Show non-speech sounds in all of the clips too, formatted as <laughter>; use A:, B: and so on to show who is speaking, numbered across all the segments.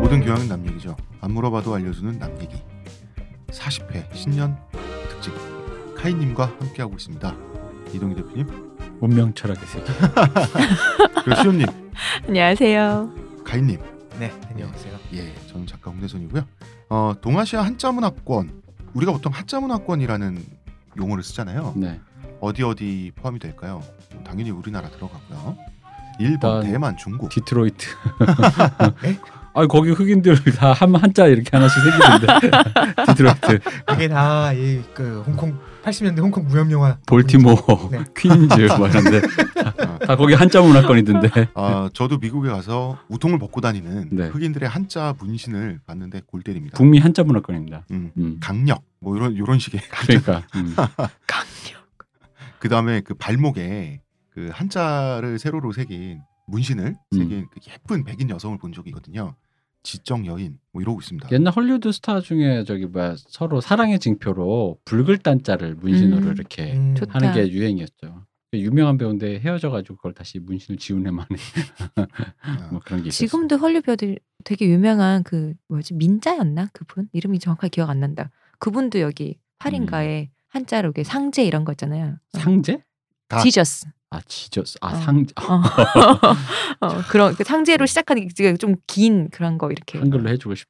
A: 모든 교양은 남 얘기죠. 안 물어봐도 알려주는 남 얘기. 40회 신년 특집 카이님과 함께하고 있습니다. 이동희 대표님,
B: 운명 철학의 세계.
A: 그리고 시온님, <laughs>
C: 안녕하세요.
A: 가인님.
D: 네, 안녕하세요.
A: 예, 저는 작가 홍대선이고요. 어, 동아시아 한자문화권. 우리가 보통 한자문화권이라는 용어를 쓰잖아요.
B: 네.
A: 어디 어디 포함이 될까요? 당연히 우리나라 들어가고요. 일본,
B: 일단
A: 대만, 중국.
B: 디트로이트.
C: 네?
B: <laughs> 아 거기 흑인들 다 한 한자 이렇게 하나씩 생기는데. <laughs> 디트로이트,
D: 이게 다 이 그 홍콩 80년대 홍콩 무협 영화
B: 볼티모어,
D: 네.
B: 퀸즈 뭐 이런데
C: 어.
B: 다, 다 거기 한자 문화권이던데.
A: 아, 저도 미국에 가서 우통을 벗고 다니는
B: 네.
A: 흑인들의 한자 문신을 봤는데 골 때립니다.
B: 북미 한자 문화권입니다.
A: 음,
B: 음.
A: 강력 뭐 이런 이런 식의
B: 그러니까
C: <laughs>
B: 음.
C: 강력.
A: 그 다음에 그 발목에 그 한자를 세로로 새긴 문신을
B: 음.
A: 새긴 그 예쁜 백인 여성을 본 적이 있거든요. 지적 여인 뭐 이러고 있습니다.
B: 옛날 헐리우드 스타 중에 저기 뭐야 서로 사랑의 징표로 붉을 단자를 문신으로
C: 음.
B: 이렇게
D: 음,
C: 좋다.
B: 하는 게 유행이었죠. 그 유명한 배우인데 헤어져가지고 그걸 다시 문신을 지운 해만 해.
A: 아,
B: 뭐 그런 게 있었어요.
C: 지금도 헐리우드 되게 유명한 그 뭐지 민자였나 그분 이름이 정확하게 기억 안 난다. 그분도 여기 팔인가에 한자로 이게 상제 이런 거 있잖아요. 어,
B: 상제?
A: 다-
C: 지저스.
B: 아 지저스. 아
C: 어.
B: 상제. 아,
C: 어. 어, <laughs> 그런 그 상제로 시작하는 좀 긴 그런 거 이렇게.
B: 한글로 해주고 싶.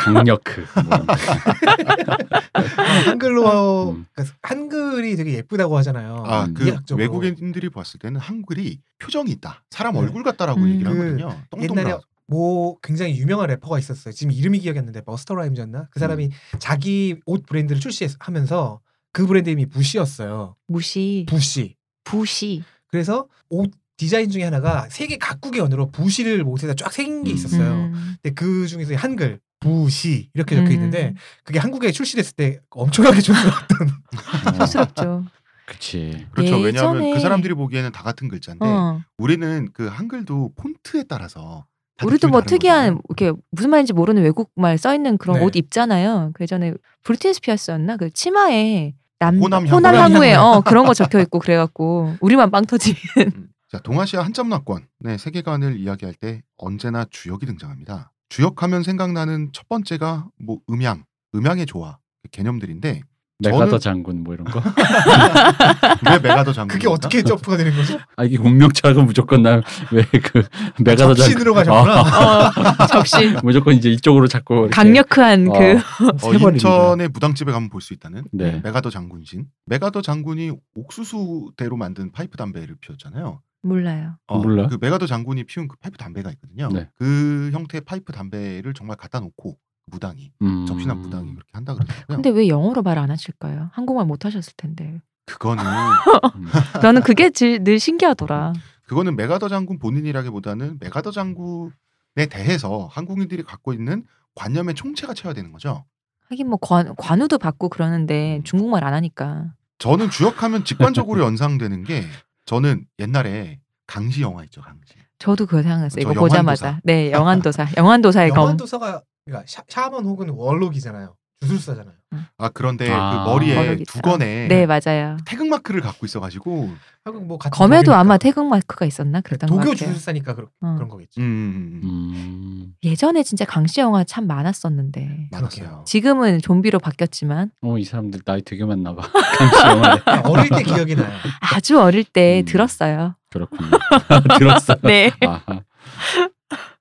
B: 강력크. 뭐 이런 거.
D: 아, 한글로
B: 음.
D: 그러니까 한글이 되게 예쁘다고 하잖아요.
A: 아,
B: 음.
A: 그
D: 의학적으로.
A: 외국인들이 봤을 때는 한글이 표정이 있다. 사람
D: 네.
A: 얼굴 같다라고
C: 음.
A: 얘기를
D: 그
A: 하거든요.
D: 옛날에
A: 똥똥나.
D: 뭐 굉장히 유명한 래퍼가 있었어요. 지금 이름이 기억이 안 나는데 머스터 라임즈였나?
A: 음.
D: 그 사람이 자기 옷 브랜드를 출시하면서 그 브랜드 이름이 부시였어요.
C: 무시
D: 부시.
C: 부시.
D: 그래서 옷 디자인 중에 하나가 세계 각국의 언어로 부시를 옷에다 쫙 새긴 게
B: 음.
D: 있었어요.
C: 음.
D: 근데 그 중에서 한글 부시 이렇게 적혀 있는데
C: 음.
D: 그게 한국에 출시됐을 때 엄청나게
A: 음,
D: 존재했던
C: 촌스럽죠.
B: 어, 그치.
A: 그렇죠. 왜냐하면
C: 예전에-
A: 그 사람들이 보기에는 다 같은 글자인데
C: 어.
A: 우리는 그 한글도 폰트에 따라서 다
C: 우리도
A: 느낌이
C: 뭐
A: 다른
C: 특이한
A: 거잖아요.
C: 이렇게 무슨 말인지 모르는 외국말 써 있는 그런
D: 네.
C: 옷 입잖아요. 그 전에 브리튼 스피어스였나 그 치마에 남
A: 호남 향후.
C: 호남 향후에 어 그런 거 적혀 있고 그래갖고 우리만 빵 터지.
A: 음. 자, 동아시아 한점문화권의 네, 세계관을 이야기할 때 언제나 주역이 등장합니다. 주역하면 생각나는 첫 번째가 뭐 음양, 음양의 조화 개념들인데
B: 메가더
A: 저는-
B: 장군 뭐 이런 거. <laughs>
A: 왜 메가더 장군?
D: 그게 어떻게 점프가 되는 거죠?
B: 아 이게 운명차가 무조건 나 왜 그 메가더 장군.
D: 접신으로 가셨구나.
C: 어 적신
B: <laughs> 무조건 이제 이쪽으로 자꾸. 이렇게-
C: 강력한
B: 어,
C: 그
A: 어,
B: 세벌입니다.
A: 인천의 무당집에 가면 볼 수 있다는
B: 네.
A: 메가더 장군신. 메가더 장군이 옥수수대로 만든 파이프 담배를 피웠잖아요.
C: <laughs> 몰라요.
B: 어, 몰라?
A: 그 메가더 장군이 피운 그 파이프 담배가 있거든요.
B: 네.
A: 그 형태의 파이프 담배를 정말 갖다 놓고 무당이
B: 음.
A: 접신한 무당이 그렇게 한다 그러더라고요.
C: 근데 왜 영어로 말 안 하실까요? 한국말 못 하셨을 텐데.
A: 그거는
B: 음.
C: 나는 그게 제일 늘 신기하더라.
A: 그거는 메가더 장군 본인이라기보다는 메가더 장군에 대해서 한국인들이 갖고 있는 관념의 총체가 채워야 되는 거죠.
C: 하긴 뭐 관, 관우도 받고 그러는데 중국말 안 하니까.
A: 저는 주역하면
C: <laughs>
A: 직관적으로 연상되는 게 저는 옛날에 강시 영화 있죠 강시.
C: 저도 그거 생각났어요.
A: 저
C: 이거
A: 영환도사.
C: 보자마자. 네, 영안도사. 영안도사의 검.
D: 영환도사가 그러니까 샤, 샤먼 혹은 월록이잖아요. 주술사잖아요.
A: 아 그런데
B: 아.
A: 그 머리에
C: 머리가 있다.
A: 두건에
C: 네, 맞아요.
A: 태극 마크를 갖고 있어가지고 음,
D: 한국 뭐 같은
C: 검에도
D: 독일이니까. 그러니까
C: 아마 태극 마크가 있었나 그랬던 것
D: 도교
C: 같아요.
D: 주술사니까 그런
C: 어.
D: 그런 거겠지.
A: 음,
B: 음.
C: 예전에 진짜 강씨 영화 참 많았었는데
A: 많았어요.
C: 지금은 좀비로 바뀌었지만
B: 어, 이 사람들 나이 되게 많나 봐. <laughs> 강시 영화에.
D: 그냥 그러니까 어릴 때
A: <laughs>
D: 기억이 나요.
C: 아주 어릴 때
B: 음.
C: 들었어요.
B: 그렇군요. <laughs> 들었어.
C: 네.
B: 아하.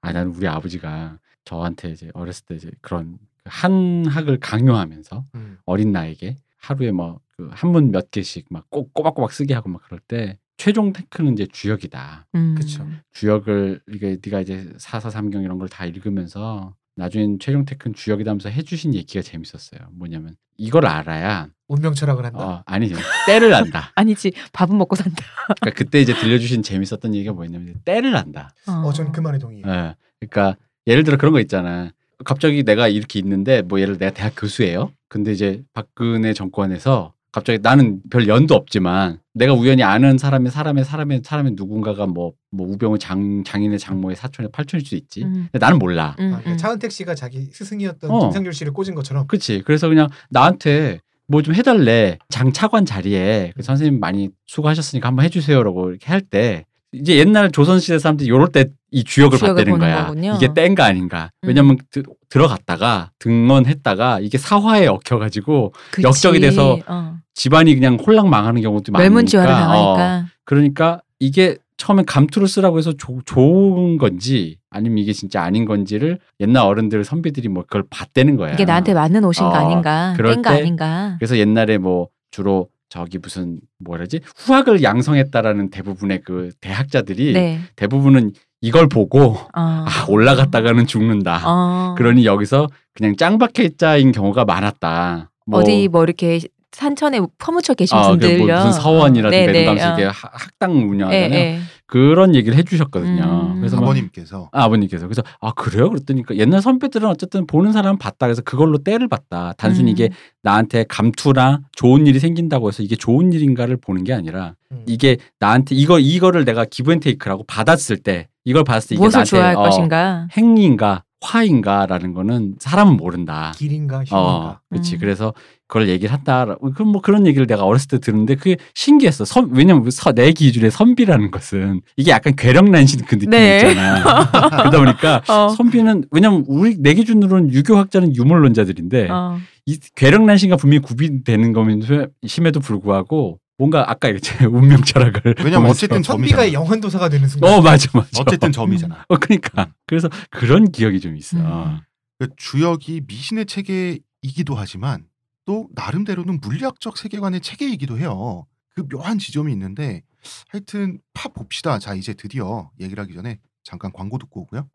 B: 아, 나는 우리 아버지가 저한테 이제 어렸을 때 이제 그런 한학을 강요하면서
D: 음.
B: 어린 나에게 하루에 뭐 그 한문 몇 개씩 막 꼭 꼬박꼬박 쓰게 하고 막 그럴 때 최종 테크는 이제 주역이다.
C: 음.
D: 그쵸.
B: 주역을 이게 네가 이제 사사삼경 이런 걸 다 읽으면서 나중엔 최종 테크는 주역이다면서 해주신 얘기가 재밌었어요. 뭐냐면 이걸 알아야
D: 운명 철학을 한다.
B: 어, 아니지 때를 안다.
C: 아니지 밥은 먹고 산다.
B: 그러니까 그때 이제 들려주신 재밌었던 얘기가 뭐였냐면 이제 때를 안다.
D: 어, 전 그 말에 동의해.
A: 네.
D: 요
B: 예. 그러니까 예를 들어 그런 거 있잖아. 갑자기 내가 이렇게 있는데 뭐 예를 들어 내가 대학 교수예요. 근데 이제 박근혜 정권에서 갑자기 나는 별 연도 없지만 내가 우연히 아는 사람의 사람의 사람의 사람의 누군가가 뭐뭐 우병우 장 장인의 장모의 사촌의 팔촌일 수도 있지.
C: 음.
B: 근데 나는 몰라.
D: 아,
C: 음, 음.
D: 그러니까 차은택 씨가 자기 스승이었던
B: 어.
D: 김상률 씨를 꽂은 것처럼
B: 그렇지. 그래서 그냥 나한테 뭐 좀 해달래. 장차관 자리에 그 선생님 많이 수고하셨으니까 한번 해주세요라고 이렇게 할 때 이제 옛날 조선시대 사람들이 요럴 때 이 주역을
C: 주역을
B: 받대는
C: 보는
B: 거야.
C: 거군요.
B: 이게 땐가 아닌가.
C: 음.
B: 왜냐면 드- 들어갔다가 등원했다가 이게 사화에 얽혀가지고
C: 그치.
B: 역적이 돼서
C: 어.
B: 집안이 그냥 홀랑 망하는 경우도 많으니까.
C: 멸문지화를
B: 어,
C: 당하니까
B: 그러니까 이게 처음에 감투를 쓰라고 해서 조- 좋은 건지 아니면 이게 진짜 아닌 건지를 옛날 어른들 선비들이 뭐 그걸 봤대는 거야.
C: 이게 나한테 맞는 옷인가
B: 어,
C: 아닌가
B: 그럴
C: 땐가
B: 때
C: 아닌가
B: 그래서 옛날에 뭐 주로 저기 무슨 뭐라지 후학을 양성했다라는 대부분의 그 대학자들이
C: 네.
B: 대부분은 이걸 보고
C: 어.
B: 아 올라갔다가는 죽는다.
C: 어.
B: 그러니 여기서 그냥 짱박해자인 경우가 많았다. 뭐,
C: 어디 뭐 이렇게 산천에 퍼무쳐 계신
B: 아, 그
C: 분들요.
B: 뭐 무슨
C: 네,
B: 서원이라든지
C: 네,
B: 매등당식의
C: 어.
B: 학당 운영하잖아요.
C: 예, 예.
B: 그런 얘기를 해주셨거든요.
C: 음.
B: 그래서 막
A: 아버님께서
B: 아, 아버님께서 그래서 아 그래요? 그랬더니까 옛날 선배들은 어쨌든 보는 사람 봤다 그래서 그걸로 때를 봤다. 단순히
C: 음.
B: 이게 나한테 감투나 좋은 일이 생긴다고 해서 이게 좋은 일인가를 보는 게 아니라
D: 음.
B: 이게 나한테 이거 이거를 내가 기브앤테이크라고 받았을 때 이걸 받았을 때 이게
C: 무엇을
B: 나한테
C: 좋아할
B: 어,
C: 것인가
B: 행위인가 화인가라는 거는 사람은 모른다.
A: 아.
D: 길인가 힘인가
B: 어, 그렇지.
C: 음. 그래서
B: 그래서 그걸 얘기를 한다. 그럼 뭐 그런 얘기를 내가 어렸을 때 들었는데 그게 신기했어. 선- 왜냐면 그 서- 내 기준에 선비라는 것은 이게 약간 괴력난신 그 느낌
C: 네. 어.
B: 있잖아.
C: <laughs>
B: 그러다 보니까 선비는 왜냐면 우리 내 기준으로는 유교학자는 유물론자들인데
C: 어.
B: 이 괴력난신과 분명히 구비되는 거면 심에도 불구하고 뭔가 아까 얘기했잖아요 <laughs> 운명 철학을
A: 왜냐면
B: 보면서.
A: 어쨌든 점이잖아.
D: 선비가 영환도사가 되는 순간
B: 어 맞아
C: 그렇죠.
B: 맞아
A: 어쨌든 음. 점이잖아.
B: 어, 그러니까 그래서 그런 기억이 좀 있어
C: 음.
A: 그 주역이 미신의 체계이기도 하지만 또 나름대로는 물리학적 세계관의 체계이기도 해요. 그 묘한 지점이 있는데 하여튼 파 봅시다. 자 이제 드디어 얘기를 하기 전에 잠깐 광고 듣고 오고요.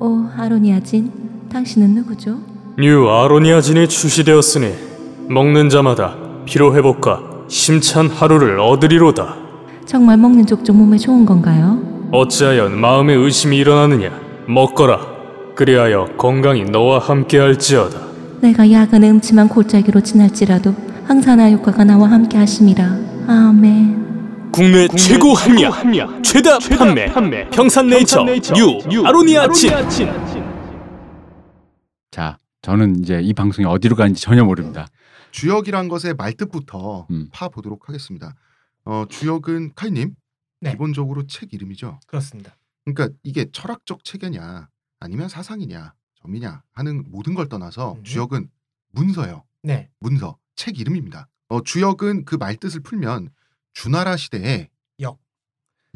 E: 오 어, 아로니아진 당신은 누구죠?
F: 뉴 아로니아진이 출시되었으니 먹는 자마다 피로 회복과 심찬 하루를 얻으리로다.
E: 정말 먹는 족족 몸에 좋은 건가요?
F: 어찌하여 마음에 의심이 일어나느냐? 먹거라. 그리하여 건강이 너와 함께할지어다.
E: 내가 야근의 음침한 골짜기로 지날지라도 항산화 효과가 나와 함께 하심이라 아멘
F: 국내, 최고 합리화, 최다, 판매, 평산네이처, 뉴, 아로니아진.
B: 자 저는 이제 이 방송이 어디로 가는지 전혀 모릅니다
A: 주역이란 것의 말뜻부터
B: 음.
A: 파 보도록 하겠습니다. 어, 주역은 카이님
D: 네.
A: 기본적으로 책 이름이죠.
D: 그렇습니다.
A: 그러니까 이게 철학적 체계냐 아니면 사상이냐 점이냐 하는 모든 걸 떠나서
D: 음.
A: 주역은 문서예요.
D: 네.
A: 문서 책 이름입니다. 어, 주역은 그 말뜻을 풀면 주나라 시대의
D: 역.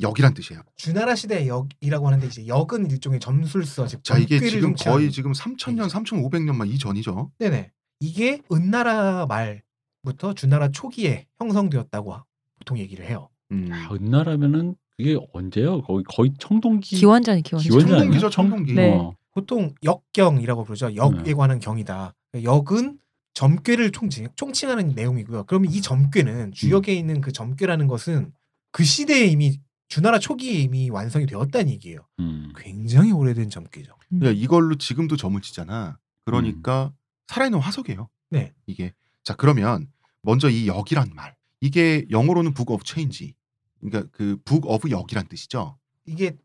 A: 역이란 뜻이에요.
D: 주나라 시대의 역이라고 하는데 이제 역은 일종의 점술서 즉
A: 자 이게
D: 점괘를
A: 지금
D: 좀 그렇죠.
A: 거의
D: 취하는-
A: 지금 3,000년, 3,500년만 이전이죠.
D: 네네 이게 은나라 말부터 주나라 초기에 형성되었다고 하- 보통 얘기를 해요.
A: 음.
B: 야,
D: 아,
B: 은나라면은 그게 언제요 거의 거의 청동기
C: 기원전이 기원전.
B: 기원전 아니야?
A: 청동기죠, 청동기.
C: 네.
B: 어.
D: 보통 역경이라고 부르죠. 역에
B: 네.
D: 관한 경이다. 역은 점괘를 총칭, 총칭하는 내용이고요. 그러면 이 점괘는 주역에 있는 그 점괘라는 것은 그 시대에 이미 주나라 초기에 이미 완성이 되었다는 얘기예요.
B: 음.
D: 굉장히 오래된 점괘죠.
C: 음.
A: 그러니까 이걸로 지금도 점을 치잖아. 그러니까 살아있는 화석이에요.
D: 음. 네.
A: 이게 자 그러면 먼저 이 역이란 말 이게 영어로는 북 오브 체인지 그러니까 그 북 오브 역이란 뜻이죠.
D: 이게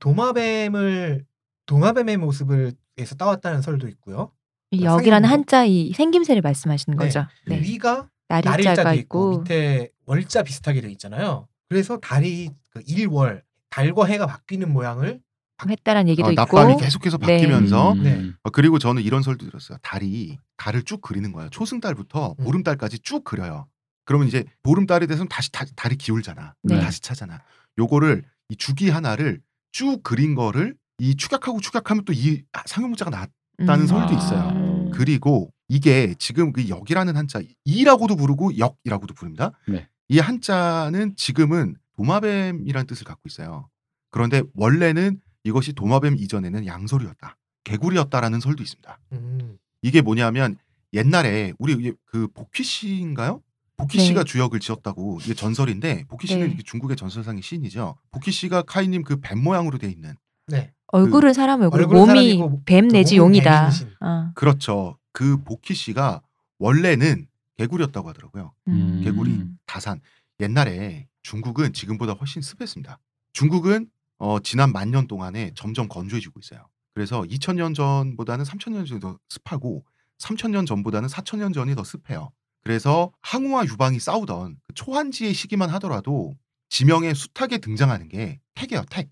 D: 도마뱀을 도마뱀의 모습을 에서 따왔다는 설도 있고요.
C: 이 역이라는
D: 상인-
C: 한자 이 생김새를 말씀하시는
D: 네.
C: 거죠. 네.
D: 위가
C: 날일자가
D: 날일자도 있고,
C: 있고.
D: 밑에 월자 비슷하게 돼 있잖아요. 그래서 달이 그 일월 달과 해가 바뀌는 모양을
C: 했다라는 얘기도
A: 어,
C: 있고.
A: 낮밤이 계속해서
C: 네.
A: 바뀌면서
B: 음.
D: 네.
A: 어, 그리고 저는 이런 설도 들었어요. 달이 달을 쭉 그리는 거예요. 초승달부터
D: 음.
A: 보름달까지 쭉 그려요. 그러면 이제 보름달이 돼서 다시 다, 달이 기울잖아.
C: 네.
A: 다시 차잖아. 요거를 이 주기 하나를 쭉 그린 거를 이 축약하고 축약하면 또 이 아, 상용문자가 나. 있다는 설도 있어요.
C: 음.
A: 그리고 이게 지금 그 역이라는 한자 이라고도 부르고 역이라고도 부릅니다.
B: 네.
A: 이 한자는 지금은 도마뱀이라는 뜻을 갖고 있어요. 그런데 원래는 이것이 도마뱀 이전에는 양서류였다. 개구리였다라는 설도 있습니다.
D: 음,
A: 이게 뭐냐면 옛날에 우리 이게 그 복희 씨인가요? 복희
C: 네.
A: 씨가 주역을 지었다고 이게 전설인데 복희 씨는
C: 네.
A: 이렇게 중국의 전설상의 시인이죠. 복희 씨가 카이님 그 뱀 모양으로 돼 있는
D: 네.
C: 얼굴은 사람 얼굴,
D: 얼굴은
C: 몸이
D: 사람이고
C: 뱀 내지
D: 몸은
C: 용이다.
D: 뱀이신.
C: 어.
A: 그렇죠. 그 복희 씨가 원래는 개구리였다고 하더라고요.
C: 음.
A: 개구리 다산 옛날에 중국은 지금보다 훨씬 습했습니다. 중국은 어, 지난 만 년 동안에 점점 건조해지고 있어요. 그래서 2000년 전보다는 3000년 전이 더 습하고 3000년 전보다는 4000년 전이 더 습해요. 그래서 항우와 유방이 싸우던 그 초한지의 시기만 하더라도 지명의 수탉에 등장하는 게 택이에요, 택.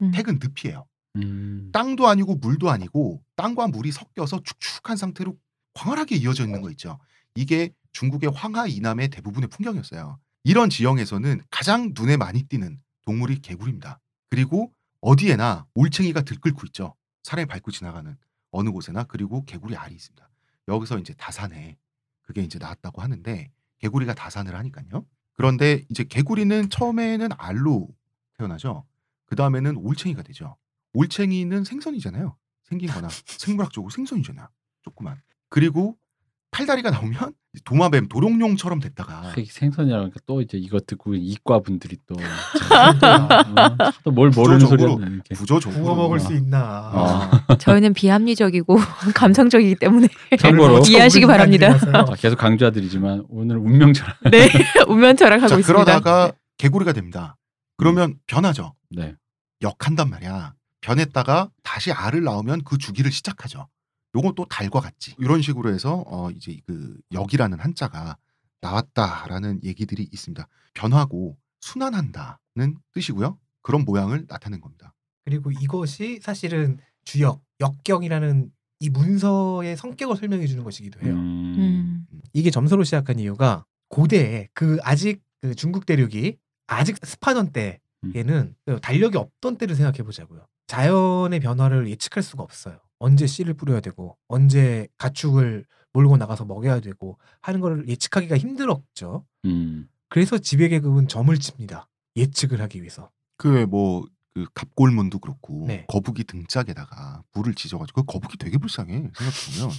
C: 음.
A: 택은 늪이에요.
B: 음.
A: 땅도 아니고 물도 아니고 땅과 물이 섞여서 축축한 상태로 광활하게 이어져 있는 거 있죠. 이게 중국의 황하 이남의 대부분의 풍경이었어요. 이런 지형에서는 가장 눈에 많이 띄는 동물이 개구리입니다. 그리고 어디에나 올챙이가 들끓고 있죠. 산에 밟고 지나가는 어느 곳에나 그리고 개구리 알이 있습니다. 여기서 이제 다산에 그게 이제 나왔다고 하는데 개구리가 다산을 하니까요. 그런데 이제 개구리는 처음에는 알로 태어나죠. 그 다음에는 올챙이가 되죠. 올챙이는 생선이잖아요. 생긴 거나 생물학적으로 생선이잖아. 조그만. 그리고 팔다리가 나오면 이제 도마뱀 도롱뇽처럼 됐다가
B: 그 생선이라니까 또 이제 이거 듣고 이과 분들이
A: <laughs>
B: 또 어? 또뭘 모르는
A: 구조적으로
B: 소리야. 이렇게.
A: 구조적으로
D: 구워 먹을 수 있나.
B: 어.
D: <laughs>
C: 저희는 비합리적이고 <laughs> 감성적이기 때문에
B: 참고로
D: 뭐
C: 이해하시기 바랍니다.
B: 자, 아, 계속 강조하드리지만 오늘 운명처럼
C: 네 <laughs> 운면
A: 자,
C: 철학하고 있습니다.
A: 그러다가 개구리가 됩니다. 그러면 변하죠.
B: 네.
A: 역한단 말이야. 변했다가 다시 알을 낳으면 그 주기를 시작하죠. 요건 또 달과 같지. 이런 식으로 해서 어 이제 그 역이라는 한자가 나왔다라는 얘기들이 있습니다. 변하고 순환한다는 뜻이고요. 그런 모양을 나타낸 겁니다.
D: 그리고 이것이 사실은 주역 역경이라는 이 문서의 성격을 설명해 주는 것이기도
A: 네.
D: 해요.
B: 음.
C: 음.
D: 이게 점서로 시작한 이유가 고대에 그 아직 그 중국 대륙이 아직 스파전
C: 음.
D: 때에는 달력이 없던 때를 생각해 보자고요. 자연의 변화를 예측할 수가 없어요.
C: 음.
D: 언제 씨를 뿌려야 되고 언제 가축을 몰고 나가서 먹여야 되고 하는 걸 예측하기가 힘들었죠.
B: 음.
D: 그래서 지배계급은 점을 칩니다. 예측을 하기 위해서.
A: 그뭐그 갑골문도 그렇고
D: 네.
A: 거북이 등짝에다가 물을 지져가지고 그 거북이 되게 불쌍해 생각해보면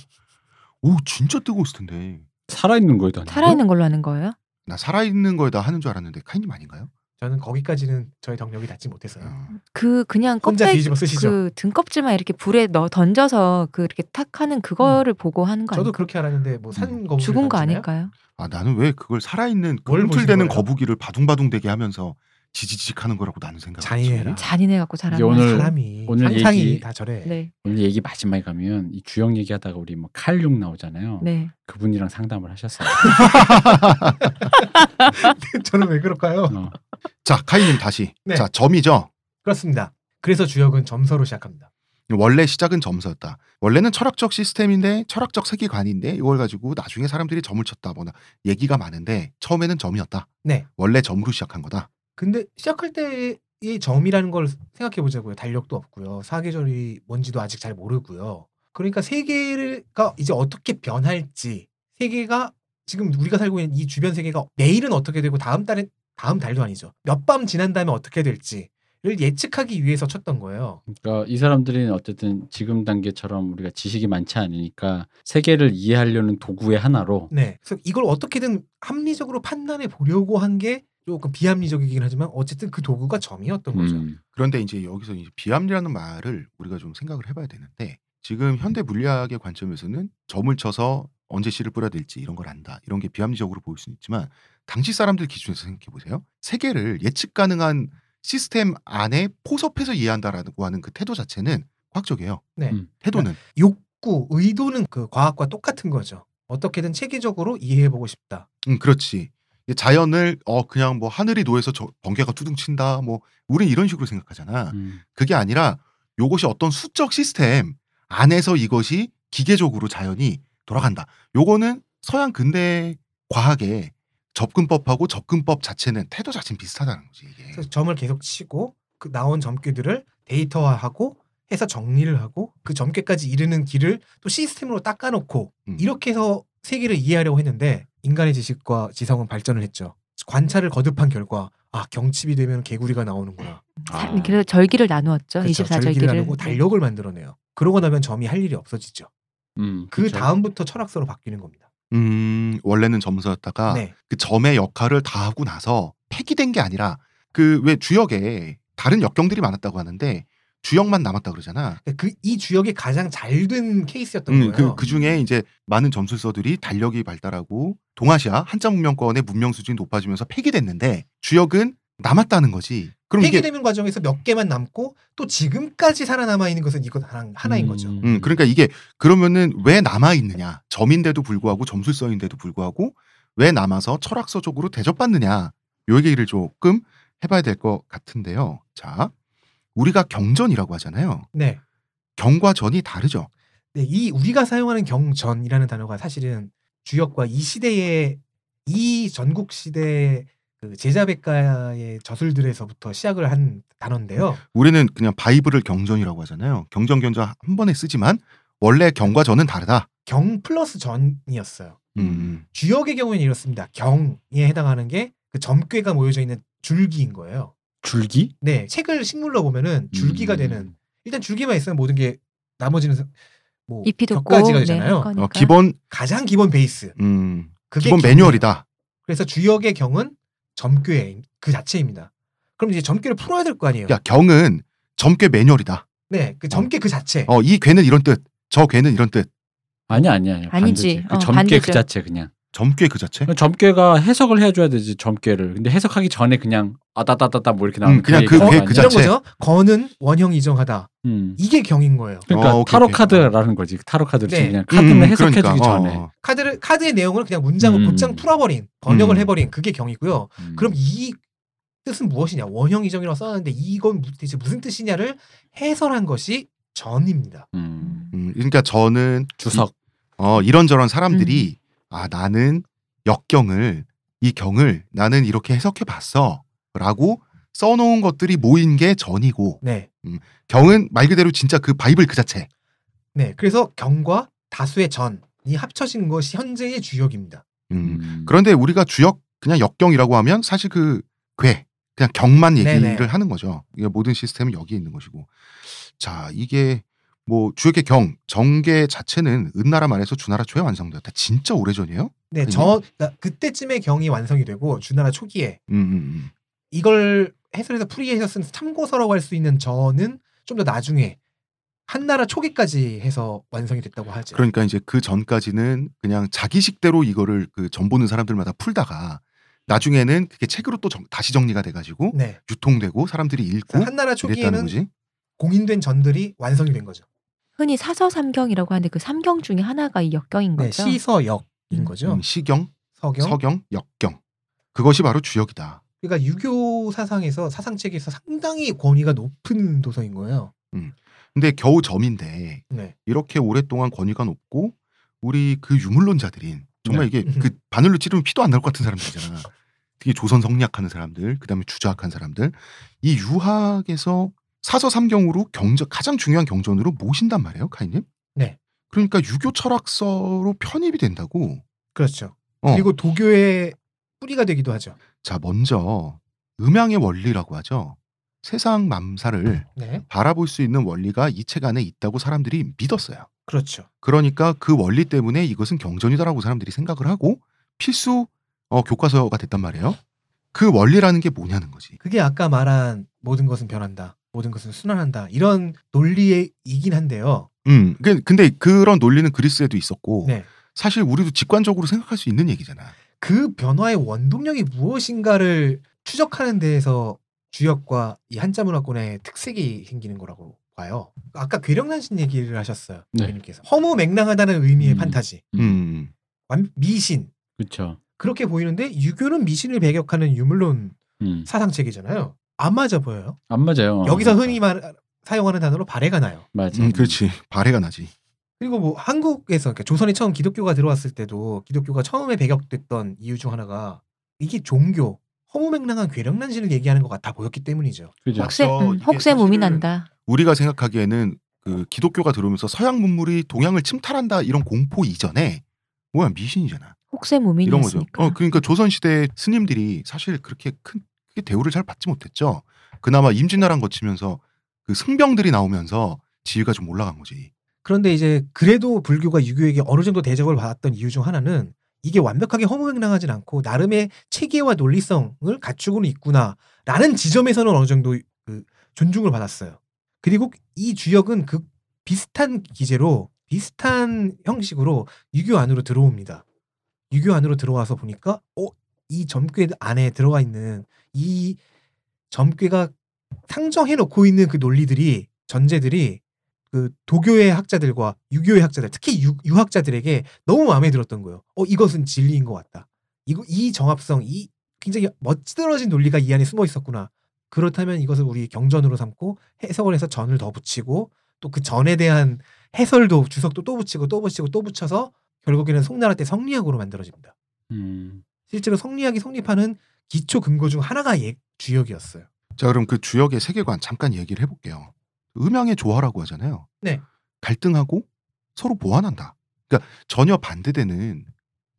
A: 오 진짜 뜨거웠을 텐데
B: 살아있는 거에도 아니고?
C: 살아있는 걸로 하는 거예요?
A: 나 살아있는 거에다 하는 줄 알았는데 카이님 아닌가요?
D: 저는 거기까지는 저의 경력이 닿지 못했어요.
A: 어.
C: 그 그냥
D: 혼자
C: 껍데기
D: 뒤집어 쓰시죠.
C: 그 등껍질만 이렇게 불에 넣어 던져서 그 이렇게 탁 하는 그거를 보고 하는 거
D: 저도
C: 아닐까요? 음.
D: 그렇게 알았는데 뭐 산 거북이
C: 죽은 거 아닐까요?
A: 아 나는 왜 그걸 살아있는 그
D: 뭘 보신
A: 꿈틀대는
D: 거예요?
A: 거북이를 바둥바둥대게 하면서 지지직하는 거라고 나는 생각.
D: 잔인해라.
C: 잔인해 갖고
B: 이게
C: 자라는
B: 오늘-
C: 거죠.
D: 아, 사람이
B: 오늘
D: 상상이
B: 얘기-
D: 다 저래.
C: 네.
B: 오늘 얘기 마지막에 가면 이 주영 얘기하다가 우리 뭐 칼륨 나오잖아요.
C: 네.
B: 그분이랑 상담을 하셨어요.
D: <laughs>
C: <laughs>
D: 저는 왜
C: 음.
D: 그럴까요?
B: 어.
A: 자 카이님 다시.
D: 네.
A: 자 점이죠.
D: 그렇습니다. 그래서 주역은 점서로 시작합니다.
A: 원래 시작은 점서였다. 원래는 철학적 시스템인데 철학적 세계관인데 이걸 가지고 나중에 사람들이 점을 쳤다거나 얘기가 많은데 처음에는 점이었다.
D: 네.
A: 원래 점으로 시작한 거다.
D: 근데 시작할 때의 점이라는 걸 생각해 보자고요. 달력도 없고요. 사계절이 뭔지도 아직 잘 모르고요. 그러니까 세계가 이제 어떻게 변할지 세계가 지금 우리가 살고 있는 이 주변 세계가 내일은 어떻게 되고 다음 달에 다음 달도 아니죠. 몇 밤 지난 다음에 어떻게 될지를 예측하기 위해서 쳤던 거예요.
B: 그러니까 이 사람들은 어쨌든 지금 단계처럼 우리가 지식이 많지 않으니까 세계를 이해하려는 도구의
A: 음.
B: 하나로
D: 네. 그래서 이걸 어떻게든 합리적으로 판단해 보려고 한 게 조금 비합리적이긴 하지만 어쨌든 그 도구가 점이었던 거죠.
B: 음.
A: 그런데 이제 여기서 이제 비합리라는 말을 우리가 좀 생각을 해봐야 되는데 지금 현대 물리학의 관점에서는 점을 쳐서 언제 씨를 뿌려야 될지 이런 걸 안다 이런 게 비합리적으로 보일 수는 있지만 당시 사람들 기준에서 생각해 보세요 세계를 예측 가능한 시스템 안에 포섭해서 이해한다라고 하는 그 태도 자체는 과학적이에요
D: 네.
B: 음.
A: 태도는
D: 욕구, 의도는 그 과학과 똑같은 거죠. 어떻게든 체계적으로 이해해보고 싶다.
A: 음, 그렇지 이게 자연을 어 그냥 뭐 하늘이 노에서 저 번개가 투둥친다 뭐 우린 이런 식으로 생각하잖아
B: 음.
A: 그게 아니라 요것이 어떤 수적 시스템 안에서 이것이 기계적으로 자연이 돌아간다. 요거는 서양 근대 과학의 접근법하고 접근법 자체는 태도 자체는 비슷하다는 거지 이게.
D: 그래서 점을 계속 치고 그 나온 점괘들을 데이터화하고 해서 정리를 하고 그 점괘까지 이르는 길을 또 시스템으로 닦아놓고
A: 음.
D: 이렇게 해서 세계를 이해하려고 했는데 인간의 지식과 지성은 발전을 했죠. 관찰을 거듭한 결과 아 경칩이 되면 개구리가 나오는구나.
B: 아.
C: 그래서 절기를 나누었죠.
D: 그렇죠.
C: 24절기를. 네.
D: 나누고 달력을 만들어내요. 그러고 나면 점이 할 일이 없어지죠.
B: 음,
D: 그
B: 그쵸.
D: 다음부터 철학서로 바뀌는 겁니다.
A: 음 원래는 점서였다가
D: 네.
A: 그 점의 역할을 다 하고 나서 폐기된 게 아니라 그 왜 주역에 다른 역경들이 많았다고 하는데 주역만 남았다 그러잖아.
D: 그 이 주역이 가장 잘 된 케이스였던
A: 음, 그,
D: 거예요.
A: 그 중에 이제 많은 점술서들이 달력이 발달하고 동아시아 한자 문명권의 문명 수준이 높아지면서 폐기됐는데 주역은 남았다는 거지. 그럼 이게
D: 폐기되는 과정에서 몇 개만 남고 또 지금까지 살아남아 있는 것은 이것 하나, 하나인 거죠.
B: 음.
A: 음, 그러니까 이게 그러면은 왜 남아 있느냐? 점인데도 불구하고 점술서인데도 불구하고 왜 남아서 철학서적으로 대접받느냐? 요 얘기를 조금 해봐야 될 것 같은데요. 자, 우리가 경전이라고 하잖아요.
D: 네.
A: 경과 전이 다르죠.
D: 네, 이 우리가 사용하는 경전이라는 단어가 사실은 주역과 이 시대의 이 전국 시대 그 제자백가의 저술들에서부터 시작을 한
A: 음.
D: 단어인데요.
A: 우리는 그냥 바이블을 경전이라고 하잖아요. 경전 경전 한 번에 쓰지만 원래 경과 전은 다르다.
D: 경 플러스 전이었어요.
A: 음,
D: 주역의 경우에는 이렇습니다. 경에 해당하는 게 그 점괘가 모여져 있는 줄기인 거예요.
B: 줄기?
D: 네, 책을 식물로 보면은 줄기가
B: 음.
D: 되는 일단 줄기만 있으면 모든 게 나머지는 사- 뭐
C: 잎이 돋고 네,
D: 격가지가 되잖아요.
A: 어, 기본
D: 가장 기본 베이스.
A: 음,
D: 그게
A: 기본
D: 경이에요.
A: 매뉴얼이다.
D: 그래서 주역의 경은 점괘 그 자체입니다. 그럼 이제 점괘를 풀어야 될 거 아니에요.
B: 네.
A: 야 경은 점괘 매뉴얼이다.
D: 네, 그 점괘 그 자체.
A: 어 이 괴는 이런 뜻, 저 괴는 이런 뜻.
B: 아니 아니 아니.
C: 아니지.
B: 그
C: 어,
B: 점괘 그
C: 반대죠.
B: 자체 그냥.
A: 점괘 그 자체.
B: 그냥 점괘가 해석을 해줘야 되지 점괘를. 근데 해석하기 전에 그냥 아다다다다 뭐 이렇게 나오는
A: 음, 그냥
B: 얘기가
A: 그
B: 아니야?
A: 그
D: 이런
A: 자체.
D: 거죠. 건은 원형 이정하다.
B: 음.
D: 이게 경인 거예요.
B: 그러니까
A: 어, 오케이,
B: 타로
A: 오케이.
B: 카드라는 거지. 타로 카드를
D: 네.
B: 그냥 카드를
A: 음,
B: 해석해주기
A: 그러니까,
B: 전에.
A: 어,
D: 카드를 카드의 내용을 그냥 문장을
B: 음.
D: 곧장 풀어버린 번역을
A: 음.
D: 해버린 그게 경이고요.
B: 음.
D: 그럼 이 뜻은 무엇이냐? 원형 이정이라고 써놨는데 이건 무- 대체 무슨 뜻이냐를 해설한 것이 전입니다.
B: 음.
A: 음, 그러니까 저는
B: 주석. 음.
A: 어 이런저런 사람들이 아 나는 역경을 이 경을 나는 이렇게 해석해 봤어라고 써놓은 것들이 모인 게 전이고
D: 네,
A: 경은 말 그대로 진짜 그 바이블 그 자체.
D: 네. 그래서 경과 다수의 전이 합쳐진 것이 현재의 주역입니다.
A: 음.
B: 음.
A: 그런데 우리가 주역 그냥 역경이라고 하면 사실 그 괴, 그냥 경만 얘기를
D: 네네.
A: 하는 거죠. 이게 모든 시스템은 여기 있는 것이고. 자, 이게 뭐 주역의 경, 정계 자체는 은나라 말에서 주나라 초에 완성되었다. 진짜 오래전이에요? 음,
D: 네, 저 그러니까 그때쯤에 경이 완성이 되고 주나라 초기에
A: 음, 음, 음.
D: 이걸 해설해서 풀이해서 쓴 참고서라고 할 수 있는 전은 좀 더 나중에 한나라 초기까지 해서 완성이 됐다고 하죠.
A: 그러니까 이제 그 전까지는 그냥 자기식대로 이거를 그 전보는 사람들마다 풀다가 나중에는 그게 책으로 또 정- 다시 정리가 돼가지고
D: 네.
A: 유통되고 사람들이 읽고
D: 한나라
A: 이랬다는
D: 초기에는
A: 어? 거지. 음,
D: 공인된 전들이 완성이 된 거죠.
C: 흔히 사서 삼경이라고 하는데 그 삼경 중에 하나가 이 역경인
D: 네,
C: 거죠.
D: 시서역인
C: 음,
D: 거죠.
A: 음, 시경,
D: 서경.
A: 서경, 역경. 그것이 바로 주역이다.
D: 그러니까 유교 사상에서 사상체계에서 상당히 권위가 높은 도서인 거예요.
A: 근데 겨우 점인데
D: 네.
A: 이렇게 오랫동안 권위가 높고 우리 그 유물론자들인 정말 이게
D: 네.
A: 그 바늘로 찌르면 피도 안 날 것 같은 사람들이잖아. 특히 조선 성리학하는 사람들, 그다음에 주자학한 사람들 이 유학에서 사서 삼경으로 경전 가장 중요한 경전으로 모신단 말이에요, 카이님.
D: 네.
A: 그러니까 유교 철학서로 편입이 된다고.
D: 그렇죠.
A: 어.
D: 그리고 도교의 뿌리가 되기도 하죠.
A: 자 먼저 음양의 원리라고 하죠. 세상 맘사를
D: 네.
A: 바라볼 수 있는 원리가 이 책 안에 있다고 사람들이 믿었어요.
D: 그렇죠.
A: 그러니까 그 원리 때문에 이것은 경전이다라고 사람들이 생각을 하고 필수 어, 교과서가 됐단 말이에요. 그 원리라는 게 뭐냐는 거지.
D: 그게 아까 말한 모든 것은 변한다. 모든 것은 순환한다. 이런 논리이긴 한데요.
A: 음, 그- 근데 그런 논리는 그리스에도 있었고
D: 네.
A: 사실 우리도 직관적으로 생각할 수 있는 얘기잖아.
D: 그 변화의 원동력이 무엇인가를 추적하는 데에서 주역과 이 한자 문화권의 특색이 생기는 거라고 봐요. 아까 괴력난신 얘기를 하셨어요.
B: 네.
D: 님께서 허무 맹랑하다는 의미의
B: 음.
D: 판타지,
A: 음,
D: 완- 미신
B: 그렇죠.
D: 그렇게 보이는데 유교는 미신을 배격하는 유물론
B: 음.
D: 사상 체계잖아요. 안 맞아 보여요.
B: 안 맞아요.
D: 여기서 흔히 말 사용하는 단어로 발해가 나요.
B: 맞아.
A: 음, 그렇지. 발해가 나지.
D: 그리고 뭐 한국에서 그러니까 조선에 처음 기독교가 들어왔을 때도 기독교가 처음에 배격됐던 이유 중 하나가 이게 종교 허무맹랑한 괴력난신을 얘기하는 것 같아 보였기 때문이죠.
B: 그죠.
C: 혹세,
A: 그래서
C: 음,
A: 이게
C: 혹세 몸이
A: 사실은-
C: 난다.
A: 우리가 생각하기에는 그 기독교가 들어오면서 서양 문물이 동양을 침탈한다 이런 공포 이전에 뭐야 미신이잖아.
C: 혹세
A: 이런 거죠.
C: 몸이니까.
A: 어, 그러니까 조선 시대 스님들이 사실 그렇게 큰 크게 대우를 잘 받지 못했죠. 그나마 임진왜란 거치면서 그 승병들이 나오면서 지위가 좀 올라간 거지.
D: 그런데 이제 그래도 불교가 유교에게 어느 정도 대접을 받았던 이유 중 하나는 이게 완벽하게 허무맹랑하진 않고 나름의 체계와 논리성을 갖추고는 있구나라는 지점에서는 어느 정도 그 존중을 받았어요. 그리고 이 주역은 그 비슷한 기제로 비슷한 형식으로 유교 안으로 들어옵니다. 유교 안으로 들어와서 보니까 어 이 점괘 안에 들어가 있는 이 점괘가 상정해 놓고 있는 그 논리들이 전제들이 그 도교의 학자들과 유교의 학자들 특히 유, 유학자들에게 너무 마음에 들었던 거예요. 어 이것은 진리인 것 같다. 이거 이 정합성 이 굉장히 멋들어진 논리가 이 안에 숨어 있었구나. 그렇다면 이것을 우리 경전으로 삼고 해석을 해서 전을 더 붙이고 또 그 전에 대한 해설도 주석도 또 붙이고 또 붙이고 또 붙여서 결국에는 송나라 때 성리학으로 만들어집니다.
B: 음.
D: 실제로 성리학이 성립하는 기초 근거 중 하나가 예, 주역이었어요.
A: 자 그럼 그 주역의 세계관 잠깐 얘기를 해볼게요. 음양의 조화라고 하잖아요.
D: 네.
A: 갈등하고 서로 보완한다. 그러니까 전혀 반대되는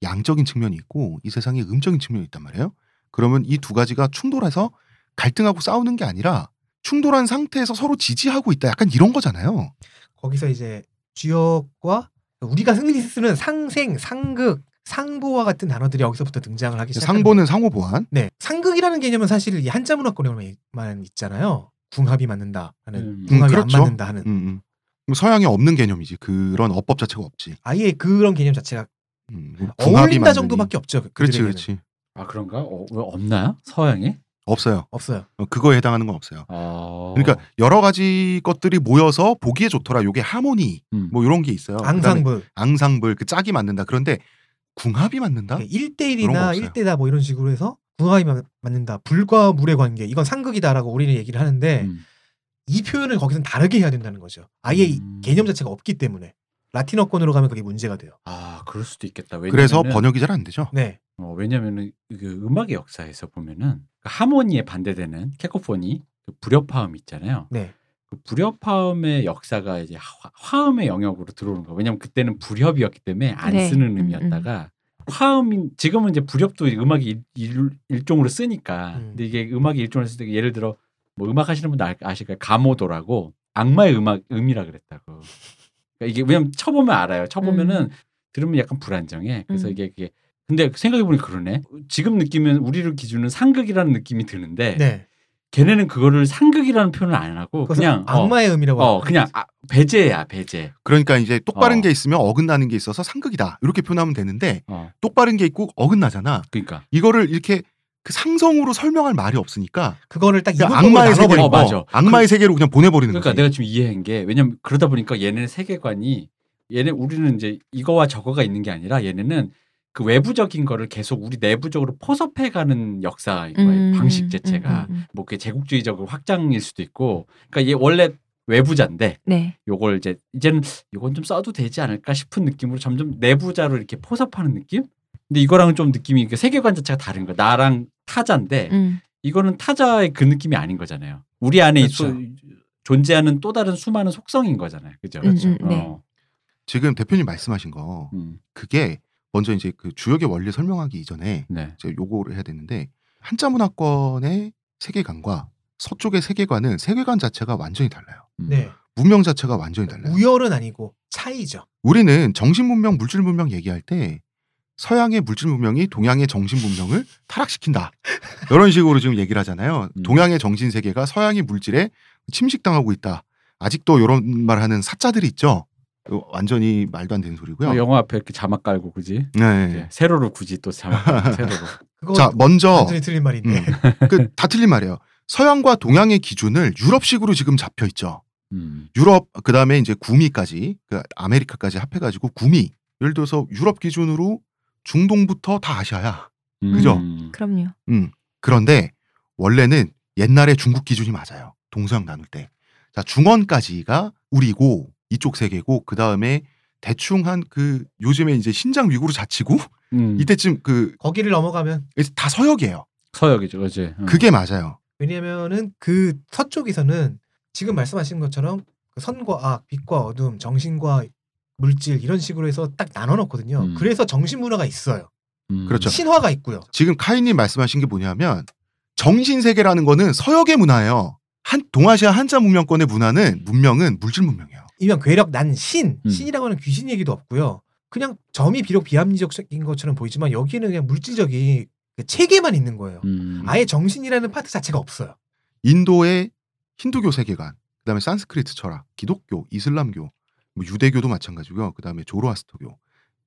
A: 양적인 측면이 있고 이 세상에 음적인 측면이 있단 말이에요. 그러면 이 두 가지가 충돌해서 갈등하고 싸우는 게 아니라 충돌한 상태에서 서로 지지하고 있다. 약간 이런 거잖아요.
D: 거기서 이제 주역과 우리가 흔히 쓰는 상생, 상극, 상보와 같은 단어들이 여기서부터 등장을 하기 시작합니다.
A: 상보는 상호 보완.
D: 네, 상극이라는 개념은 사실 이 한자 문화권에만 있잖아요. 궁합이 맞는다 하는,
B: 음.
D: 궁합이
A: 음, 그렇죠.
D: 안 맞는다 하는.
A: 음, 음. 그럼 서양에 없는 개념이지. 그런 어법 자체가 없지.
D: 아예 그런 개념 자체가
A: 음, 궁합이
D: 어울린다
A: 맞느니.
D: 정도밖에 없죠. 그-
A: 그렇지,
D: 그들에게는.
A: 그렇지.
B: 아 그런가? 어, 왜 없나요? 서양에?
A: 없어요.
D: 없어요.
A: 어, 그거에 해당하는 건 없어요.
B: 아.
A: 그러니까 여러 가지 것들이 모여서 보기에 좋더라. 요게 하모니
B: 음.
A: 뭐 이런 게 있어요. 그다음에
D: 앙상블
A: 앙상블 그 짝이 맞는다. 그런데 궁합이 맞는다. 그런
D: 네.
A: 거
D: 1대1이나
A: 없어요.
D: 1대다 예, 뭐 이런 식으로 해서 궁합이 맞- 맞는다. 불과 물의 관계. 이건 상극이다라고 우리는 얘기를 하는데
B: 음.
D: 이 표현을 거기서는 다르게 해야 된다는 거죠. 아예 이
B: 음.
D: 개념 자체가 없기 때문에 라틴어권으로 가면 그게 문제가 돼요.
B: 아 그럴 수도 있겠다.
A: 그래서
B: 왜냐면은-
A: 번역이 잘 안 되죠.
D: 네.
B: 어, 왜냐면은 그 음악의 역사에서 보면은 그 하모니에 반대되는 캐코포니 그 불협화음 있잖아요.
D: 네.
B: 그 불협화음의 역사가 이제 화, 화음의 영역으로 들어오는 거. 왜냐면 그때는 불협이었기 때문에 안
C: 네.
B: 쓰는
C: 음,
B: 의미였다가 화음인 지금은 이제 불협도 음악이 일, 일, 일종으로 쓰니까.
D: 음.
B: 근데 이게 음악이 일종으로 쓰니까 예를 들어 뭐 음악 하시는 분 알- 아실 거예요. 가모도라고 악마의 음악 음이라 그랬다고. 그러니까 이게 왜냐면 쳐보면 알아요. 쳐보면은 들으면 약간 불안정해. 그래서
C: 음.
B: 이게 그게 근데 생각해보니 그러네. 지금 느끼면 우리를 기준은 상극이라는 느낌이 드는데
D: 네.
B: 걔네는 그거를 상극이라는 표현을 안 하고
D: 그것은
B: 그냥 어,
D: 악마의 의미라고.
B: 어, 그냥 아, 배제야 배제.
A: 그러니까 이제 똑바른
B: 어.
A: 게 있으면 어긋나는 게 있어서 상극이다. 이렇게 표현하면 되는데
B: 어,
A: 똑바른 게 있고 어긋나잖아.
B: 그러니까
A: 이거를 이렇게 그 상성으로 설명할 말이 없으니까
D: 그거를 딱
A: 그냥
D: 이분법으로
A: 그러니까 악마의
D: 나눠버린
A: 세계로
B: 어,
D: 거.
B: 맞아.
A: 악마의 세계로 그냥 보내버리는
B: 그러니까
A: 거지.
B: 내가 지금 이해한 게 왜냐면 그러다 보니까 얘네 세계관이 얘네 우리는 이제 이거와 저거가 있는 게 아니라 얘네는 그 외부적인 거를 계속 우리 내부적으로 포섭해가는 역사인 거예요.
C: 음,
B: 방식
C: 음,
B: 자체가
C: 음, 음, 음.
B: 뭐 그게 제국주의적으로 확장일 수도 있고. 그러니까 얘 원래 외부자인데
C: 네.
B: 요걸 이제 이제는 요건 좀 써도 되지 않을까 싶은 느낌으로 점점 내부자로 이렇게 포섭하는 느낌? 근데 이거랑은 좀 느낌이 그 세계관 자체가 다른 거야. 나랑 타자인데
C: 음.
B: 이거는 타자의 그 느낌이 아닌 거잖아요. 우리 안에
D: 그렇죠.
B: 또 존재하는 또 다른 수많은 속성인 거잖아요. 그죠?
C: 그렇죠. 음, 네. 음, 네.
B: 어,
A: 지금 대표님 말씀하신 거
B: 음,
A: 그게 먼저 이제 그 주역의 원리 설명하기 이전에
B: 네.
A: 이제 요거를 해야 되는데 한자 문화권의 세계관과 서쪽의 세계관은 세계관 자체가 완전히 달라요.
B: 음.
D: 네.
A: 문명 자체가 완전히 달라요.
D: 우열은 아니고 차이죠.
A: 우리는 정신 문명, 물질 문명 얘기할 때 서양의 물질 문명이 동양의 정신 문명을 타락시킨다. 이런 식으로 지금 얘기를 하잖아요.
B: 음.
A: 동양의 정신 세계가 서양의 물질에 침식당하고 있다. 아직도 이런 말하는 사자들이 있죠. 이거 완전히 말도 안 되는 소리고요.
B: 또그 영화 앞에 이렇게 자막 깔고 굳이
A: 네.
B: 세로로 굳이 또
A: <laughs>
B: 자막 깔고 세로로.
D: 그거
A: 자, 먼저
D: 완전히 틀린 말인데.
A: 음. 그 다 틀린 말이에요. 서양과 동양의 기준을 유럽식으로 지금 잡혀 있죠.
B: 음.
A: 유럽 그다음에 이제 구미까지 그 아메리카까지 합해가지고 구미. 예를 들어서 유럽 기준으로 중동부터 다 아시아야. 그죠?
B: 음.
C: 그럼요.
A: 음. 그런데 원래는 옛날에 중국 기준이 맞아요. 동서양 나눌 때. 자, 중원까지가 우리고 이쪽 세계고 그다음에 대충 한 그 요즘에 이제 신장 위구르 자치구
B: 음.
A: 이때쯤 그
D: <laughs> 거기를 넘어가면
A: 다 서역이에요.
B: 서역이죠, 그지? 음.
A: 그게 맞아요.
D: 왜냐면은 그 서쪽에서는 지금 말씀하신 것처럼 그 선과 악, 빛과 어둠, 정신과 물질 이런 식으로 해서 딱 나눠 놓거든요.
B: 음.
D: 그래서 정신 문화가 있어요.
B: 음.
A: 그렇죠.
D: 신화가 있고요.
A: 지금 카이님 말씀하신 게 뭐냐면 정신 세계라는 거는 서역의 문화예요. 한 동아시아 한자 문명권의 문화는 문명은 물질 문명이에요.
D: 이면 괴력 난 신,
B: 음.
D: 신이라고 하는 귀신 얘기도 없고요. 그냥 점이 비록 비합리적인 것처럼 보이지만 여기는 그냥 물질적인 그 체계만 있는 거예요.
B: 음.
D: 아예 정신이라는 파트 자체가 없어요.
A: 인도의 힌두교 세계관, 그다음에 산스크리트 철학, 기독교, 이슬람교, 뭐 유대교도 마찬가지고요. 그다음에 조로아스터교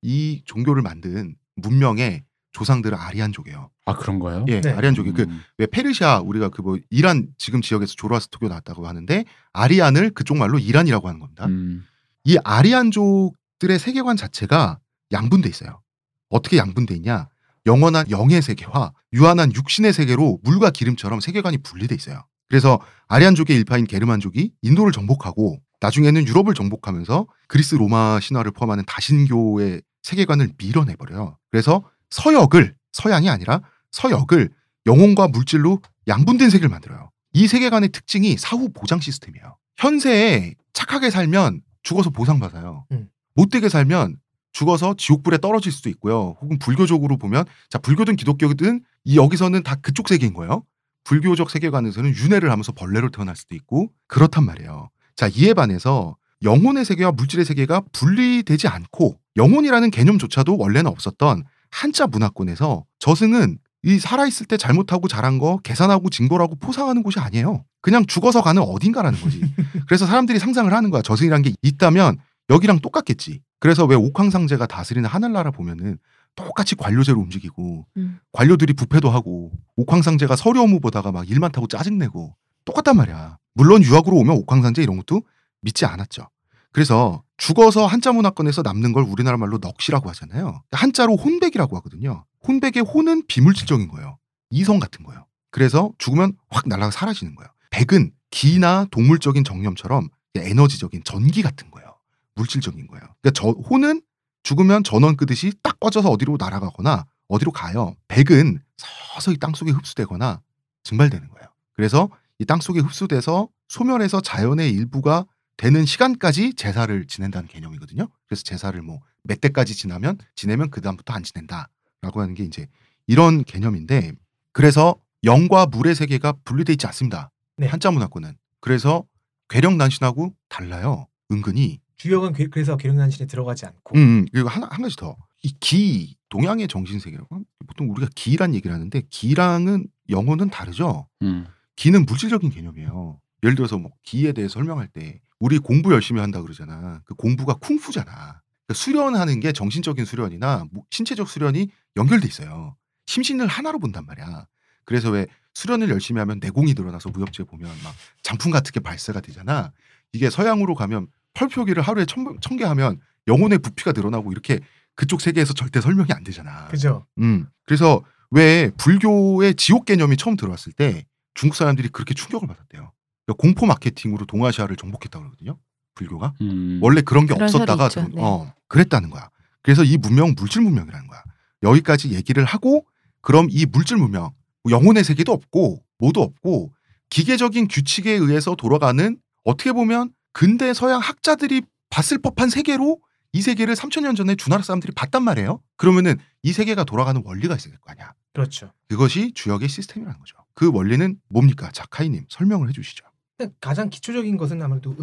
A: 이 종교를 만든 문명의 조상들은 아리안족이에요.
B: 아 그런 거예요?
A: 예,
D: 네.
A: 아리안족이 그
B: 음.
A: 왜 페르시아 우리가 그 뭐 이란 지금 지역에서 조로아스터교 나왔다고 하는데 아리안을 그쪽 말로 이란이라고 하는 겁니다.
B: 음.
A: 이 아리안족들의 세계관 자체가 양분돼 있어요. 어떻게 양분돼 있냐? 영원한 영의 세계와 유한한 육신의 세계로 물과 기름처럼 세계관이 분리돼 있어요. 그래서 아리안족의 일파인 게르만족이 인도를 정복하고 나중에는 유럽을 정복하면서 그리스 로마 신화를 포함하는 다신교의 세계관을 밀어내버려요. 그래서 서역을 서양이 아니라 서역을 영혼과 물질로 양분된 세계를 만들어요. 이 세계관의 특징이 사후 보장 시스템이에요. 현세에 착하게 살면 죽어서 보상받아요.
D: 음.
A: 못되게 살면 죽어서 지옥불에 떨어질 수도 있고요. 혹은 불교적으로 보면 자 불교든 기독교든 이 여기서는 다 그쪽 세계인 거예요. 불교적 세계관에서는 윤회를 하면서 벌레로 태어날 수도 있고 그렇단 말이에요. 자 이에 반해서 영혼의 세계와 물질의 세계가 분리되지 않고 영혼이라는 개념조차도 원래는 없었던 한자 문화권에서 저승은 이 살아있을 때 잘못하고 잘한 거 계산하고 징벌하고 포상하는 곳이 아니에요. 그냥 죽어서 가는 어딘가라는 거지. 그래서 사람들이 상상을 하는 거야. 저승이란 게 있다면 여기랑 똑같겠지. 그래서 왜 옥황상제가 다스리는 하늘나라 보면은 똑같이 관료제로 움직이고
C: 음.
A: 관료들이 부패도 하고 옥황상제가 서려무 보다가 막 일만 타고 짜증내고 똑같단 말이야. 물론 유학으로 오면 옥황상제 이런 것도 믿지 않았죠. 그래서 죽어서 한자 문화권에서 남는 걸 우리나라 말로 넋이라고 하잖아요. 그러니까 한자로 혼백이라고 하거든요. 혼백의 혼은 비물질적인 거예요. 이성 같은 거예요. 그래서 죽으면 확 날아가 사라지는 거예요. 백은 기나 동물적인 정념처럼 에너지적인 전기 같은 거예요. 물질적인 거예요. 그러니까 저 혼은 죽으면 전원 끄듯이 딱 꺼져서 어디로 날아가거나 어디로 가요. 백은 서서히 땅속에 흡수되거나 증발되는 거예요. 그래서 이 땅속에 흡수돼서 소멸해서 자연의 일부가 되는 시간까지 제사를 지낸다는 개념이거든요. 그래서 제사를 뭐 몇 대까지 지나면 지내면 그 다음부터 안 지낸다라고 하는 게 이제 이런 개념인데 그래서 영과 물의 세계가 분리돼 있지 않습니다.
D: 네.
A: 한자 문화권은 그래서 괴력 난신하고 달라요. 은근히
D: 주역은 괴- 그래서 계룡난신에 들어가지 않고
A: 음, 그리고 하나 한 가지 더. 이 기 동양의 정신 세계라고 하면 보통 우리가 기란 얘기를 하는데 기랑은 영어는 다르죠.
B: 음.
A: 기는 물질적인 개념이에요. 예를 들어서 뭐 기에 대해 설명할 때 우리 공부 열심히 한다 그러잖아. 그 공부가 쿵푸잖아. 그 수련하는 게 정신적인 수련이나 뭐 신체적 수련이 연결돼 있어요. 심신을 하나로 본단 말이야. 그래서 왜 수련을 열심히 하면 내공이 늘어나서 무협지에 보면 막 장풍 같은 게 발사가 되잖아. 이게 서양으로 가면 펄표기를 하루에 천, 천 개 하면 영혼의 부피가 늘어나고 이렇게 그쪽 세계에서 절대 설명이 안 되잖아.
D: 그죠?
A: 음. 그래서 왜 불교의 지옥 개념이 처음 들어왔을 때 중국 사람들이 그렇게 충격을 받았대요. 그러니까 공포 마케팅으로 동아시아를 정복했다고 그러거든요. 불교가
B: 음.
A: 원래 그런 게
C: 그런
A: 없었다가
C: 설이 있죠. 네.
A: 들어온- 어, 그랬다는 거야. 그래서 이 문명 물질 문명이라는 거야. 여기까지 얘기를 하고 그럼 이 물질 문명 뭐 영혼의 세계도 없고 뭐도 없고 기계적인 규칙에 의해서 돌아가는 어떻게 보면 근대 서양 학자들이 봤을 법한 세계로 이 세계를 3000년 전에 주나라 사람들이 봤단 말이에요. 그러면은 이 세계가 돌아가는 원리가 있을 거 아니야.
D: 그렇죠.
A: 그것이 주역의 시스템이라는 거죠. 그 원리는 뭡니까? 자, 카이님 설명을 해주시죠.
D: 일단 가장 기초적인 것은 아무래도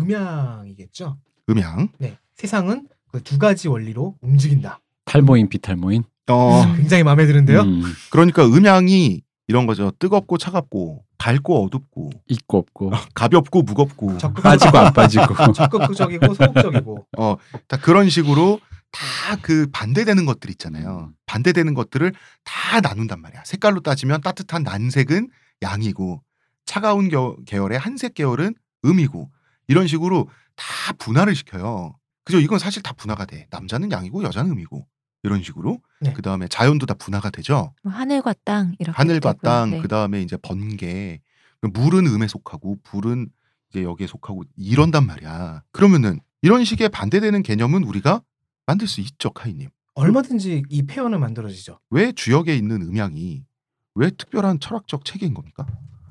D: 음양이겠죠.
A: 음양.
D: 네, 세상은 그 두 가지 원리로 움직인다.
B: 탈모인 비탈모인.
A: 어,
D: 굉장히 마음에 드는데요.
B: 음.
A: 그러니까 음양이 이런 거죠. 뜨겁고 차갑고 밝고 어둡고
B: 있고 없고
A: 아. 가볍고 무겁고
D: 적극
B: 빠지고 안
A: <laughs>
B: 빠지고.
D: <laughs> 적극적이고 소극적이고
A: 다 그런 식으로 다 그 반대되는 것들 있잖아요.
B: 음.
A: 반대되는 것들을 다 나눈단 말이야. 색깔로 따지면 따뜻한 난색은 양이고 차가운 겨- 계열의 한색 계열은 음이고 이런 식으로 다 분화를 시켜요. 그죠? 이건 사실 다 분화가 돼. 남자는 양이고 여자는 음이고 이런 식으로
D: 네.
A: 그 다음에 자연도 다 분화가 되죠.
C: 뭐 하늘과 땅 이렇게
A: 하늘과
C: 되고요.
A: 땅,
C: 네.
A: 그 다음에 이제 번개, 그 물은 음에 속하고 불은 이제 여기에 속하고 이런단 말이야. 그러면은 이런 식의 반대되는 개념은 우리가 만들 수 있죠, 카이님.
D: 얼마든지 이 표현은 만들어지죠.
A: 왜 주역에 있는 음양이 왜 특별한 철학적 체계인 겁니까?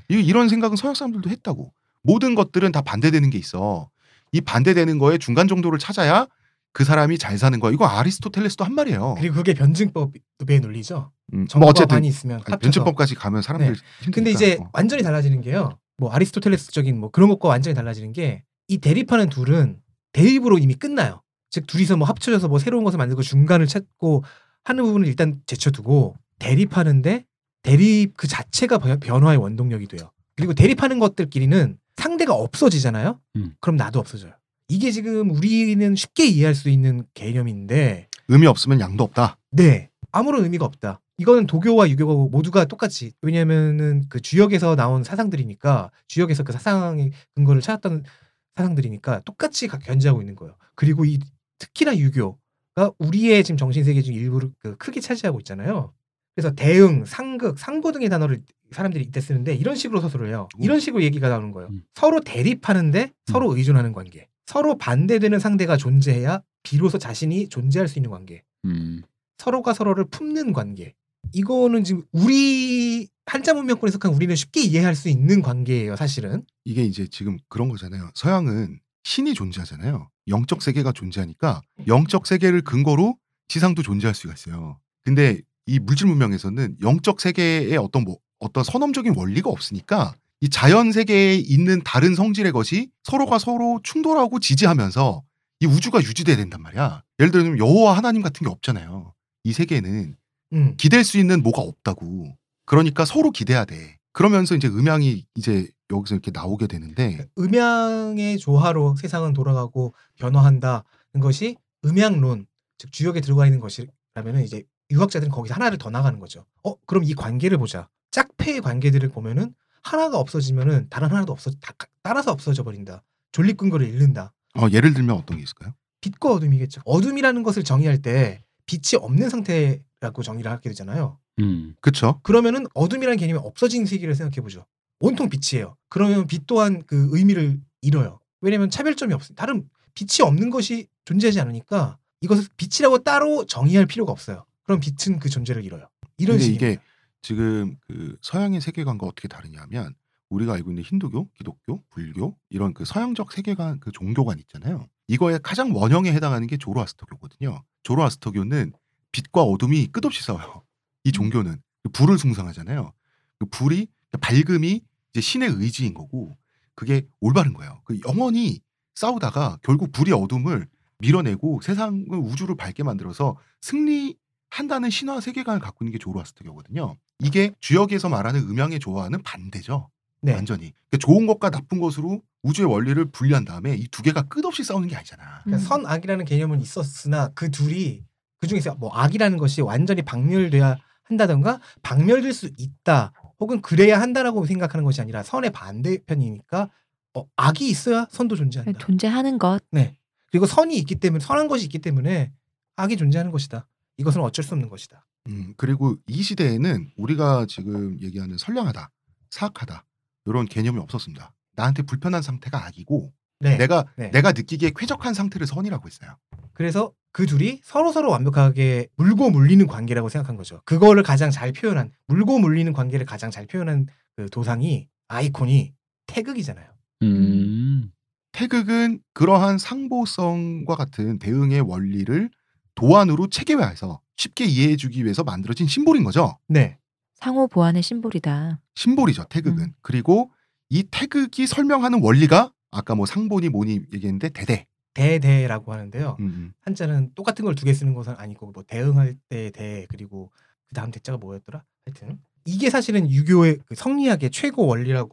A: 이- 이런 생각은 서양 사람들도 했다고. 모든 것들은 다 반대되는 게 있어. 이 반대되는 거에 중간 정도를 찾아야 그 사람이 잘 사는 거야. 이거 아리스토텔레스도 한 말이에요.
D: 그리고 그게 변증법의 논리죠.
A: 음,
D: 정과 반이 있으면
A: 아니,
D: 합쳐서. 네.
A: 변증법까지 가면 사람들이 힘드니까.
D: 근데 이제
A: 어.
D: 완전히 달라지는 게요. 뭐 아리스토텔레스적인 뭐 그런 것과 완전히 달라지는 게 이 대립하는 둘은 대립으로 이미 끝나요. 즉 둘이서 뭐 합쳐져서 뭐 새로운 것을 만들고 중간을 찾고 하는 부분을 일단 제쳐두고 대립하는데 대립 그 자체가 변- 변화의 원동력이 돼요. 그리고 대립하는 것들끼리는 상대가 없어지잖아요.
B: 음.
D: 그럼 나도 없어져요. 이게 지금 우리는 쉽게 이해할 수 있는 개념인데
A: 의미 없으면 양도 없다.
D: 네. 아무런 의미가 없다. 이거는 도교와 유교가 모두가 똑같이 왜냐면은 그 주역에서 나온 사상들이니까 주역에서 그 사상의 근거를 찾았던 사상들이니까 똑같이 가- 견지하고 있는 거예요. 그리고 이 특히나 유교가 우리의 지금 정신 세계 중 일부를 그 크게 차지하고 있잖아요. 그래서 대응, 상극, 상고 등의 단어를 사람들이 이때 쓰는데 이런 식으로 서술을 해요. 이런 식으로 얘기가 나오는 거예요.
B: 음.
D: 서로 대립하는데 서로 의존하는 관계. 서로 반대되는 상대가 존재해야 비로소 자신이 존재할 수 있는 관계.
B: 음.
D: 서로가 서로를 품는 관계. 이거는 지금 우리 한자 문명권에 속한 우리는 쉽게 이해할 수 있는 관계예요, 사실은.
A: 이게 이제 지금 그런 거잖아요. 서양은 신이 존재하잖아요. 영적 세계가 존재하니까 영적 세계를 근거로 지상도 존재할 수가 있어요. 근데 이 물질 문명에서는 영적 세계의 어떤 뭐 어떤 선험적인 원리가 없으니까 이 자연 세계에 있는 다른 성질의 것이 서로가 서로 충돌하고 지지하면서 이 우주가 유지돼야 된단 말이야. 예를 들면 여호와 하나님 같은 게 없잖아요. 이 세계는
D: 음.
A: 기댈 수 있는 뭐가 없다고. 그러니까 서로 기대야 돼. 그러면서 이제 음양이 이제 여기서 이렇게 나오게 되는데
D: 네. 음양의 조화로 세상은 돌아가고 변화한다는 것이 음양론, 즉 주역에 들어가 있는 것이라면은 이제 유학자들은 거기서 하나를 더 나가는 거죠. 어, 그럼 이 관계를 보자. 짝패의 관계들을 보면은 하나가 없어지면은 다른 하나도 없어 다 가- 따라서 없어져 버린다. 존립근거를 잃는다.
A: 어, 예를 들면 어떤 게 있을까요?
D: 빛과 어둠이겠죠. 어둠이라는 것을 정의할 때 빛이 없는 상태라고 정의를 하게 되잖아요.
B: 음.
A: 그쵸?
D: 그러면은 어둠이라는 개념이 없어진 세계를 생각해 보죠. 온통 빛이에요. 그러면 빛 또한 그 의미를 잃어요. 왜냐면 차별점이 없어요. 다른 빛이 없는 것이 존재하지 않으니까 이것을 빛이라고 따로 정의할 필요가 없어요. 그럼 빛은 그 존재를 잃어요. 이런
A: 근데
D: 식입니다.
A: 이게 지금 그 서양의 세계관과 어떻게 다르냐면 우리가 알고 있는 힌두교, 기독교, 불교 이런 그 서양적 세계관 그 종교관 있잖아요. 이거의 가장 원형에 해당하는 게 조로아스터교거든요. 조로아스터교는 빛과 어둠이 끝없이 싸워요.
D: 음.
A: 이 종교는 그 불을 숭상하잖아요. 그 불이 밝음이 이제 신의 의지인 거고 그게 올바른 거예요. 그 영원히 싸우다가 결국 불이 어둠을 밀어내고 세상을 우주를 밝게 만들어서 승리 한다는 신화 세계관을 갖고 있는 게 조로아스터교거든요. 이게 주역에서 말하는 음양의 조화는 반대죠.
D: 네.
A: 완전히 그러니까 좋은 것과 나쁜 것으로 우주의 원리를 분리한 다음에 이 두 개가 끝없이 싸우는 게 아니잖아.
D: 그러니까 선악이라는 개념은 있었으나 그 둘이 그 중에서 뭐 악이라는 것이 완전히 박멸돼야 한다던가 박멸될 수 있다 혹은 그래야 한다라고 생각하는 것이 아니라 선의 반대편이니까 어, 악이 있어야 선도
C: 그냥
D: 존재한다. 네.
C: 존재하는 것.
D: 그리고 선이 있기 때문에 선한 것이 있기 때문에 악이 존재하는 것이다. 이것은 어쩔 수 없는 것이다.
A: 음, 그리고 이 시대에는 우리가 지금 얘기하는 선량하다, 사악하다 이런 개념이 없었습니다. 나한테 불편한 상태가 악이고
D: 네.
A: 내가
D: 네.
A: 내가 느끼기에 쾌적한 상태를 선이라고 했어요.
D: 그래서 그 둘이 서로 서로 완벽하게 물고 물리는 관계라고 생각한 거죠. 그거를 가장 잘 표현한 물고 물리는 관계를 가장 잘 표현한 그 도상이 아이콘이 태극이잖아요.
B: 음.
A: 태극은 그러한 상보성과 같은 대응의 원리를 도안으로 체계화해서 쉽게 이해해주기 위해서 만들어진 심볼인 거죠.
D: 네.
C: 상호 보완의 심볼이다.
A: 심볼이죠 태극은
C: 음.
A: 그리고 이 태극이 설명하는 원리가 아까 뭐 상보니 뭐니 얘기했는데 대대
D: 대대라고 하는데요.
A: 음, 음.
D: 한자는 똑같은 걸 두 개 쓰는 것은 아니고 뭐 대응할 때 대 그리고 그 다음 대자가 뭐였더라? 하여튼 이게 사실은 유교의 그 성리학의 최고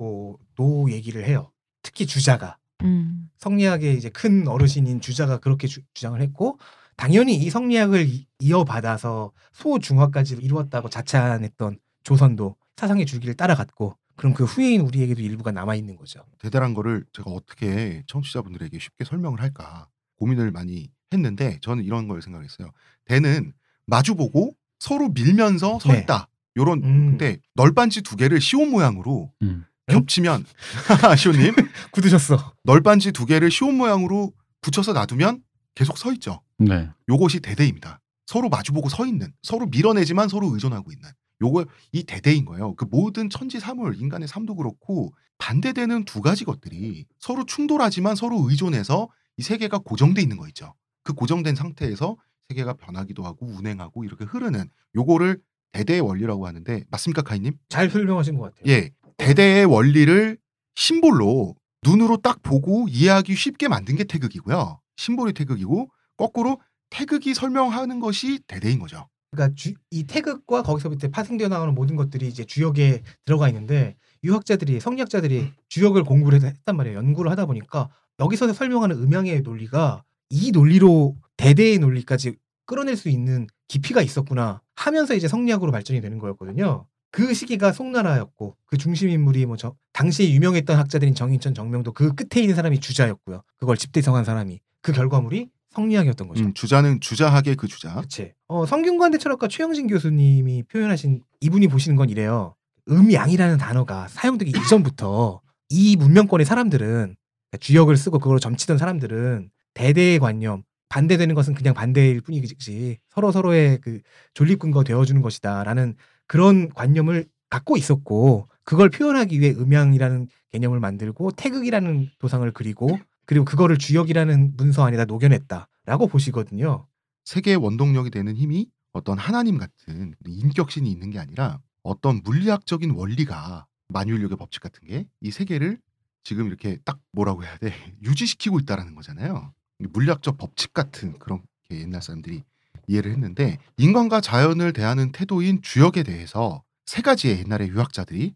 D: 원리라고도 얘기를 해요. 특히 주자가
C: 음.
D: 성리학의 이제 큰 어르신인 주자가 그렇게 주, 장을 했고 당연히 이 성리학을 이- 이어받아서 소중화까지 이루었다고 자찬했던 조선도 사상의 줄기를 따라갔고 그럼 그 후예인 우리에게도 일부가 남아 있는 거죠.
A: 대대란 거를 제가 어떻게 청취자분들에게 쉽게 설명을 할까 고민을 많이 했는데 저는 이런 걸 생각했어요 대는 마주보고 서로 밀면서 서
D: 네.
A: 있다 요런
D: 음.
A: 근데 널빤지 두 개를 시온 모양으로
B: 음.
A: 겹치면 <laughs> 시온님
D: 굳으셨어.
A: 널빤지 두 개를 시온 모양으로 붙여서 놔두면 계속 서 있죠
B: 네.
A: 요것이 대대입니다. 서로 마주보고 서 있는, 서로 밀어내지만 서로 의존하고 있는. 요거 이 대대인 거예요. 그 모든 천지 사물, 인간의 삶도 그렇고 반대되는 두 가지 것들이 서로 충돌하지만 서로 의존해서 이 세계가 고정돼 있는 거 있죠. 그 고정된 상태에서 세계가 변하기도 하고 운행하고 이렇게 흐르는 요거를 대대의 원리라고 하는데 맞습니까, 카이님?
D: 잘 설명하신 것 같아요.
A: 예, 대대의 원리를 심볼로 눈으로 딱 보고 이해하기 쉽게 만든 게 태극이고요. 심볼이 태극이고 거꾸로 태극이 설명하는 것이 대대인 거죠.
D: 그러니까 주- 이 태극과 거기서부터 파생되어 나가는 모든 것들이 이제 주역에 들어가 있는데 유학자들이 성리학자들이 주역을 공부를 해서 했단 말이에요. 연구를 하다 보니까 여기서 설명하는 음양의 논리가 이 논리로 대대의 논리까지 끌어낼 수 있는 깊이가 있었구나 하면서 이제 성리학으로 발전이 되는 거였거든요. 그 시기가 송나라였고 그 중심 인물이 뭐 저 당시에 유명했던 학자들인 정인천, 정명도 그 끝에 있는 사람이 주자였고요. 그걸 집대성한 사람이 그 결과물이 성리학이었던 거죠.
A: 음, 주자는 주자학의 그 주자.
D: 그치. 어, 성균관대 철학과 최영진 교수님이 표현하신 이분이 보시는 건 이래요. 음양이라는 단어가 사용되기 이전부터 이 문명권의 사람들은 그러니까 주역을 쓰고 그걸 점치던 사람들은 대대의 관념, 반대되는 것은 그냥 반대일 뿐이지 서로 서로의 그 존립근거 되어주는 것이다라는 그런 관념을 갖고 있었고 그걸 표현하기 위해 음양이라는 개념을 만들고 태극이라는 도상을 그리고 그리고 그거를 주역이라는 문서 안에다 녹여냈다라고 보시거든요.
A: 세계의 원동력이 되는 힘이 어떤 하나님 같은 인격신이 있는 게 아니라 어떤 물리학적인 원리가 만유인력의 법칙 같은 게 이 세계를 지금 이렇게 딱 뭐라고 해야 돼 <laughs> 유지시키고 있다라는 거잖아요. 물리학적 법칙 같은 그런 게 옛날 사람들이 이해를 했는데 인간과 자연을 대하는 태도인 주역에 대해서 세 가지의 옛날의 유학자들이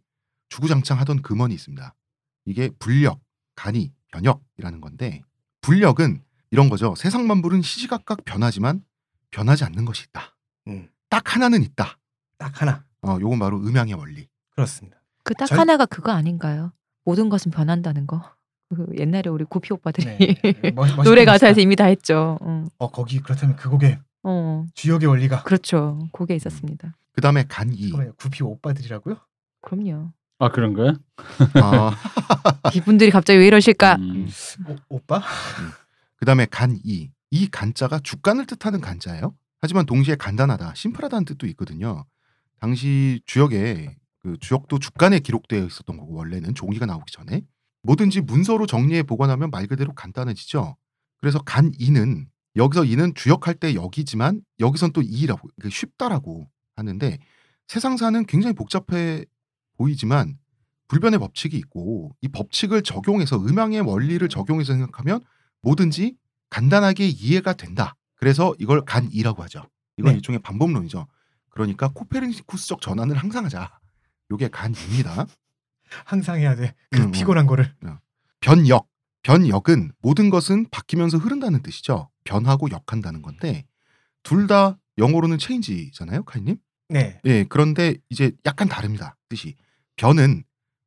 A: 주구장창 하던 금언이 있습니다. 이게 불력, 간이, 변역이라는 건데 불력은 이런 거죠. 세상 만물은 시시각각 변하지만 변하지 않는 것이 있다.
D: 음.
A: 딱 하나는 있다.
D: 딱 하나
A: 어, 요건 바로 음양의 원리.
D: 그렇습니다.
C: 그 딱
D: 절-
C: 하나가 그거 아닌가요? 모든 것은 변한다는 거. <laughs> 그 옛날에 우리 고피
D: 네.
A: 네.
C: <laughs> 오빠들이 노래 가사에서 이미 다 했죠. 응.
D: 어 거기 그렇다면 그 곡의
C: 어,
D: 주역의 원리가
C: 그렇죠. 그게 있었습니다.
A: 그 다음에 간이.
D: 잠깐만요. 구피 오빠들이라고요?
A: <laughs>
C: 그럼요.
B: 아 그런 거야?
A: 어,
C: 이분들이 갑자기 왜 이러실까?
B: 음.
D: 오, 오빠? <laughs>
A: 그 다음에 간이. 이 간자가 죽간을 뜻하는 간자예요. 하지만 동시에 간단하다, 심플하다는 뜻도 있거든요. 당시 주역에 그 주역도 죽간에 기록되어 있었던 거고 원래는 종이가 나오기 전에 뭐든지 문서로 정리해 보관하면 말 그대로 간단해지죠. 그래서 간이는 여기서 이는 주역할 때 여기지만 여기선 또 이라고 그 쉽다라고 하는데 세상사는 굉장히 복잡해 보이지만 불변의 법칙이 있고 이 법칙을 적용해서 음향의 원리를 적용해서 생각하면 뭐든지 간단하게 이해가 된다. 그래서 이걸 간이라고 하죠. 이건
D: 네.
A: 일종의 반복론이죠. 그러니까 코페르니쿠스적 전환을 항상 하자. 요게 간입니다.
D: 항상 해야 돼. 그
A: 음, 음.
D: 피곤한 거를.
A: 변역. 변역은 모든 것은 바뀌면서 흐른다는 뜻이죠. 변하고 역한다는 건데 둘 다 영어로는 체인지잖아요, 카이님.
D: 네.
A: 예, 그런데 이제 약간 다릅니다. 뜻이 변은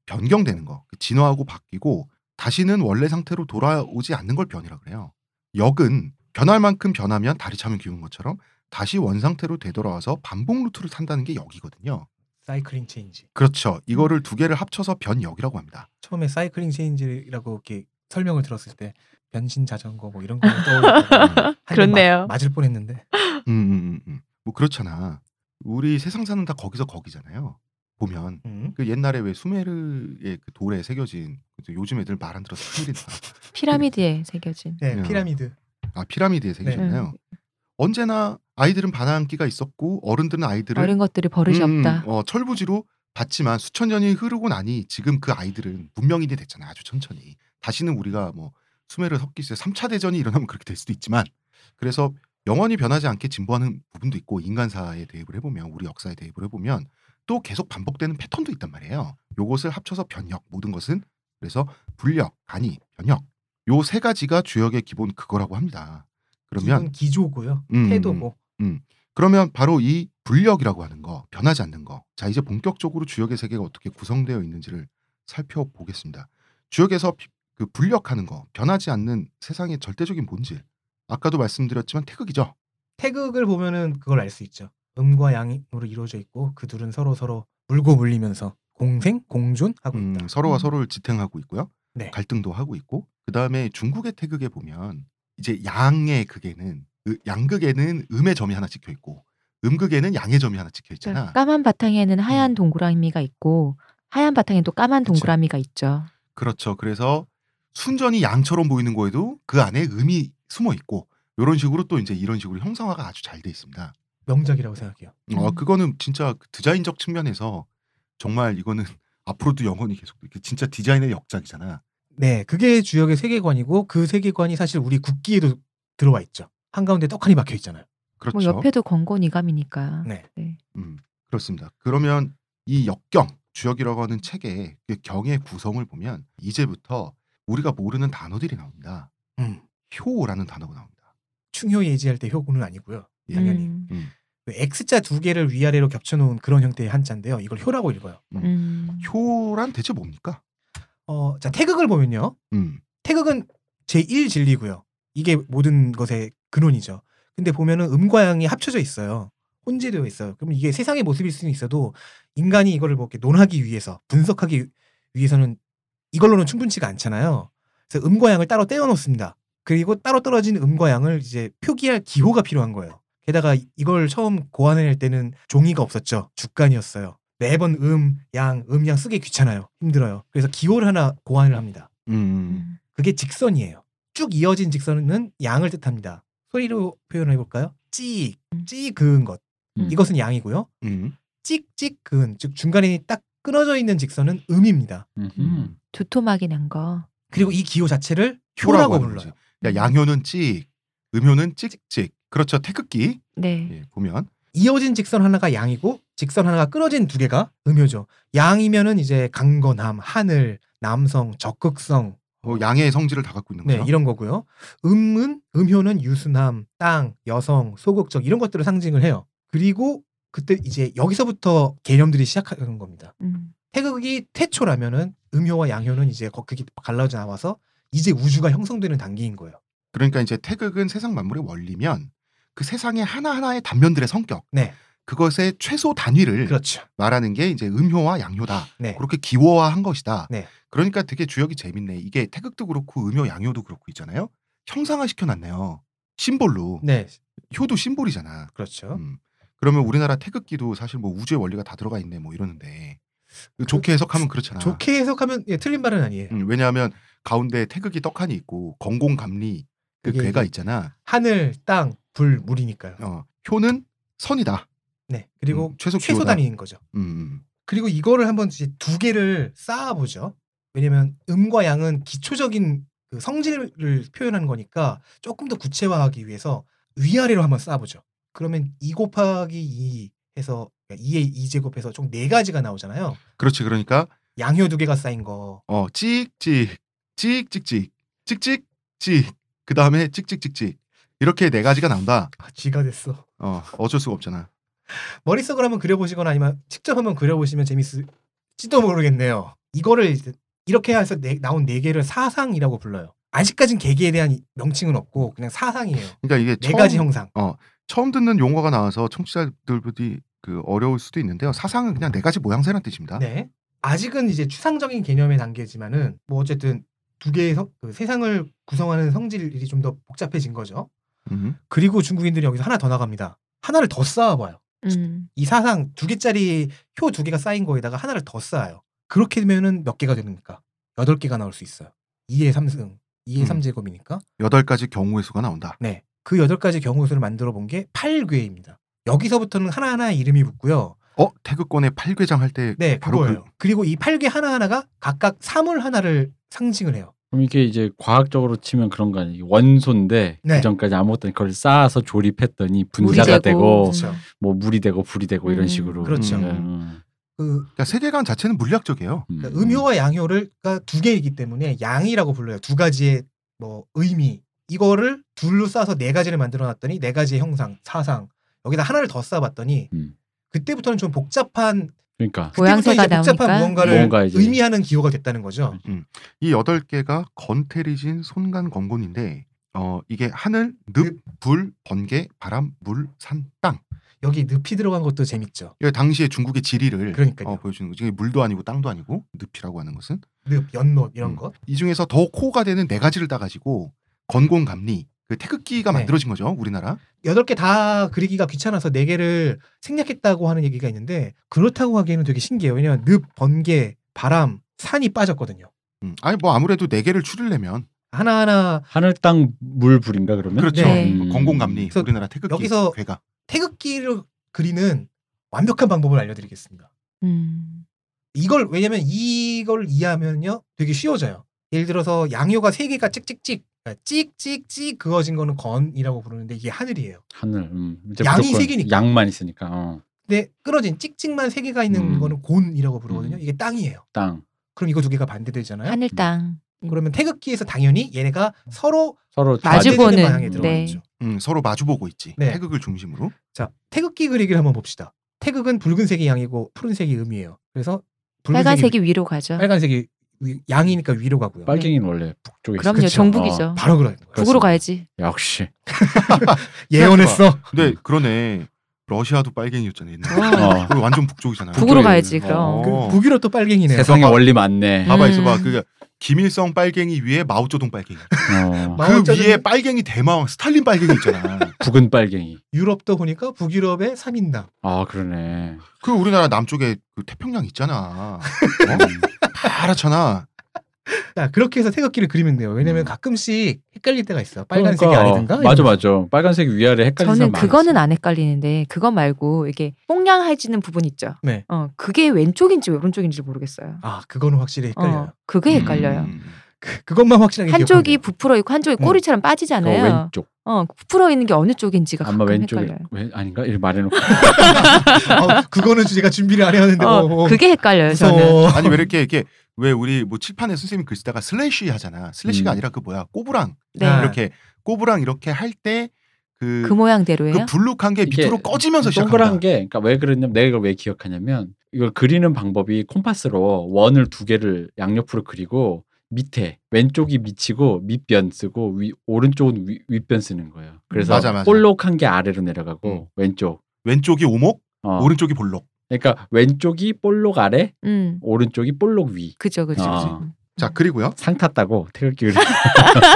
A: 변경되는 거, 진화하고 바뀌고 다시는 원래 상태로 돌아오지 않는 걸 변이라 그래요. 역은 변할 만큼 변하면 다리 차면 기운 것처럼 다시 원 상태로 되돌아와서 반복 루트를 탄다는 게 역이거든요.
D: 사이클링 체인지.
A: 그렇죠. 이거를 두 개를 합쳐서 변역이라고 합니다.
D: 처음에 사이클링 체인지라고 이렇게 설명을 들었을 때 변신 자전거 뭐
C: <laughs>
D: 이런 거 떠올렸다가
C: 그렇네요.
D: 맞을 뻔했는데.
A: 음, 음, 음, 음. 뭐 그렇잖아. 우리 세상 사는 다 거기서 거기잖아요. 보면
D: 음.
A: 그 옛날에 왜 수메르의 그 돌에 새겨진 그래서 요즘 애들 말 안 들어서 큰일이다.
C: 피라미드에 새겨진.
D: 네,
A: 야.
D: 피라미드.
A: 아 피라미드에 새겨졌나요? 언제나 아이들은 반항기가 있었고 어른들은 아이들을
C: 어린 것들이 버릇이
A: 음,
C: 없다.
A: 어, 철부지로 봤지만 수천 년이 흐르고 나니 지금 그 아이들은 문명인이 됐잖아요. 아주 천천히. 다시는 우리가 뭐 수메르 석기시대 3차 대전이 일어나면 그렇게 될 수도 있지만 그래서 영원히 변하지 않게 진보하는 부분도 있고 인간사에 대입을 해보면 우리 역사에 대입을 해보면 또 계속 반복되는 패턴도 있단 말이에요. 요것을 합쳐서 변역 모든 것은 그래서 불력, 간이, 변역 요 세 가지가 주역의 기본 그거라고 합니다. 그러면
D: 기본 기조고요.
A: 음,
D: 태도고. 뭐.
A: 그러면 바로 이 불력이라고 하는 거, 변하지 않는 거. 자, 이제 본격적으로 주역의 세계가 어떻게 구성되어 있는지를 살펴보겠습니다. 주역에서 비- 그 불력하는 거, 변하지 않는 세상의 절대적인 본질. 아까도 말씀드렸지만 태극이죠.
D: 태극을 보면은 그걸 알 수 있죠. 음과 양으로 이루어져 있고 그 둘은 서로 서로 물고 물리면서 공생 공존하고
A: 음,
D: 있다.
A: 서로와 서로를 지탱하고 있고요.
D: 네.
A: 갈등도 하고 있고. 그다음에 중국의 태극에 보면 이제 양의 극에는 으- 양극에는 음의 점이 하나 찍혀 있고 음극에는 양의 점이 하나 찍혀 있잖아.
C: 그러니까 까만 바탕에는 하얀 동그라미가 있고 하얀 바탕에 또 까만
A: 그쵸.
C: 동그라미가 있죠.
A: 그렇죠. 그래서 순전히 양처럼 보이는 거에도 그 안에 음이 숨어 있고 이런 식으로 또 이제 이런 식으로 형상화가 아주 잘 돼 있습니다.
D: 명작이라고 생각해요.
A: 어,
C: 음.
A: 그거는 진짜 그 디자인적 측면에서 정말 이거는 <laughs> 앞으로도 영원히 계속 이렇게 진짜 디자인의
C: 뭐
A: 역작이잖아.
D: 네, 그게 주역의 세계관이고 그 세계관이 사실 우리 국기에도 들어와 있죠. 한가운데 떡하니 박혀 있잖아요.
A: 그렇죠.
C: 뭐 옆에도 건곤이감이니까.
D: 네.
A: 음, 그렇습니다. 그러면 이 역경 주역이라고 하는 책의 그 경의 구성을 보면 이제부터 우리가 모르는 단어들이 나옵니다.
D: 음.
A: 효라는 단어가 나옵니다.
D: 충효 예지할 때 효고는 아니고요.
A: 예.
D: 당연히
C: 음.
A: 음.
D: 그 X자 두 개를 위아래로 겹쳐놓은 그런 형태의 한자인데요. 이걸 효라고 읽어요.
C: 음.
A: 효란 대체 뭡니까?
D: 어, 자 태극을 보면요.
A: 음,
D: 태극은 제1 진리고요. 이게 모든 것의 근원이죠. 근데 보면은 음과 양이 합쳐져 있어요. 혼재되어 있어요. 그럼 이게 세상의 모습일 수는 있어도 인간이 이거를 뭐 이렇게 논하기 위해서 분석하기 위- 위해서는 이걸로는 충분치가 않잖아요. 그래서 음과 양을 따로 떼어 놓습니다. 그리고 따로 떨어진 음과 양을 이제 표기할 기호가 필요한 거예요. 게다가 이- 이걸 처음 고안해낼 때는 종이가 없었죠. 주간이었어요. 매번 음, 양, 음, 양 쓰기 귀찮아요. 힘들어요. 그래서 기호를 하나 고안을 합니다.
A: 음.
C: 음.
D: 그게 직선이에요. 쭉 이어진 직선은 양을 뜻합니다. 소리로 표현해 볼까요? 찍, 찍 그은 것.
B: 음.
D: 이것은 양이고요.
A: 음.
D: 찍찍 그은 즉 중간에 딱 끊어져 있는 직선은 음입니다.
B: 음.
C: 두토막이 난 거.
D: 그리고 이 기호 자체를
A: 효라고
D: 효라고
A: 하는
D: 불러요. 음.
A: 거지. 야, 양효는 찍, 음효는 찍찍. 그렇죠. 태극기
C: 네.
D: 음.
A: 예, 보면
D: 이어진 직선 하나가 양이고 직선 하나가 끊어진 두 개가 음효죠. 양이면은 이제 강건함, 하늘, 남성, 적극성
A: 어, 양의 성질을 다 갖고 있는
D: 네,
A: 거죠.
D: 이런 거고요. 음은 음효는 유순함, 땅, 여성, 소극적 이런 것들을 상징을 해요. 그리고 그때 이제 여기서부터 개념들이 시작하는 겁니다.
C: 음.
D: 태극이 태초라면은 음효와 양효는 이제 거기 갈라져 나와서 이제 우주가 형성되는 단계인 거예요.
A: 그러니까 이제 태극은 세상 만물의 원리면 그 세상의 하나하나의 단면들의 성격,
D: 네.
A: 그것의 최소 단위를
D: 그렇죠.
A: 말하는 게 이제 음효와 양효다.
D: 네.
A: 그렇게 기호화한 것이다.
D: 네.
A: 그러니까 되게 주역이 재밌네. 이게 태극도 그렇고 음효, 양효도 그렇고 있잖아요. 형상화 시켜놨네요. 심볼로.
D: 네.
A: 효도 심볼이잖아.
D: 그렇죠.
A: 음. 그러면 우리나라 태극기도 사실 뭐 우주의 원리가 다 들어가 있네 뭐 이러는데 좋게 해석하면 그렇잖아.
D: 좋게 해석하면 예, 틀린 말은 아니에요.
A: 음, 왜냐하면 가운데 태극이 떡하니 있고 건공감리 그
D: 그게
A: 괴가
D: 이제-
A: 있잖아.
D: 하늘, 땅, 불, 물이니까요.
A: 어, 효는 선이다.
D: 네. 그리고
A: 음, 최소
D: 최소
A: 기호다.
D: 단위인 거죠.
A: 음,
D: 그리고 이거를 한번 이제 두 개를 쌓아보죠. 왜냐면 음과 양은 기초적인 그 성질을 표현한 거니까 조금 더 구체화하기 위해서 위아래로 한번 쌓아보죠. 그러면 2 곱하기 2 해서 2의 2제곱해서 총 네 가지가 나오잖아요.
A: 그렇지 그러니까
D: 양효 두 개가 쌓인 거.
A: 어 찍찍 찍찍찍 찍찍찍 그 다음에 찍찍찍찍 이렇게 네 가지가 나온다.
D: 아, 쥐가 됐어.
A: 어 어쩔 수가 없잖아.
D: 머릿속으로 한번 그려보시거나 아니면 직접 한번 그려보시면 재밌을지도 모르겠네요. 이거를 이제 이렇게 해서 네- 나온 네 개를 사상이라고 불러요. 아직까진 계기에 대한 명칭은 없고 그냥 사상이에요.
A: 그러니까 이게
D: 네 가지
A: 처음,
D: 형상.
A: 처음 듣는 용어가 나와서 청취자들분이 그 어려울 수도 있는데요. 사상은 그냥 네 가지 모양새란 뜻입니다.
D: 네. 아직은 이제 추상적인 개념의 단계지만은 뭐 어쨌든 두 개의 성- 그 세상을 구성하는 성질이 좀 더 복잡해진 거죠.
A: 음.
D: 그리고 중국인들이 여기서 하나 더 나갑니다. 하나를 더 쌓아봐요.
C: 음.
D: 이 사상 두 개짜리 효 두 개가 쌓인 거에다가 하나를 더 쌓아요. 그렇게 되면은 몇 개가 됩니까? 여덟 개가 나올 수 있어요. 2의 3승, 2의
A: 음.
D: 삼 3제곱이니까.
A: 여덟 가지 경우의 수가 나온다.
D: 네. 그 여덟 가지 경우수를 만들어 본 게 8괴입니다. 여기서부터는 하나하나의 이름이 붙고요.
A: 어 태극권의 팔괘장 할 때
D: 네,
A: 바로 그-
D: 그거예요. 그... 리고이 8괴 하나하나가 각각 사물 하나를 상징을 해요.
B: 그럼 이게 이제 과학적으로 치면 그런 거 아니에요? 원소인데
D: 네.
B: 그 전까지 아무것도 아닌 그걸 쌓아서 조립했더니 분자가
C: 물이
B: 되고
C: 음.
D: 그렇죠.
B: 뭐 물이 되고 불이 되고 이런
C: 음,
B: 식으로
D: 그렇죠.
B: 음,
D: 그
A: 그러니까 세계관 자체는 물리학적이에요.
B: 음.
D: 그러니까 음효와 양효를가 두 개이기 때문에 양이라고 불러요. 두 가지의 뭐 의미 이거를 둘로 싸서 네 가지를 만들어놨더니 네 가지의 형상 사상 여기다 하나를 더 싸봤더니
B: 음.
D: 그때부터는 좀 복잡한
B: 그러니까
D: 그때부터
C: 모양새가
D: 이제 복잡한
C: 나오니까.
D: 무언가를
B: 뭔가 이제- 음.
D: 의미하는 기호가 됐다는 거죠.
A: 이 여덟 개가 건태리진 손간 건곤인데 어 이게 하늘, 늪, 불, 번개, 바람, 물, 산, 땅.
D: 여기 늪이 들어간 것도 재밌죠.
A: 이게 당시의 중국의 지리를
D: 그러니까요.
A: 어, 보여주는 거죠. 이게 물도 아니고 땅도 아니고 늪이라고 하는 것은
D: 늪, 연노 이런
A: 음.
D: 것.
A: 이 중에서 더 코어가 되는 네 가지를 따가지고 건곤감리 그 태극기가
D: 네.
A: 만들어진 거죠 우리나라.
D: 여덟 개 다 그리기가 귀찮아서 네 개를 생략했다고 하는 얘기가 있는데 그렇다고 하기에는 되게 신기해요. 왜냐하면 늪, 번개, 바람, 산이 빠졌거든요.
A: 음, 아니 뭐 아무래도 네 개를 추리려면
D: 하나하나
B: 하늘 땅 물 불인가 그러면
A: 그렇죠.
C: 네.
D: 뭐
B: 음.
A: 건곤감리
D: 그래서
A: 우리나라 태극기
D: 여기서
A: 괴가
D: 태극기를 그리는 완벽한 방법을 알려드리겠습니다.
C: 음.
D: 이걸 왜냐면 이걸 이해하면요 되게 쉬워져요. 예를 들어서 양효가 세 개가 찍찍찍 그러니까 찍찍찍 그어진 거는 건이라고 부르는데 이게 하늘이에요.
B: 하늘 음. 이제
D: 양이
B: 무조건
D: 세 개니까.
B: 양만 있으니까 어.
D: 근데 끊어진 찍찍만 세 개가 있는
B: 음.
D: 거는 곤이라고 부르거든요.
B: 음.
D: 이게 땅이에요.
B: 땅
D: 그럼 이거 두 개가 반대되잖아요.
C: 하늘 땅.
D: 그러면 태극기에서 당연히 얘네가 서로
B: 서로
C: 마주보는,
B: 반대되는
D: 반대되는
C: 마주보는,
D: 방향에
B: 음.
D: 들어가
C: 네.
D: 있죠.
A: 음, 서로 마주보고 있지
D: 네.
A: 태극을 중심으로.
D: 자 태극기 그리기를 한번 봅시다. 태극은 붉은색이 양이고 푸른색이 음이에요. 그래서 붉은색이
C: 빨간색이 위로 가죠.
D: 빨간색이 위- 양이니까 위로 가고요.
B: 빨갱이는 원래 북쪽에
C: 그럼요,
B: 있어요.
C: 정북이죠.
B: 어,
D: 바로 그런 거예요.
B: 그렇습니다.
C: 북으로 가야지.
B: 역시.
D: 예언했어.
A: 근데 그러네. 러시아도 빨갱이였잖아요. 옛날에.
B: 어.
A: 그거 완전 북쪽이잖아요.
C: 북으로
B: 북쪽에
C: 가야지
B: 있는-
C: 그럼.
A: 어.
D: 그 북위로 또 빨갱이네요. 아,
B: 세상에 원리 많네.
A: 봐봐
C: 음.
A: 있어봐. 그 김일성 빨갱이 위에 마오쩌둥 빨갱이.
B: 어,
A: 그
D: 마오쩌둥-
A: 위에 빨갱이 대마왕 스탈린 빨갱이 있잖아. <laughs>
B: 북은 빨갱이.
D: 유럽도 보니까 북유럽의 삼인당
B: 아 그러네.
A: 그 우리나라 남쪽에 그 태평양 있잖아. 어? 파랗잖아.
D: 자, 그렇게 해서 태극기를 그리면 돼요. 왜냐면
B: 음. 가끔씩
D: 가끔씩 헷갈릴 때가 있어요. 빨간색이
B: 그러니까,
D: 아니든가.
B: 맞아 맞아. 빨간색 위아래 헷갈리는
C: 저는
B: 사람
C: 그거는
B: 많았어.
C: 안 헷갈리는데 그거 말고 이게 뽕냥해지는 부분 있죠.
D: 네.
C: 어 그게 왼쪽인지 오른쪽인지 모르겠어요.
D: 아, 그거는 확실히 헷갈려요.
C: 어 그게 헷갈려요.
A: 음.
D: 그, 그것만 확실하게
C: 한쪽이
D: 기억하면 돼요.
C: 부풀어 있고 한쪽이
D: 음. 네.
C: 꼬리처럼
B: 그거
C: 빠지잖아요.
B: 왼쪽.
C: 어 부풀어 있는 게 어느 쪽인지가
B: 아마
C: 가끔
B: 왼쪽에
C: 헷갈려요.
B: 왜 아닌가? 이렇게 말해놓고
D: 아, 그거는 제가 준비를 안 해왔는데.
C: 어,
D: 어, 어,
C: 그게 헷갈려요 저는.
D: 무서워.
A: 아니 왜 이렇게 이렇게 왜 우리 뭐 칠판에 선생님이 글 쓰다가 슬래시 하잖아. 슬래시가
B: 음.
A: 아니라 그 뭐야 꼬부랑
C: 네.
D: 아,
A: 이렇게 꼬부랑 이렇게 할 때 그
C: 그 모양대로예요.
A: 그 불룩한 게
B: 이게
A: 밑으로 꺼지면서 시작한다.
B: 동그란 게 그러니까 왜 그랬냐면 내가 이걸 왜 기억하냐면 이걸 그리는 방법이 콤파스로 원을 두 개를 양옆으로 그리고 밑에 왼쪽이 밑이고 밑변 쓰고 위, 오른쪽은 위, 윗변 쓰는 거예요. 그래서
A: 맞아, 맞아.
B: 볼록한 게 아래로 내려가고 왼쪽.
A: 왼쪽이 오목,
B: 어.
A: 오른쪽이 볼록.
B: 그러니까 왼쪽이 볼록 아래,
C: 음
B: 오른쪽이 볼록 위.
C: 그죠 그죠.
B: 아.
C: 그죠.
A: 자 그리고요.
B: 상 탔다고 태극기 그리.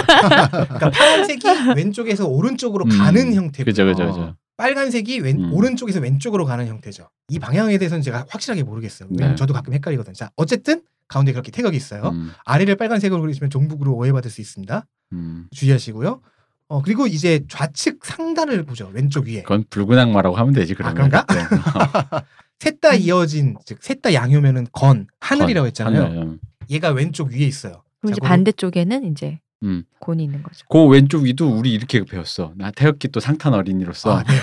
D: 그러니까 파란색이 왼쪽에서 오른쪽으로
B: 음.
D: 가는 형태고
B: 그죠 그죠 그죠.
D: 빨간색이 왼,
B: 음.
D: 오른쪽에서 왼쪽으로 가는 형태죠. 이 방향에 대해서는 제가 확실하게 모르겠어요. 왜냐면
B: 네.
D: 저도 가끔 헷갈리거든요. 자, 어쨌든 가운데 그렇게 태극이 있어요.
B: 음,
D: 아래를 빨간색으로 그리시면 종북으로 오해받을 수 있습니다.
B: 음.
D: 주의하시고요. 어, 그리고 이제 좌측 상단을 보죠. 왼쪽 위에.
B: 그건 붉은 악마라고 하면 되지 그러면.
D: 그런가?
B: 네.
D: 셋 다 이어진 즉 셋 다 양요면은 건 하늘이라고 했잖아요.
B: 하늘, 음.
D: 얘가 왼쪽 위에 있어요.
C: 그럼 이제
D: 자,
C: 반대쪽에는 이제
B: 음.
C: 곤이 있는 거죠.
B: 그 왼쪽 위도 우리 이렇게 배웠어. 나 태극기 또 상탄 어린이로서
D: 아, 네.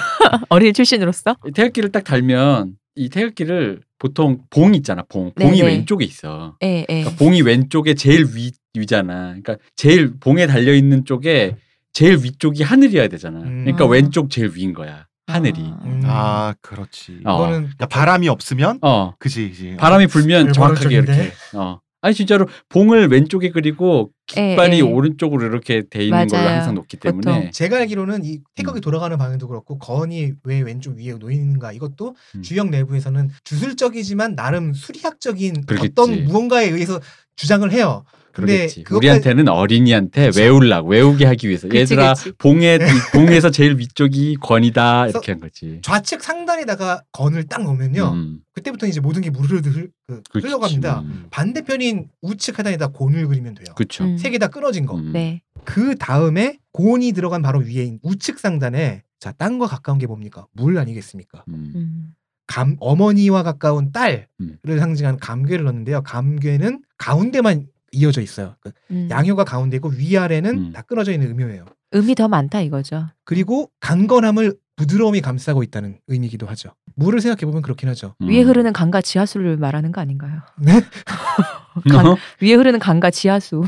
C: 어린이 출신으로서
B: 이 태극기를 딱 달면 이 태극기를 보통 봉 있잖아. 봉
C: 네,
B: 봉이
C: 네.
B: 왼쪽에 있어.
C: 예 예.
B: 그러니까 봉이 왼쪽에 제일 위 위잖아. 그러니까 제일 봉에 달려 있는 쪽에 제일 위쪽이 하늘이어야 되잖아.
D: 음.
B: 그러니까
C: 아.
B: 왼쪽 제일 위인 거야. 하늘이.
C: 아.
D: 음,
A: 아 그렇지.
B: 어.
D: 이거는
A: 그러니까 바람이 없으면
B: 어.
A: 그지 그지.
C: 아,
B: 바람이 불면
D: 일본
B: 정확하게
D: 쪽인데.
B: 이렇게. 어. 아니 진짜로 봉을 왼쪽에 그리고 깃발이
C: 예, 예.
B: 오른쪽으로 이렇게 돼 있는 걸로
C: 맞아요.
B: 항상 놓기
C: 보통.
B: 때문에
D: 제가 알기로는 이 태극이
B: 예. 음.
D: 돌아가는 방향도 그렇고 건이 왜 왼쪽 위에 놓이는가 이것도
B: 음.
D: 주역 내부에서는 주술적이지만 나름 수리학적인
B: 그러겠지.
D: 어떤 무언가에 의해서 주장을 해요. 근데
B: 그러겠지.
D: 그것까지-
B: 우리한테는 어린이한테 외우려고 외우게 하기 위해서
C: 그치,
B: 얘들아
C: 그치.
B: 봉에 이 봉에서 제일 위쪽이 권이다
D: 그래서
B: 이렇게 한 거지.
D: 좌측 상단에다가 건을 딱 놓으면요.
B: 음,
D: 그때부터 이제 모든 게 무르르 흘- 그-
B: 그렇지.
D: 흘러갑니다.
B: 음,
D: 반대편인 우측 하단에다 곤을 그리면 돼요.
B: 그쵸.
C: 음.
D: 세 개 다 끊어진 거.
B: 음.
C: 네.
D: 그 다음에 곤이 들어간 바로 위에 있는 우측 상단에 자 땅과 가까운 게 뭡니까? 물 아니겠습니까?
B: 음.
C: 음.
D: 감 어머니와 가까운 딸을
B: 음.
D: 상징하는 감괴를 넣는데요. 감괴는 가운데만 이어져 있어요. 그
C: 음.
D: 양효가 가운데 있고 위아래는
B: 음.
D: 다 끊어져 있는 음효예요.
C: 음이 더 많다 이거죠.
D: 그리고 강건함을 부드러움이 감싸고 있다는 의미이기도 하죠. 물을 생각해 보면 그렇긴 하죠.
B: 음.
C: 위에
B: <laughs>
C: 흐르는 강과 지하수를 말하는 거 아닌가요?
D: 네?
B: 어?
C: 강- 위에 흐르는 강과
B: <laughs>
C: 지하수.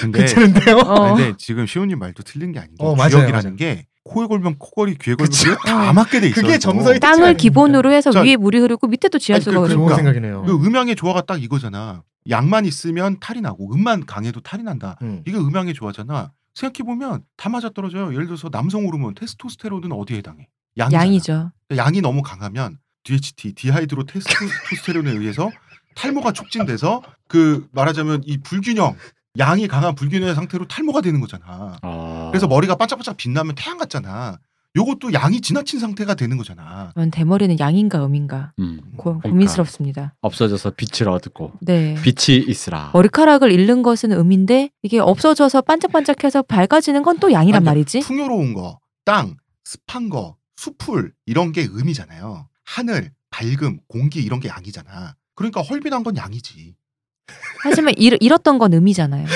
A: 근데
D: 괜찮은데요?
A: 아,
C: 어.
A: 근데 지금 시호님 말도 틀린 게 아닌 게
D: 어, 맞아요,
A: 주역이라는
D: 맞아요.
A: 게 코에 걸면 코걸이, 귀에 걸면
D: 그쵸.
A: 귀에 다 맞게 돼 있어.
D: 그게 점성이 딱-
C: 땅을
D: 아닙니까?
C: 기본으로 해서
A: 자,
C: 위에 물이 흐르고 밑에 또 지하수가
A: 아니, 그-
C: 흐르고.
D: <laughs>
A: 그러니까.
D: 좋은 생각이네요.
A: 그 음향의 조화가 딱 이거잖아. 양만 있으면 탈이 나고 음만 강해도 탈이 난다.
D: 음.
A: 이게 음향의 조화잖아. 생각해 보면 다 맞아 떨어져요. 예를 들어서 남성 호르몬 테스토스테론은 어디에 해당해? 양이잖아.
C: 양이죠.
A: 양이 너무 강하면 DHT, 디하이드로 테스토스테론에 의해서 탈모가 촉진돼서 그 말하자면 이 불균형, 양이 강한 불균형의 상태로 탈모가 되는 거잖아.
B: 아.
C: 어.
A: 그래서 머리가 반짝반짝 빛나면 태양 같잖아. 요것도 양이 지나친 상태가 되는 거잖아.
C: 전 어, 대머리는 양인가 음인가
B: 음.
C: 고, 고민스럽습니다.
B: 없어져서 빛을 얻고
C: 네.
B: 빛이 있으라.
C: 머리카락을 잃는 것은 음인데 이게 없어져서 반짝반짝해서 밝아지는 건 또 양이란
A: 아니,
C: 말이지.
A: 풍요로운 거, 땅, 습한 거, 수풀 이런 게 음이잖아요. 하늘, 밝음, 공기 이런 게 양이잖아. 그러니까 헐빈한 건 양이지.
C: 하지만 잃, 잃었던 건 음이잖아요.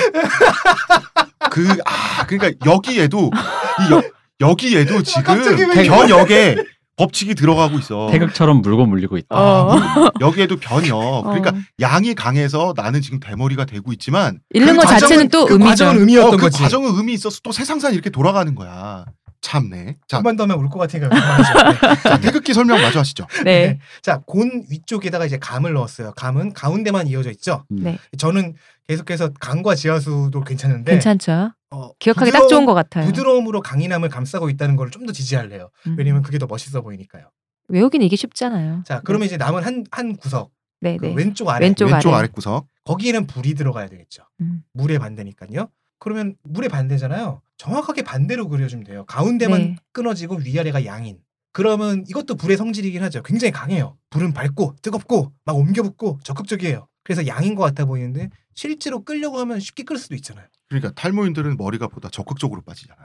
A: 그 아 그러니까 여기에도 이 여, 여기에도 지금
D: 갑자기 왜 이래?
A: 변역에 법칙이 들어가고 있어.
B: 태극처럼 물고 물리고 있다.
C: 어.
A: 아. 여기에도 변역. 그러니까
C: 어.
A: 양이 강해서 나는 지금 대머리가 되고 있지만
C: 잃는
A: 그
C: 것
A: 과정은-
C: 자체는 또
D: 그
C: 음이죠.
D: 과정은 의미였던
A: 어, 그
D: 거지.
A: 과정은 의미 있어서 또 세상산 이렇게 돌아가는 거야. 참네. 자,
D: 한번 더 하면 울 것 같으니까 그만하죠. 네.
A: 자, 태극기 설명 마저 하시죠.
C: 네.
D: 자, 곤 위쪽에다가 이제 감을 넣었어요. 감은 가운데만 이어져 있죠.
C: 네.
D: 저는 계속해서 강과 지하수도 괜찮은데
C: 괜찮죠?
D: 어,
C: 기억하기 딱 좋은 것 같아요.
D: 네. 부드러움으로 강인함을 감싸고 있다는 걸 좀 더 지지할래요.
C: 음.
D: 왜냐면 그게 더 멋있어 보이니까요.
C: 외우긴 이게 쉽잖아요.
D: 자, 그러면 이제 남은 한, 한 구석,
C: 네,
D: 그
C: 네.
D: <laughs> 왼쪽 아래,
C: 왼쪽
A: 왼쪽
C: 아래.
A: 아래 구석.
D: 거기에는 불이 들어가야 되겠죠.
C: 음.
D: 물에 반대니까요. 그러면 물에 반대잖아요. 정확하게 반대로 그려주면 돼요. 가운데만
C: 네.
D: 끊어지고 위아래가 양인. 그러면 이것도 불의 성질이긴 하죠. 굉장히 강해요. 불은 밝고 뜨겁고 막 옮겨붙고 적극적이에요. 그래서 양인 것 같아 보이는데 실제로 끌려고 하면 쉽게 끌 수도 있잖아요. <laughs>
A: 그러니까 탈모인들은 머리가 보다 적극적으로 빠지잖아요.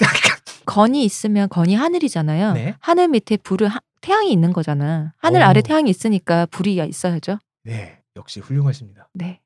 C: 건이 있으면 건이 하늘이잖아요.
D: 네.
C: 하늘 밑에 불을 하- 태양이 있는 거잖아. 하늘
D: 오.
C: 아래 태양이 있으니까 불이 있어야죠.
D: 네, 역시 훌륭하십니다.
C: 네.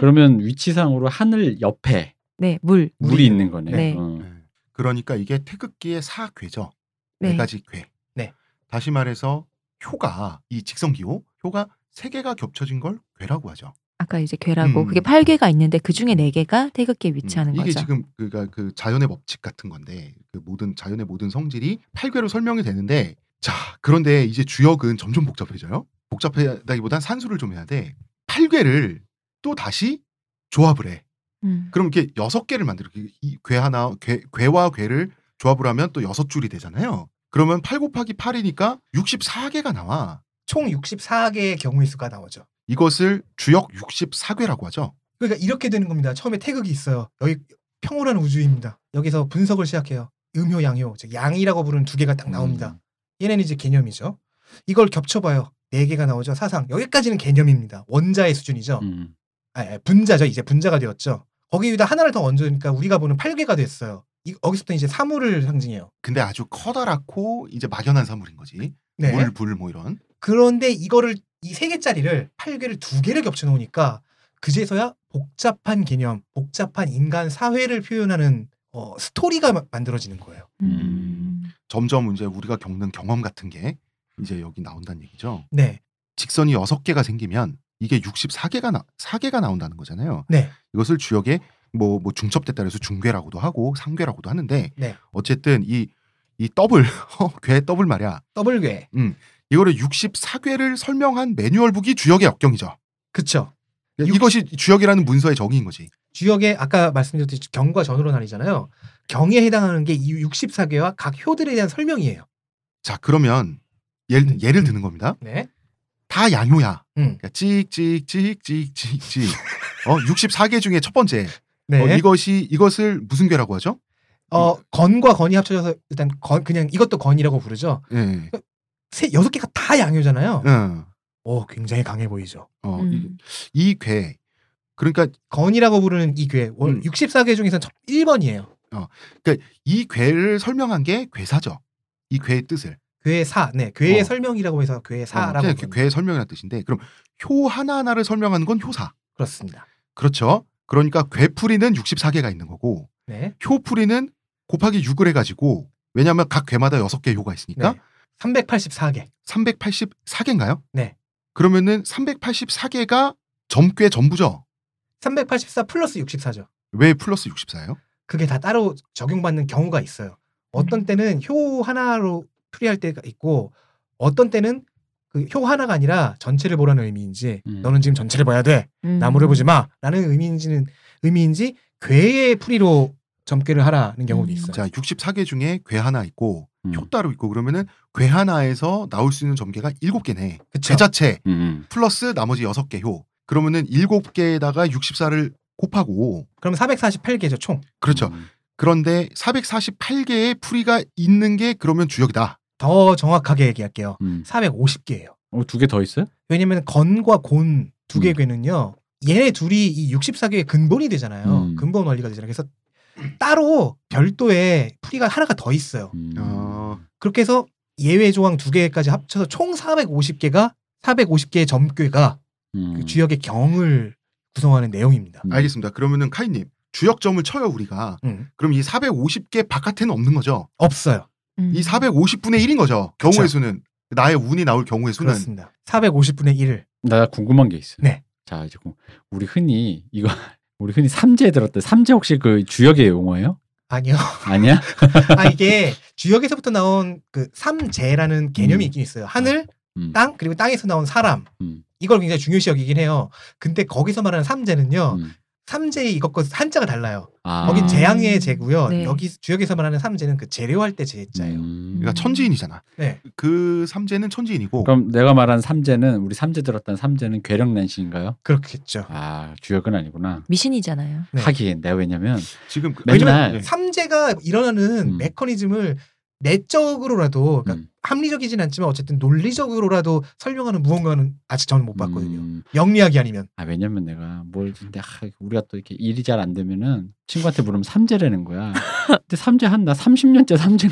B: 그러면 위치상으로 하늘 옆에
C: 네, 물.
B: 물이,
D: 물이
B: 있는 거네.
C: 네.
B: 어.
A: 네. 그러니까 이게 태극기의 사괴죠.
C: 네.
A: 네 가지 괴.
D: 네.
A: 다시 말해서 효가 이 직성기호 효가 세 개가 겹쳐진 걸 괴라고 하죠.
C: 아까 이제 괴라고
A: 음.
C: 그게 8괴가 있는데 그 중에 4개가 태극기에 위치하는
A: 이게
C: 거죠.
A: 지금 그가 그 자연의 법칙 같은 건데 그 모든 자연의 모든 성질이 팔괘로 설명이 되는데 자 그런데 이제 주역은 점점 복잡해져요. 복잡하다기보단 산수를 좀 해야 돼. 팔괘를 또 다시 조합을 해.
C: 음.
A: 그럼 이게 여섯 개를 만들어. 그 이괴 하나 괴, 괴와 괴를 조합을 하면 또 여섯 줄이 되잖아요. 그러면 8 곱하기 8이니까 64개가 나와.
D: 총 64개의 경우의 수가 나오죠.
A: 이것을 주역 64괴라고 하죠.
D: 그러니까 이렇게 되는 겁니다. 처음에 태극이 있어요. 여기 평온한 우주입니다. 여기서 분석을 시작해요. 음효, 양효, 즉 양이라고 부르는 두 개가 딱 나옵니다.
B: 음.
D: 얘네는 이제 개념이죠. 이걸 겹쳐봐요. 네 개가 나오죠. 사상 여기까지는 개념입니다. 원자의 수준이죠.
B: 음, 음.
D: 아, 아, 분자죠. 이제 분자가 되었죠. 거기에다 하나를 더 얹으니까 우리가 보는 8개가 됐어요. 이, 여기서부터 이제 사물을 상징해요.
A: 근데 아주 커다랗고 이제 막연한 사물인 거지.
D: 네.
A: 물, 불 뭐 이런.
D: 그런데 이거를 이 세 개짜리를 8개를 두 개를 겹쳐 놓으니까 그제서야 복잡한 개념, 복잡한 인간 사회를 표현하는 어, 스토리가 마- 만들어지는 거예요.
C: 음.
A: 점점 이제 우리가 겪는 경험 같은 게 이제 여기 나온다는 얘기죠.
D: 네.
A: 직선이 여섯 개가 생기면 이게 64개가 나, 4개가 나온다는 거잖아요.
D: 네.
A: 이것을 주역에 뭐, 뭐 중첩됐다 그래서 중괴라고도 하고 상괴라고도 하는데
D: 네.
A: 어쨌든 이, 이 더블, <laughs> 어, 괴 더블 말이야.
D: 더블 괴.
A: 이거를 64괴를 설명한 매뉴얼북이 주역의 역경이죠.
D: 그쵸. 육-
A: 네, 이것이 주역이라는 문서의 정의인 거지.
D: 주역에 아까 말씀드렸듯이 경과 전으로 나뉘잖아요. 경에 해당하는 게 이 64개와 각 효들에 대한 설명이에요.
A: 자, 그러면 예를, 예를 드는 겁니다.
D: 네.
A: 다 양효야.
D: 음.
A: 그러니까
D: <laughs>
A: 찍찍찍찍찍찍. 어, 64개 중에 첫 번째.
D: 네.
A: 어, 이것이 이것을 무슨 괴라고 하죠?
D: 어, 건과 건이 합쳐져서 일단 건 그냥 이것도 건이라고 부르죠.
A: 예.
D: 세 여섯 개가 다 양효잖아요.
A: 어,
D: 오, 굉장히 강해 보이죠.
A: 어,
C: 음.
A: 이, 이 괴. 그러니까
D: 건이라고 부르는 이 괴. 월
A: 음.
D: 64개 중에서 1번이에요.
A: 이 괴를 설명한 게 괴사죠. 이 괴의 뜻을.
D: 괴의 사. 네. 괴의
A: 어.
D: 설명이라고 해서 괴의
A: 어,
D: 사라고.
A: 그냥
D: 부르는-
A: 괴의 설명이라는 뜻인데 그럼 효 하나하나를 설명하는 건 효사.
D: 그렇습니다.
A: 그렇죠. 그러니까 괴풀이는 64개가 있는 거고
D: 네.
A: 효풀이는 곱하기 6을 해가지고 왜냐하면 각 괴마다 6개 효가 있으니까
D: 네. 384개.
A: 384개인가요?
D: 네.
A: 그러면은 384개가 점괘 전부죠.
D: 384 플러스 64죠.
A: 왜 플러스 64예요?
D: 그게 다 따로 적용받는 경우가 있어요.
A: 음.
D: 어떤 때는 효 하나로 풀이할 때가 있고 어떤 때는 그 효 하나가 아니라 전체를 보라는 의미인지
B: 음.
D: 너는 지금 전체를 봐야 돼.
C: 음.
D: 나무를 보지 마라는 의미인지는 의미인지 괴의 풀이로 점괘를 하라는 경우도
C: 음.
D: 있어요.
A: 자, 64개 중에 괴 하나 있고
B: 음.
A: 효 따로 있고 그러면은 괴 하나에서 나올 수 있는 점괘가 7개네.
D: 그쵸?
A: 괴 자체
B: 음, 음.
A: 플러스 나머지 6개 효. 그러면은 7개에다가 64를 곱하고
D: 그럼 448개죠 총.
A: 그렇죠.
B: 음.
A: 그런데 448개의 풀이가 있는 게 그러면 주역이다.
D: 더 정확하게 얘기할게요.
B: 음.
D: 450개예요.
B: 어, 두 개 더 있어요?
D: 왜냐면 건과 곤 두 개
B: 음.
D: 괴는요. 얘네 둘이 이 64개의 근본이 되잖아요.
B: 음.
D: 근본 원리가 되잖아요. 그래서 따로 별도의 풀이가 하나가 더 있어요.
B: 음.
A: 어.
D: 그렇게 해서 예외 조항 두 개까지 합쳐서 총 450개가 450개의 점괘가
B: 음.
D: 그 주역의 경을 구성하는 내용입니다.
B: 음.
A: 알겠습니다. 그러면은 카이님 주역점을 쳐요 우리가.
D: 음.
A: 그럼 이 450개 바깥에는 없는 거죠.
D: 없어요.
C: 음.
A: 이 450분의 1인 거죠. 경우의
D: 그쵸.
A: 수는 나의 운이 나올 경우의 수는
D: 그렇습니다. 450분의 1을
B: 나 궁금한 게 있어요.
D: 네.
B: 자뭐 <laughs> 이제 궁- 우리 흔히 이거 우리 흔히 삼재 들었대. 삼재 혹시 그 주역의 용어예요?
D: 아니요. <laughs>
B: 아니야?
D: 아 이게 주역에서부터 나온 그 삼재라는 개념이
B: 음.
D: 있긴 있어요. 하늘,
B: 음.
D: 땅 그리고 땅에서 나온 사람.
B: 음.
D: 이걸 굉장히 중요시 여기긴 해요. 근데 거기서 말하는 삼재는요.
B: 음.
D: 삼재의 이것과 한자가 달라요.
B: 아.
D: 어. 거긴
C: 제-
D: 재앙의 재고요.
C: 네.
D: 여기 주역에서 말하는 삼재는 그 재료할 때 재자예요.
B: 음.
A: 그러니까 천지인이잖아.
D: 네.
A: 그 삼재는 천지인이고
B: 그럼 내가 말한 삼재는 우리 삼재 들었던 삼재는 괴력난신인가요?
D: 그렇겠죠.
B: 아 주역은 아니구나.
C: 미신이잖아요.
D: 네.
B: 하긴 내가 왜냐면
A: 지금 그-
B: 맨날-
A: 왜냐면-
D: 예.
A: 네.
D: 삼재가 일어나는
B: 음.
D: 메커니즘을 내적으로라도 그러니까
B: 음.
D: 합리적이진 않지만 어쨌든 논리적으로라도 설명하는 무언가는 아직 저는 못 봤거든요.
B: 음,
D: 영리학이 아니면
B: 아 왜냐면 내가 뭘 근데 아, 우리가 또 이렇게 일이 잘 안 되면은 친구한테 물으면 삼재라는
D: <laughs>
B: 거야. 근데 삼재 한나 30년째 삼재.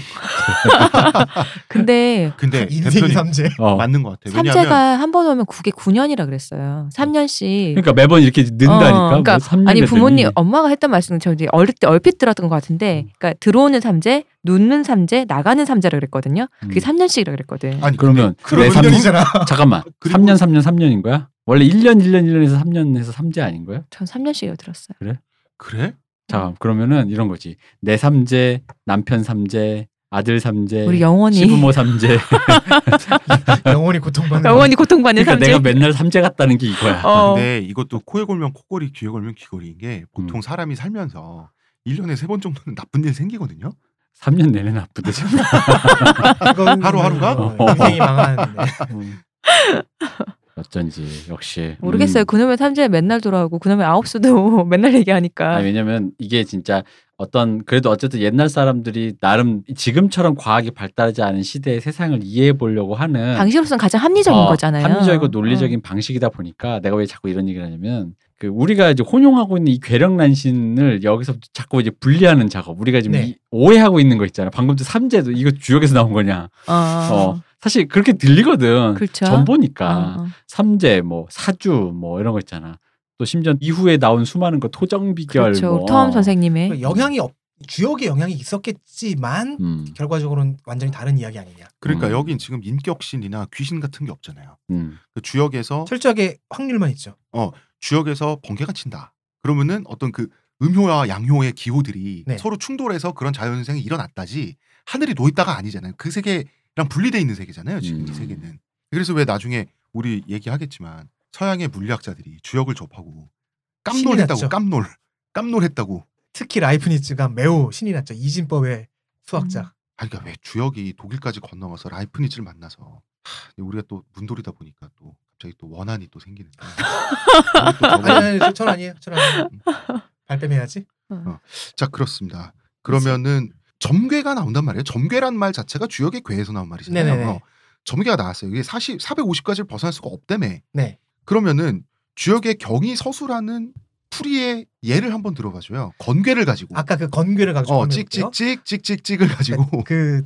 B: <laughs>
C: 근데
B: 네,
A: 근데
D: 인생
A: 대표님
D: 삼재.
B: 어.
A: 맞는 것 같아요. 왜냐하면
C: 삼재가 한 번 오면 그게 9년이라 그랬어요. 3년씩.
B: 그러니까 매번 이렇게
C: 어,
B: 는다니까.
C: 그러니까
B: 뭐 삼년
C: 아니 부모님
D: 어,
B: 했더니.
C: 엄마가 했던 말씀은 저 이제 어릴 때 얼핏 들었던 것 같은데,
B: 음.
C: 그러니까 들어오는 삼재, 눕는 삼재, 나가는 삼재라 그랬거든요.
B: 음.
C: 그게 3년씩이라 그랬거든.
A: 아니
B: 그러면 내
A: 그런
B: 삼-
D: 연이잖아.
B: 잠깐만.
A: <laughs> 그리고-
B: 3년 3년 3년인 거야? 원래 1년 1년 1년에서 3년에서 삼재 아닌 거야?
C: 전 3년씩이라 들었어요.
A: 그래? 음.
B: 잠깐 그러면은 이런 거지. 내 삼재, 남편 삼재, 아들 삼재,
C: 우리 영원히
B: 시부모 삼재.
D: 영원히 고통받는.
C: <laughs> 영원히 고통받는
B: 그러니까
C: 삼재.
B: 내가 맨날 삼재 같다는 게 이거야.
C: 어.
A: 아, 근데 이것도 코에 골면 코골이, 귀에 골면 귀골이인 게 보통
B: 음.
A: 사람이 살면서 1년에 세 번 정도는 나쁜 일 생기거든요.
B: 3년 내내 나쁘듯이.
A: <laughs>
D: 그건
A: 하루하루가?
D: 어, 인생이 망하는데.
A: 음.
B: 어쩐지 역시
C: 모르겠어요.
B: 음.
C: 그놈의 삼재 맨날 돌아오고 그놈의 아홉 수도 <laughs> 맨날 얘기하니까.
B: 아니, 왜냐면 이게 진짜 어떤 그래도 어쨌든 옛날 사람들이 나름 지금처럼 과학이 발달하지 않은 시대의 세상을 이해해 보려고 하는
C: 당시로서는 가장 합리적인
B: 어,
C: 거잖아요. 네.
B: 합리적이고 논리적인 방식이다 보니까 내가 왜 자꾸 이런 얘기를 하냐면 그 우리가 이제 혼용하고 있는 이 괴력난신을 여기서 자꾸 이제 분리하는 작업. 우리가 지금
D: 네.
B: 이- 오해하고 있는 거 있잖아. 방금 전 삼재도 이거 주역에서 나온 거냐.
C: 어. 어.
B: 어. 아. 사실 그렇게 들리거든.
C: 그렇죠.
B: 전보니까
C: 어, 어.
B: 삼재 뭐 사주 뭐 이런 거 있잖아. 또 심지어 이후에 나온 수많은 거 토정 비결
C: 그렇죠.
B: 뭐.
C: 톰 선생님의
D: 영향이 없, 주역의 영향이 있었겠지만
B: 음,
D: 결과적으로는 완전히 다른 이야기 아니냐.
A: 그러니까
B: 음.
A: 여긴 지금 인격신이나 귀신 같은 게 없잖아요.
B: 음.
A: 그 주역에서
D: 철저하게 확률만 있죠.
A: 주역에서 번개가 친다. 그러면은 어떤 그 음효와 양효의 기호들이
D: 네.
A: 서로 충돌해서 그런 자연현상이 일어났다지 하늘이 놓였다가 아니잖아요. 그 세계랑 분리돼 있는 세계잖아요. 지금
B: 음.
A: 이 세계는. 그래서 왜 나중에 우리 얘기하겠지만 서양의 물리학자들이 주역을 접하고
D: 신이
A: 깜놀했다고
D: 났죠.
A: 깜놀 깜놀했다고.
D: 특히 라이프니츠가 매우 신이 났죠. 이진법의 수학자.
A: 아니 그러니까 왜 주역이 독일까지 건너와서 라이프니츠를 만나서 하, 우리가 또 문돌이다 보니까 또 갑자기 또 원한이 또 생기는.
D: <laughs> 아니, 아니, 저- 저는 아니에요. 저는 아니에요.
A: 음.
D: 발뺌해야지.
A: 자 그렇습니다. 그러면은 점괘가 나온단 말이에요. 점괘란 말 자체가 주역의 괴에서 나온 말이잖아요.
D: 네네네.
A: 점괘가 나왔어요. 이게 사실 450까지를 벗어날 수가 없다며.
D: 네.
A: 그러면은 주역의 경이 서수라는 풀이의 예를 한번 들어봐줘요. 건괴를 가지고.
D: 아까 그 건괴를 가지고
A: 어
D: 설명했고요.
A: 찍찍찍 찍찍찍을 가지고. <laughs>
D: 그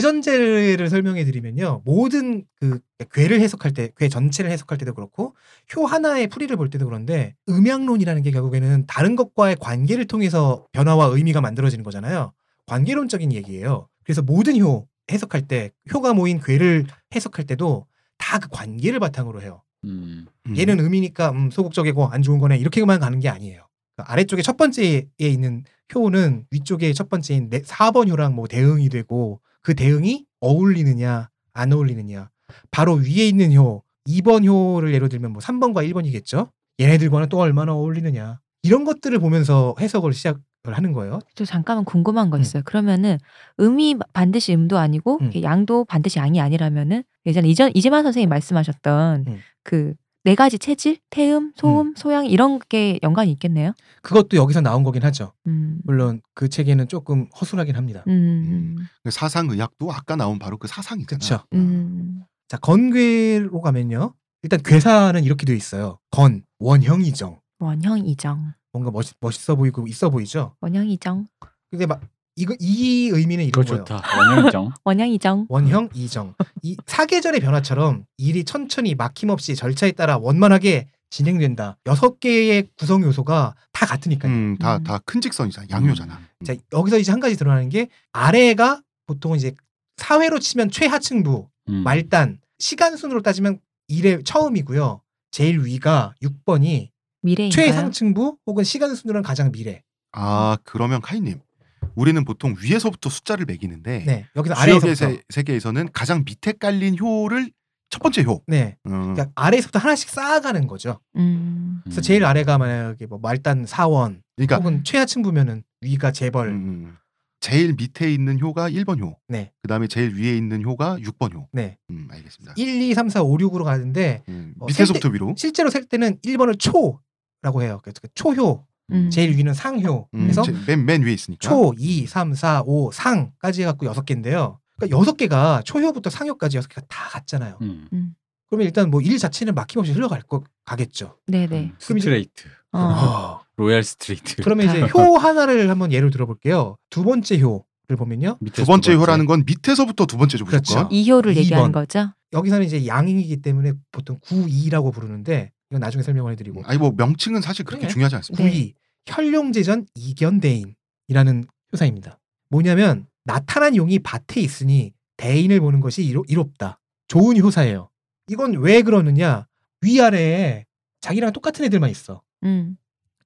D: 대전제를 설명해 드리면요. 모든 그 괴를 해석할 때, 괴 전체를 해석할 때도 그렇고 효 하나의 풀이를 볼 때도 그런데 음양론이라는 게 결국에는 다른 것과의 관계를 통해서 변화와 의미가 만들어지는 거잖아요. 관계론적인 얘기예요. 그래서 모든 효 해석할 때 효가 모인 괴를 해석할 때도 다 그 관계를 바탕으로 해요.
B: 음.
A: 음.
D: 얘는 의미니까 음, 소극적이고 안 좋은 거네 이렇게만 가는 게 아니에요. 그러니까 아래쪽에 첫 번째에 있는 효는 위쪽에 첫 번째인 네- 4번 효랑 뭐 대응이 되고 그 대응이 어울리느냐 안 어울리느냐 바로 위에 있는 효 2번 효를 예로 들면 뭐 3번과 1번이겠죠. 얘네들과는 또 얼마나 어울리느냐 이런 것들을 보면서 해석을 시작을 하는 거예요.
C: 저 잠깐만 궁금한 거 있어요. 그러면은 음이 반드시 음도 아니고
D: 음.
C: 이게 양도 반드시 양이 아니라면은 예전에 이전 이재만 선생님이 말씀하셨던
D: 음.
C: 그 네 가지 체질, 태음, 소음, 소양 이런 게 연관이 있겠네요.
D: 그것도 여기서 나온 거긴 하죠.
C: 음.
D: 물론 그 책에는 조금 허술하긴 합니다.
C: 음.
A: 그 사상 의학도 아까 나온 바로 그 사상이잖아.
D: 그쵸.
C: 음.
D: 자 건괴로 가면요. 일단 괴사는 이렇게 돼 있어요. 건 원형이정
C: 원형 이정.
D: 뭔가 멋있, 멋있어 보이고 있어 보이죠.
C: 원형 이정.
D: 근데 막 이거 이 의미는
B: 이거
D: 이런 거예요.
B: 좋다. 원형이정.
C: 원형 이정.
D: 원형 이정. 이 사계절의 변화처럼 일이 천천히 막힘없이 절차에 따라 원만하게 진행된다. 여섯 개의 구성 요소가 다 같으니까요.
A: 음, 다
C: 음.
A: 다 큰 직선이잖아. 양효잖아. 음.
D: 자, 여기서 이제 한 가지 드러나는 게 아래가 보통 이제 사회로 치면 최하층부,
B: 음.
D: 말단, 시간 순으로 따지면 일의 처음이고요. 제일 위가 6번이
C: 미래인가요?
D: 최상층부 혹은 시간 순으로는 가장 미래.
A: 아 그러면 카이님 우리는 보통 위에서부터 숫자를 매기는데
D: 네. 여기서
A: 주역의
D: 아래에서부터.
A: 세, 세계에서는 가장 밑에 깔린 효를 첫 번째 효.
D: 네.
A: 음,
D: 그러니까 아래에서부터 하나씩 쌓아가는 거죠.
C: 음.
D: 그래서 제일 아래가 만약에 뭐 말단 사원
A: 그러니까
D: 혹은 최하층 보면은 위가 재벌.
A: 음, 제일 밑에 있는 효가 1번 효.
D: 네.
A: 그다음에 제일 위에 있는 효가 6번 효.
D: 네.
A: 음, 알겠습니다.
D: 1, 2, 3, 4, 5, 6으로 가는데
A: 음,
D: 어,
A: 밑에서부터 위로.
D: 실제로 셀 때는 1번을 초라고 해요. 그래서 초효,
C: 음.
D: 제일 위는 상효.
A: 음,
D: 그래서
A: 제- 맨, 맨 위에 있으니까.
D: 초, 2, 3, 4, 5, 상까지 해갖고 여섯 개인데요. 그러니까 여섯 개가 초효부터 상효까지 여섯 개가 다 갔잖아요.
B: 음.
D: 그러면 일단 뭐 일 자체는 막힘없이 흘러갈 거 가겠죠. 음.
C: 네네.
B: 음. 스트레이트.
C: 어.
B: 로얄 스트레이트.
D: 그러면
A: <laughs>
D: 이제 효 하나를 한번 예를 들어볼게요. 두 번째 효를 보면요.
A: 두 번째 효라는 건 밑에서부터 두 번째죠, 무조건.
D: 네, 그렇죠.
C: 이효를 얘기하는
D: 이번.
C: 거죠.
D: 여기서는 이제 양이기 때문에 보통 구이라고 부르는데 이건 나중에 설명을 해드리고
A: 아니 뭐 명칭은 사실 그렇게
D: 네.
A: 중요하지 않습니다.
D: 구이 혈룡제전 이견대인이라는 효사입니다. 뭐냐면 나타난 용이 밭에 있으니 대인을 보는 것이 이로, 이롭다. 좋은 효사예요. 이건 왜 그러느냐? 위아래에 자기랑 똑같은 애들만 있어.
C: 음.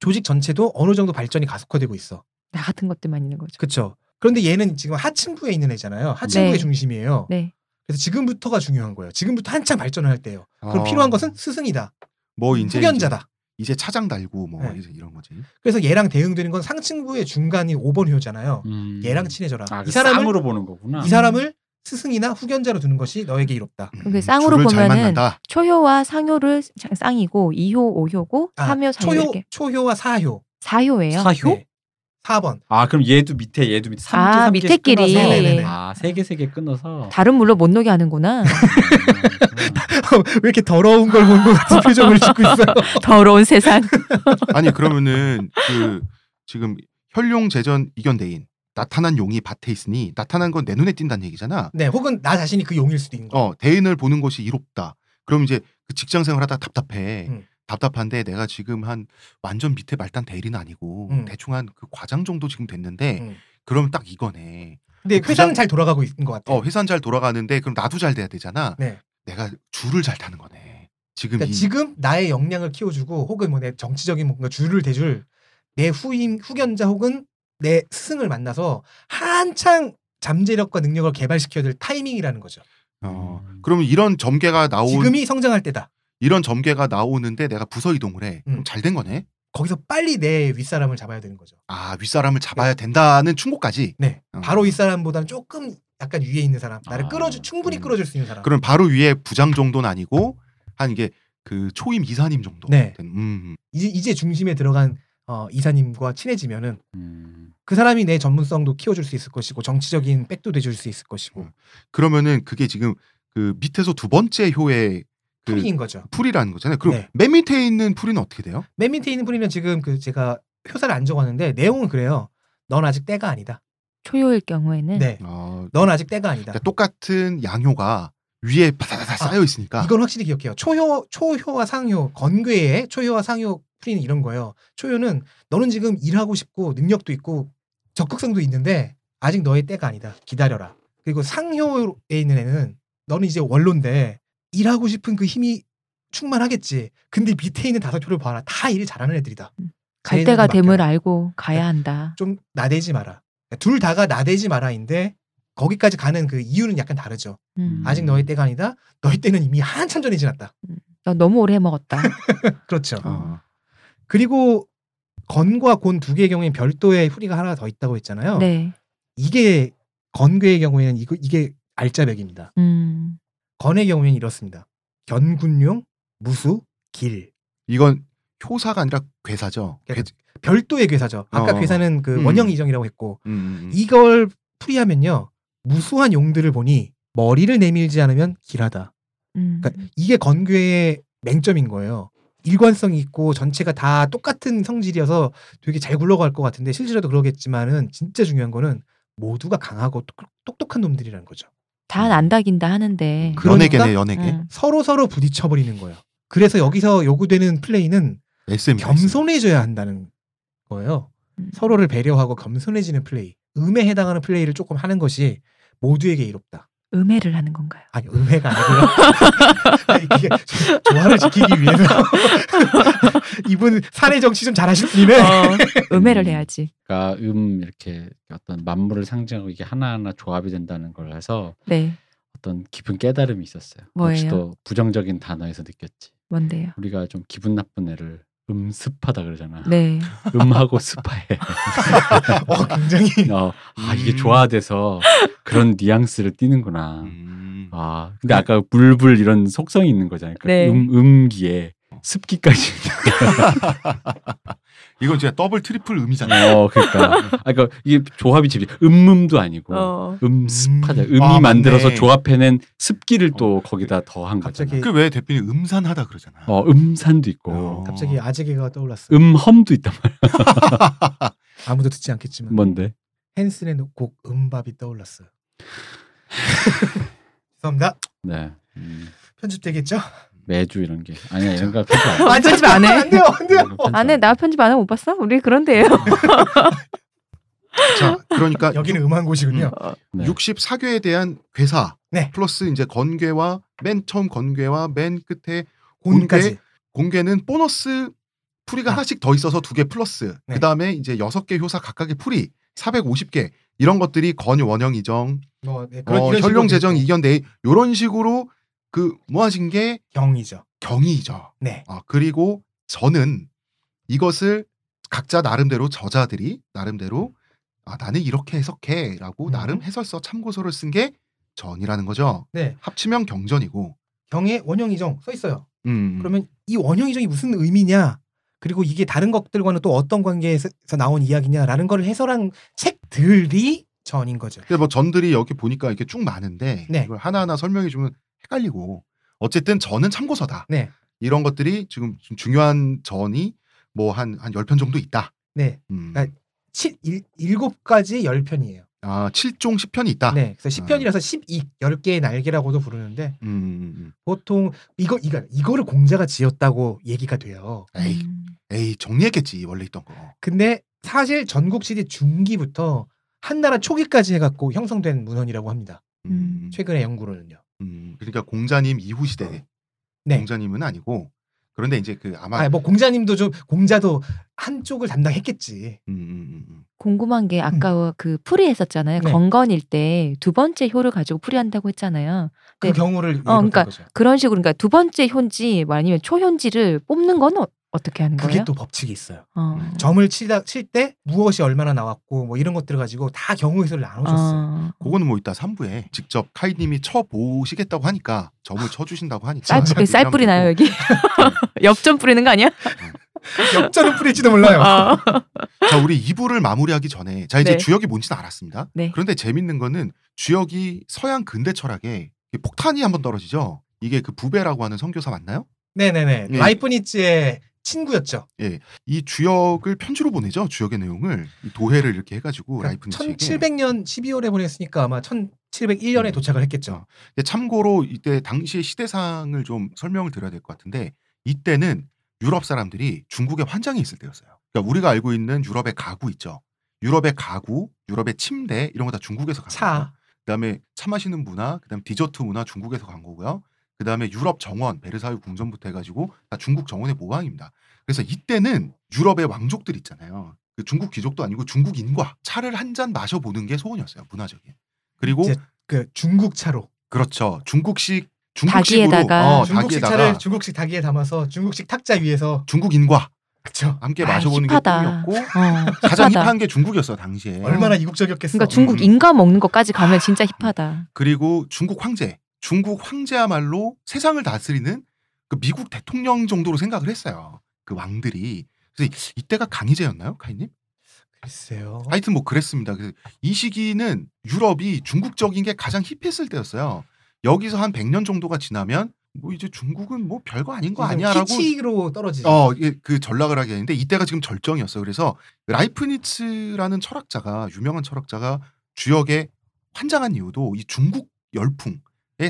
D: 조직 전체도 어느 정도 발전이 가속화되고 있어.
C: 나 같은 것들만 있는 거죠.
D: 그렇죠. 그런데 얘는 지금 하층부에 있는 애잖아요. 하층부의
C: 네.
D: 중심이에요.
C: 네.
D: 그래서 지금부터가 중요한 거예요. 지금부터 한참 발전을 할 때예요. 그럼
A: 아.
D: 필요한 것은 어, 스승이다,
A: 뭐 이제
D: 후견자다.
A: 이제, 이제 차장 달고 뭐
D: 네.
A: 이제 이런 거지.
D: 그래서 얘랑 대응되는 건 상층부의 중간이 5번 효잖아요.
B: 음.
D: 얘랑 친해져라.
B: 아,
D: 이
B: 그
D: 사람을
B: 쌍으로 보는 거구나.
D: 이 사람을 스승이나 후견자로 두는 것이 너에게 이롭다.
C: 그게 쌍으로
A: 음, 줄을 잘
C: 보면은
A: 만난다.
C: 초효와 상효를 자- 쌍이고 이효, 오효고
D: 아,
C: 삼효, 사효
D: 초효,
C: 이렇게
D: 초효와 사효.
C: 사효예요.
B: 사효?
D: 네. 4번.
B: 아 그럼 얘도 밑에 얘도 밑에 삼
C: 아,
B: 개, 삼
C: 밑에끼리.
B: 개 끊어서.
D: 네네네.
B: 아세 개 세 개 끊어서. 음,
C: 다른 물로 못 녹게
D: <laughs>
C: 하는구나. <laughs>
D: 왜 이렇게 더러운 걸 보는 것 <laughs> 같은 표정을 짓고 있어요?
A: <laughs>
C: 더러운 세상.
A: 아니 그러면은 그 지금 혈룡 제전 이견대인 나타난 용이 밭에 있으니 나타난 건 내 눈에 띈다는 얘기잖아.
D: 네, 혹은 나 자신이 그 용일 수도 있는 거.
A: 어 대인을 보는 것이 이롭다. 그럼 이제 그 직장 생활하다 답답해.
D: 음.
A: 답답한데 내가 지금 한 완전 밑에 말단 대리는 아니고
D: 음.
A: 대충 한 그 과장 정도 지금 됐는데
D: 음.
A: 그러면 딱 이거네.
D: 근데
A: 그
D: 어, 회사는
A: 부장-
D: 잘 돌아가고 있는 것 같아요.
A: 어 회사는 잘 돌아가는데 그럼 나도 잘 돼야 되잖아.
D: 네.
A: 내가 줄을 잘 타는 거네. 지금
D: 그러니까
A: 이
D: 지금 나의 역량을 키워주고 혹은 뭐 내 정치적인 뭔가 줄을 대줄 내 후임 후견자 혹은 내 스승을 만나서 한창 잠재력과 능력을 개발시켜야 될 타이밍이라는 거죠.
A: 어, 그러면 이런 점괘가 아, 나오
D: 음. 지금이 성장할 때다.
A: 이런 점괘가 나오는데 내가 부서 이동을 해. 그럼
D: 음.
A: 잘 된 거네.
D: 거기서 빨리 내 윗사람을 잡아야 되는 거죠.
A: 아 윗사람을 잡아야 된다는 충고까지.
D: 네.
A: 어.
D: 바로 윗사람보다는 조금 약간 위에 있는 사람. 나를
B: 아,
D: 끌어주 충분히
B: 음.
D: 끌어줄 수 있는 사람.
A: 그럼 바로 위에 부장 정도는 아니고 한 이게 그 초임 이사님 정도.
D: 네.
A: 된- 음.
D: 이제 이제 중심에 들어간 어, 이사님과 친해지면은
B: 음.
D: 그 사람이 내 전문성도 키워줄 수 있을 것이고 정치적인 백도 돼줄 수 있을 것이고
A: 음. 그러면은 그게 지금 그 밑에서 두 번째 효의 그
D: 풀이인 거죠.
A: 풀이라는 거잖아요. 그럼
D: 네.
A: 맨 밑에 있는 풀이는 어떻게 돼요?
D: 맨 밑에 있는 풀이는 지금 그 제가 효사를 안 적었는데 내용은 그래요. 넌 아직 때가 아니다.
C: 초효일 경우에는
D: 네.
A: 어,
D: 넌 아직 때가 아니다.
A: 그러니까 똑같은 양효가 위에 바다다다 쌓여 있으니까.
D: 아, 이건 확실히 기억해요. 초효, 초효와 상효, 건괴의 초효와 상효 프린 이런 거예요. 초효는 너는 지금 일하고 싶고 능력도 있고 적극성도 있는데 아직 너의 때가 아니다. 기다려라. 그리고 상효에 있는 애는 너는 이제 원로인데 일하고 싶은 그 힘이 충만하겠지. 근데 밑에 있는 다섯 효를 봐라. 다 일 잘하는 애들이다.
C: 갈
D: 쟤네들
C: 때가 됨을
D: 맡겨라.
C: 알고
D: 네.
C: 가야 한다.
D: 좀 나대지 마라. 그러니까 둘 다가 나대지 마라인데 거기까지 가는 그 이유는 약간 다르죠.
C: 음.
B: 아,
D: 아직 너의 때가 아니다. 너의 때는 이미 한참 전에 지났다.
C: 나 너무
D: <laughs>
C: 오래 먹었다.
D: 그렇죠.
A: 어.
D: 그리고 건과 곤 두 개의 경우엔 별도의 후리가 하나 더 있다고 했잖아요.
C: 네.
D: 이게 건괴의 경우에는 이거 이게 알짜배기입니다.
C: 음.
D: 건의 경우에는 이렇습니다. 견군용, 무수, 길.
A: 이건 효사가 아니라 괴사죠. 괴...
D: 그러니까 별도의 괴사죠. 아까
A: 어.
D: 괴사는 그
A: 음.
D: 원형 이정이라고 했고
A: 음, 음, 음.
D: 이걸 풀이하면요. 무수한 용들을 보니 머리를 내밀지 않으면 길하다.
C: 음.
D: 그러니까 이게 건괴의 맹점인 거예요. 일관성이 있고 전체가 다 똑같은 성질이어서 되게 잘 굴러갈 것 같은데 실제로도 그러겠지만은 진짜 중요한 거는 모두가 강하고 똑- 똑똑한 놈들이라는 거죠.
C: 다 난다긴다 하는데.
D: 음. 그-
A: 연예계네
D: 그러니까-
A: 연예계.
C: 음.
D: 서로 서로 부딪혀 버리는 거예요. 그래서 여기서 요구되는 플레이는
A: SM.
D: 겸손해져야 한다는 거예요.
C: 음.
D: 서로를 배려하고 겸손해지는 플레이, 음에 해당하는 플레이를 조금 하는 것이 모두에게 이롭다.
C: 음해를 하는
D: <laughs>
C: 건가요?
D: 아니 의외가 아니고요. 아니, 이게 조- 조화를 지키기 위해서 <laughs> 이분 사내 정치 좀 잘하실 분이네.
A: 아.
C: 어, 음해를 해야지.
B: 그러니까 음 이렇게 어떤 만물을 상징하고 이게 하나하나 조합이 된다는 걸 해서
C: 네,
B: 어떤 깊은 깨달음이 있었어요.
C: 뭐예요?
B: 혹시 또 부정적인 단어에서 느꼈지.
C: 뭔데요?
B: 우리가 좀 기분 나쁜 애를 음습하다 그러잖아.
C: 네,
B: 음하고 습하해. <laughs>
D: <laughs> 어, 굉장히
B: 어, 아 이게
A: 음.
B: 조화돼서 그런 뉘앙스를 띠는구나.
A: 음.
B: 아 근데 아까 불불 이런 속성이 있는 거잖아요. 그러니까
C: 네.
B: 음 음기에 습기까지.
A: 이건 진짜 더블 트리플 음이잖아요.
B: <laughs> 어 그러니까. 아 그러니까 이게 조합이 집이 음음도 아니고.
C: 어,
B: 음습하다.
A: 음.
B: 음이
A: 아, 맞네.
B: 만들어서 조합해낸 습기를 또 거기다 더한 거잖아.
D: 갑자기-
A: 그 왜 대표님 음산하다 그러잖아.
B: 어, 음산도 있고
A: 어.
D: 갑자기 아재개가 떠올랐어.
B: 음험도 있단 말이야.
A: 그
D: 아무도 듣지 않겠지만
A: 뭐.
B: 뭔데?
D: 헨슨의 곡 음밥이 떠올랐어요. <laughs> 죄송합니다.
B: 네. 음,
A: <laughs>
D: 편집되겠죠?
B: 매주 이런 게 아니야 이런 거 편집 <laughs> 안 해.
D: 안
C: 편집 안 해.
D: 안 돼요. 안 돼요.
B: 이런 거 편집 안
C: 안에
B: 해.
C: 아, 네, 나 편집 안 하면 못 봤어? 우리 그런데요.
A: 자, 그러니까
D: <laughs> 여기는 음한 곳이군요.
A: 아,
B: 네.
A: 64괴에 대한 괴사
D: 네.
A: 플러스 이제 건괴와 맨 처음 건괴와 맨 끝에
D: 온까지.
A: 공괴는 보너스 풀이가
D: 아.
A: 하나씩 더 있어서 두 개 플러스
D: 네.
A: 그다음에 이제 여섯 개 효사 각각의 풀이 450개 이런 것들이 건 원형 이정
D: 뭐 네,
A: 어,
D: 이런 식으로
A: 현룡 재정 이견 내 이런 식으로 그 모아진 게
D: 경이죠.
A: 경이죠.
D: 네.
A: 아, 그리고 저는 이것을 각자 나름대로 저자들이 나름대로 아, 나는 이렇게 해석해라고
D: 음.
A: 나름 해설서 참고서를 쓴 게 전이라는 거죠.
D: 네.
A: 합치면 경전이고.
D: 경의 원형이정 써 있어요.
A: 음.
D: 그러면 이 원형이정이 무슨 의미냐? 그리고 이게 다른 것들과는 또 어떤 관계에서 나온 이야기냐라는 걸 해설한 책들이 전인 거죠.
A: 근데 뭐 전들이 여기 보니까 이렇게 쭉 많은데
D: 네.
A: 이걸 하나하나 설명해 주면 헷갈리고 어쨌든 전은 참고서다.
D: 네.
A: 이런 것들이 지금 좀 중요한 전이 뭐 한 한 열 편 정도 있다.
D: 네.
A: 음.
D: 아, 칠 일, 일곱 가지 열 편이에요.
A: 아, 7종 10편이 있다.
D: 네. 그래서 10편이라서 12, 10개의 날개라고도 부르는데
A: 음, 음.
D: 보통 이거 이거 이거를 공자가 지었다고 얘기가 돼요.
A: 음. 에이, 에이 정리했겠지 원래 있던 거.
D: 근데 사실 전국 시대 중기부터 한나라 초기까지 해 갖고 형성된 문헌이라고 합니다.
A: 음.
D: 최근의 연구로는요.
A: 음, 그러니까 공자님 이후 시대.
D: 네.
A: 공자님은 아니고 그런데 이제 그 아마
D: 아, 뭐 공자님도 좀 공자도 한쪽을 담당했겠지.
A: 음, 음, 음,
C: 궁금한 게 아까 그 풀이 했었잖아요.
D: 네.
C: 건건일 때 두 번째 효를 가지고 풀이한다고 했잖아요.
D: 그
C: 네.
D: 경우를
C: 어,
D: 예로 든
C: 그러니까
D: 거죠.
C: 그런 식으로 그러니까 두 번째 효인지 뭐 아니면 초현지를 뽑는 건 어, 어떻게 하는
D: 그게
C: 거예요?
D: 또 법칙이 있어요.
C: 어.
A: 음,
D: 점을 치다 칠 때 무엇이 얼마나 나왔고 뭐 이런 것들 가지고 다 경우에서 나눠줬어요.
C: 어.
A: 그거는 뭐 이따 3부에 직접 카이님이 쳐 보시겠다고 하니까 점을 쳐 주신다고 하니까
C: 쌀,
A: 그렇게
C: 쌀
A: 하면
C: 뿌리 나요
A: 되고.
C: 여기? 엽전 뿌리는 거 아니야?
D: 역전은 뿌릴지도
C: <laughs>
D: 몰라요.
C: 어.
A: 자, 우리 2부를 마무리하기 전에 자 이제
C: 네.
A: 주역이 뭔지는 알았습니다.
C: 네.
A: 그런데 재밌는 거는 주역이 서양 근대 철학에 이 폭탄이 한번 떨어지죠. 이게 그 부배라고 하는 선교사 맞나요?
D: 네네네.
A: 예.
D: 라이프니츠의 친구였죠.
A: 이 주역을 편지로 보내죠. 주역의 내용을 이 도해를 이렇게 해가지고
C: 그러니까
A: 라이프니치에게.
D: 1700년 12월에 그러니까 보냈으니까 아마 1701년에
A: 음.
D: 도착을 했겠죠.
A: 근데 참고로 이때 당시의 시대상을 좀 설명을 드려야 될 것 같은데 이때는 유럽 사람들이 중국에 환장이 있을 때였어요. 그러니까 우리가 알고 있는 유럽의 가구 있죠. 유럽의 가구, 유럽의 침대 이런 거 다 중국에서 간 거예요.
D: 차.
A: 그다음에 차 마시는 문화, 그다음에 디저트 문화 중국에서 간 거고요. 그다음에 유럽 정원, 베르사유 궁전부터 해가지고 다 중국 정원의 모방입니다. 그래서 이때는 유럽의 왕족들 있잖아요. 그 중국 귀족도 아니고 중국인과 차를 한 잔 마셔보는 게 소원이었어요. 문화적인. 그리고
D: 이제 그 중국 차로.
A: 그렇죠. 중국식 중국식으로
C: 닭에다가.
A: 어,
D: 중국식
A: 닭에다가
D: 차를 중국식 닭에 담아서 중국식 탁자 위에서
A: 중국인과
D: 그쵸.
A: 함께
C: 아,
A: 마셔보는 게
C: 힙하다.
A: 꿈이었고
C: 어,
A: 가장
C: 힙하다.
A: 힙한 게 중국이었어 당시에.
D: 얼마나 이국적이었겠어.
C: 그러니까 중국
A: 음.
C: 인과 먹는 것까지 가면 진짜 힙하다.
A: 그리고 중국 황제, 중국 황제야말로 세상을 다스리는 그 미국 대통령 정도로 생각을 했어요. 그 왕들이. 그래서 이- 이때가 강희제였나요, 카이님?
D: 글쎄요.
A: 하여튼 뭐 그랬습니다. 그래서 이 시기는 유럽이 중국적인 게 가장 힙했을 때였어요. 여기서 한 100년 정도가 지나면 뭐 이제 중국은 뭐 별거 아닌 거 아니야라고
D: 키치로 떨어지죠.
A: 어, 이게 그 전락을 하게 되는데 이때가 지금 절정이었어요. 그래서 라이프니츠라는 철학자가 유명한 철학자가 주역에 환장한 이유도 이 중국 열풍에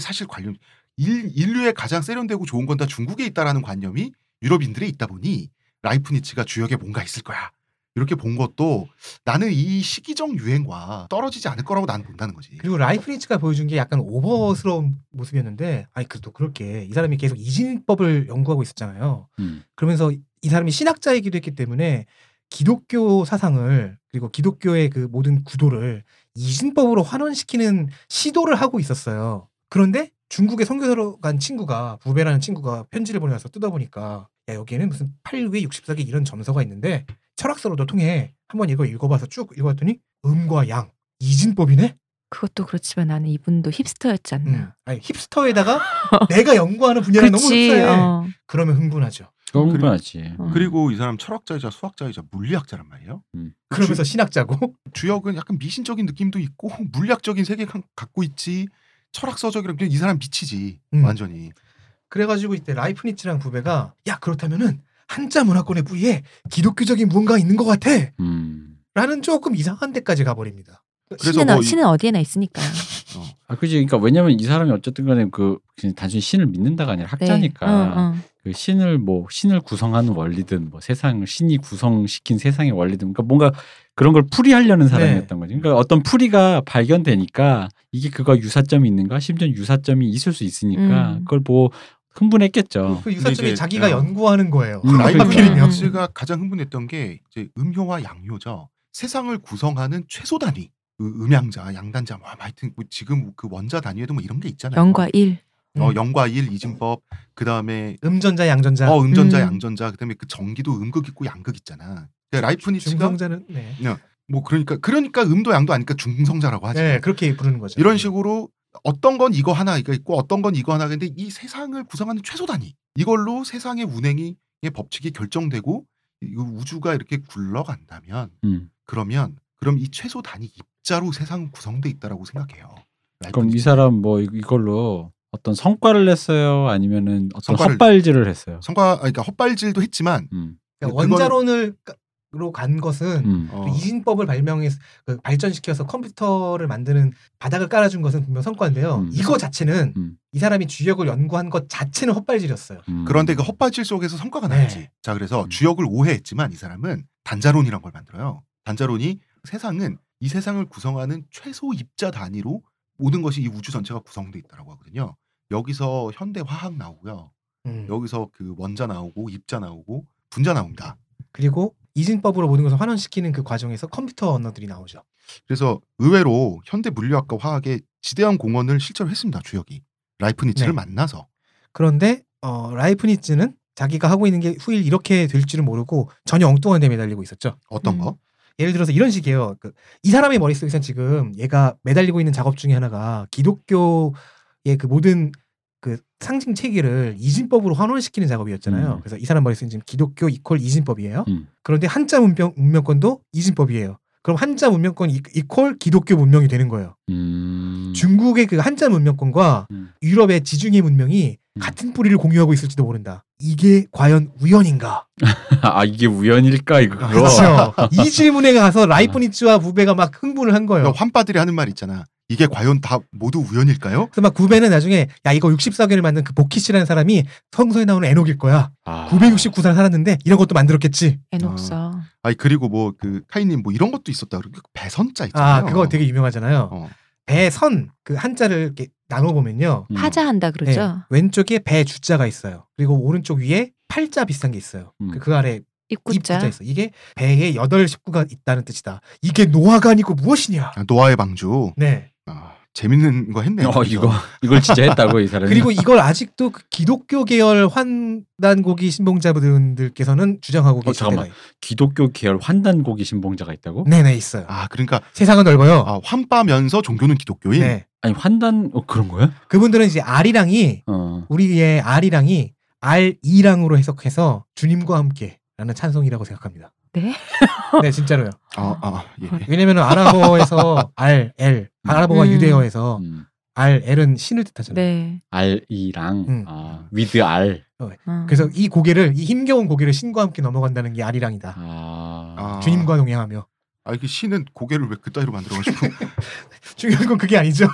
A: 사실 관련 일, 인류의 가장 세련되고 좋은 건 다 중국에 있다라는 관념이 유럽인들에 있다 보니 라이프니츠가 주역에 뭔가 있을 거야. 이렇게 본 것도 나는 이 시기적 유행과 떨어지지 않을 거라고 나는 본다는 거지.
D: 그리고 라이프니츠가 보여준 게 약간 오버스러운 모습이었는데 아니 그래도 그렇게 이 사람이 계속 이진법을 연구하고 있었잖아요.
B: 음.
D: 그러면서 이 사람이 신학자이기도 했기 때문에 기독교 사상을 그리고 기독교의 그 모든 구도를 이진법으로 환원시키는 시도를 하고 있었어요. 그런데 중국에 선교사로 간 친구가 부배라는 친구가 편지를 보내서 뜯어보니까 야 여기에는 무슨 8회 64개 이런 점서가 있는데 철학서로도 통해 한번 이거 읽어봐서 쭉 읽어봤더니 음과 양 이진법이네?
C: 그것도 그렇지만 나는 이분도 힙스터였지 않나.
D: 음. 아니 힙스터에다가 내가 연구하는 분야는 너무
C: 그렇지.
D: 흡사해.
C: 어.
D: 그러면 흥분하죠.
B: 그건
A: 그리고-
B: 불편하지.
C: 어.
A: 그리고 이 사람 철학자이자 수학자이자 물리학자란 말이에요.
D: 그러면서 신학자고 <laughs>
A: 주역은 약간 미신적인 느낌도 있고 <laughs> 물리학적인 세계관 갖고 있지 철학서적이라 그냥 이 사람 미치지
D: 음.
A: 완전히.
D: 그래가지고 이때 라이프니츠랑 부배가 야 그렇다면은 한자 문화권의 뿌리에 기독교적인 무언가 있는 것 같아라는
B: 음.
D: 조금 이상한 데까지 가버립니다.
A: 그래서
C: 신은,
A: 뭐
C: 어,
A: 이-
C: 신은 어디에나 있으니까.
B: 아, 그지. 그러니까 왜냐면 이 사람이 어쨌든 간에 그 그냥 단순히 신을 믿는다가 아니라
C: 네.
B: 학자니까
C: 어, 어.
B: 그 신을 뭐 신을 구성하는 원리든 뭐 세상을 신이 구성시킨 세상의 원리든 그러니까 뭔가 그런 걸
A: 네.
B: 풀이하려는 사람이었던 거지. 그러니까 어떤 풀이가 발견되니까 이게 그거 유사점이 있는가? 심지어 유사점이 있을 수 있으니까
C: 음.
B: 그걸 보고 흥분했겠죠.
D: 그 유사점이
A: 이제-
D: 자기가
A: 어.
D: 연구하는 거예요.
B: 음, 그러니까.
D: 하필이면.
A: 라이프니츠가 가장 흥분했던 게 이제 음효와 양효죠. 세상을 구성하는 최소 단위. 그 음양자, 양단자, 뭐 하여튼 뭐 지금 그 원자 단위에도 뭐 이런 게 있잖아요.
C: 영과 일.
A: 어, 영과 일, 이진법, 그 다음에
D: 음전자 양전자
A: 어 음전자,
C: 음.
A: 양전자, 그다음에 그 전기도 음극 있고 양극 있잖아. 그러니까 라이프니츠가
D: 중성자는 네.
A: 뭐 그러니까 그러니까 음도 양도 아니까 중성자라고 하지.
D: 네 그렇게 부르는
B: 음.
D: 거죠.
A: 이런 식으로 어떤 건 이거 하나 이거 있고 어떤 건 이거 하나 근데 이 세상을 구성하는 최소 단위 이걸로 세상의 운행의 법칙이 결정되고 이 우주가 이렇게 굴러간다면
B: 음.
A: 그러면 그럼 이 최소 단위 입자로 세상 구성돼 있다라고 생각해요.
B: 그럼 이 사람 뭐 이- 이걸로 어떤 성과를 냈어요? 아니면은 어떤
A: 성과를-
B: 헛발질을 했어요?
A: 성과 아, 그러니까 헛발질도 했지만
B: 음.
D: 그러니까
A: 그거는-
D: 원자론을로 간 것은
B: 음.
A: 어,
D: 그 이진법을 발명해서 그 발전시켜서 컴퓨터를 만드는 바닥을 깔아준 것은 분명 성과인데요.
B: 음.
D: 이거 자체는
B: 음.
D: 이 사람이 주역을 연구한 것 자체는 헛발질이었어요.
B: 음.
A: 그런데 그 헛발질 속에서 성과가
D: 네.
A: 나지. 자 그래서
B: 음.
A: 주역을 오해했지만 이 사람은 단자론이란 걸 만들어요. 단자론이 세상은 이 세상을 구성하는 최소 입자 단위로 모든 것이 이 우주 전체가 구성돼 있다라고 하거든요. 여기서 현대 화학 나오고요.
D: 음.
A: 여기서 그 원자 나오고 입자 나오고 분자 나옵니다.
D: 그리고 이진법으로 모든 것을 환원시키는 그 과정에서 컴퓨터 언어들이 나오죠.
A: 그래서 의외로 현대 물리학과 화학에 지대한 공헌을 실제로 했습니다. 주역이 라이프니츠를
D: 네.
A: 만나서
D: 그런데 어, 라이프니츠는 자기가 하고 있는 게 후일 이렇게 될 줄은 모르고 전혀 엉뚱한 데 매달리고 있었죠.
A: 어떤
C: 음.
A: 거?
D: 예를 들어서 이런 식이에요. 그, 이 사람의 머릿속에선 지금 얘가 매달리고 있는 작업 중에 하나가 기독교의 그 모든 그 상징 체계를 이진법으로 환원시키는 작업이었잖아요.
B: 음.
D: 그래서 이 사람 머릿속에 지금 기독교 이퀄 이진법이에요.
B: 음.
D: 그런데 한자 문명, 문명권도 이진법이에요. 그럼 한자 문명권 이- 이퀄 기독교 문명이 되는 거예요.
B: 음.
D: 중국의 그 한자 문명권과
B: 음.
D: 유럽의 지중해 문명이
B: 음.
D: 같은 뿌리를 공유하고 있을지도 모른다. 이게 과연 우연인가?
B: <laughs>
D: 그렇죠.
B: 아 이게 우연일까 이거.
D: 이 질문에
B: 음.
D: 가서 라이프니츠와 무베가 막 흥분을 한 거예요.
A: 그러니까 환빠들이 하는 말 있잖아. 이게 과연 다 모두 우연일까요?
D: 그래서 막 구베는 나중에 야 이거 64개를 만든 그 보키시라는 사람이 성서에 나오는 에녹일 거야.
B: 아.
D: 969살 살았는데 이런 것도 만들었겠지.
C: 에녹서.
A: 아니 그리고 뭐 그 카이님 뭐 이런 것도 있었다. 그러니까 배선자 있잖아요.
D: 아
B: 그렇죠.
D: 그거 되게 유명하잖아요.
A: 어.
D: 배선 그 한자를 이렇게 나눠 보면요.
B: 음.
D: 네,
C: 하자한다 그러죠.
D: 왼쪽에 배 주자가 있어요. 그리고 오른쪽 위에 팔자 비슷한 게 있어요.
B: 음.
D: 그, 그 아래
C: 입구자.
D: 입구자 있어. 이게 배에 여덟 식구가 있다는 뜻이다. 이게 노화가 아니고 무엇이냐.
A: 아, 노아의 방주.
D: 네.
A: 아, 재밌는 거 했네요.
B: 어 이거 이걸 진짜 했다고 이 사람이.
D: 그리고 이걸 아직도 그 기독교 계열 환단고기 신봉자분들께서는 주장하고
B: 어,
D: 계시대요.
B: 잠깐만. 기독교 계열 환단고기 신봉자가 있다고?
D: 네네 있어요.
A: 아 그러니까
D: 세상은 넓어요.
A: 아, 환빠면서 종교는 기독교인.
D: 네.
B: 아니 환단 어, 그런 거야?
D: 그분들은 이제 아리랑이
B: 어.
D: 우리의 아리랑이 알이랑으로 해석해서 주님과 함께라는 찬송이라고 생각합니다.
C: 네?
D: <laughs> 네 진짜로요.
A: 아, 아 예.
D: 왜냐면 아랍어에서 알, 엘 아랍어와
C: 음.
D: 유대어에서
B: 음.
D: 알, 엘은 신을 뜻하잖아요.
C: 네.
B: 알이랑
D: 음.
B: 아, 위드 알.
C: 어.
D: 그래서 이 고개를 이 힘겨운 고개를 신과 함께 넘어간다는 게 아리랑이다.
B: 아.
A: 아,
D: 주님과 동행하며
A: 아 이게 시는 고개를 왜 그따위로 만들어가지고 <laughs>
D: 중요한 건 그게 아니죠.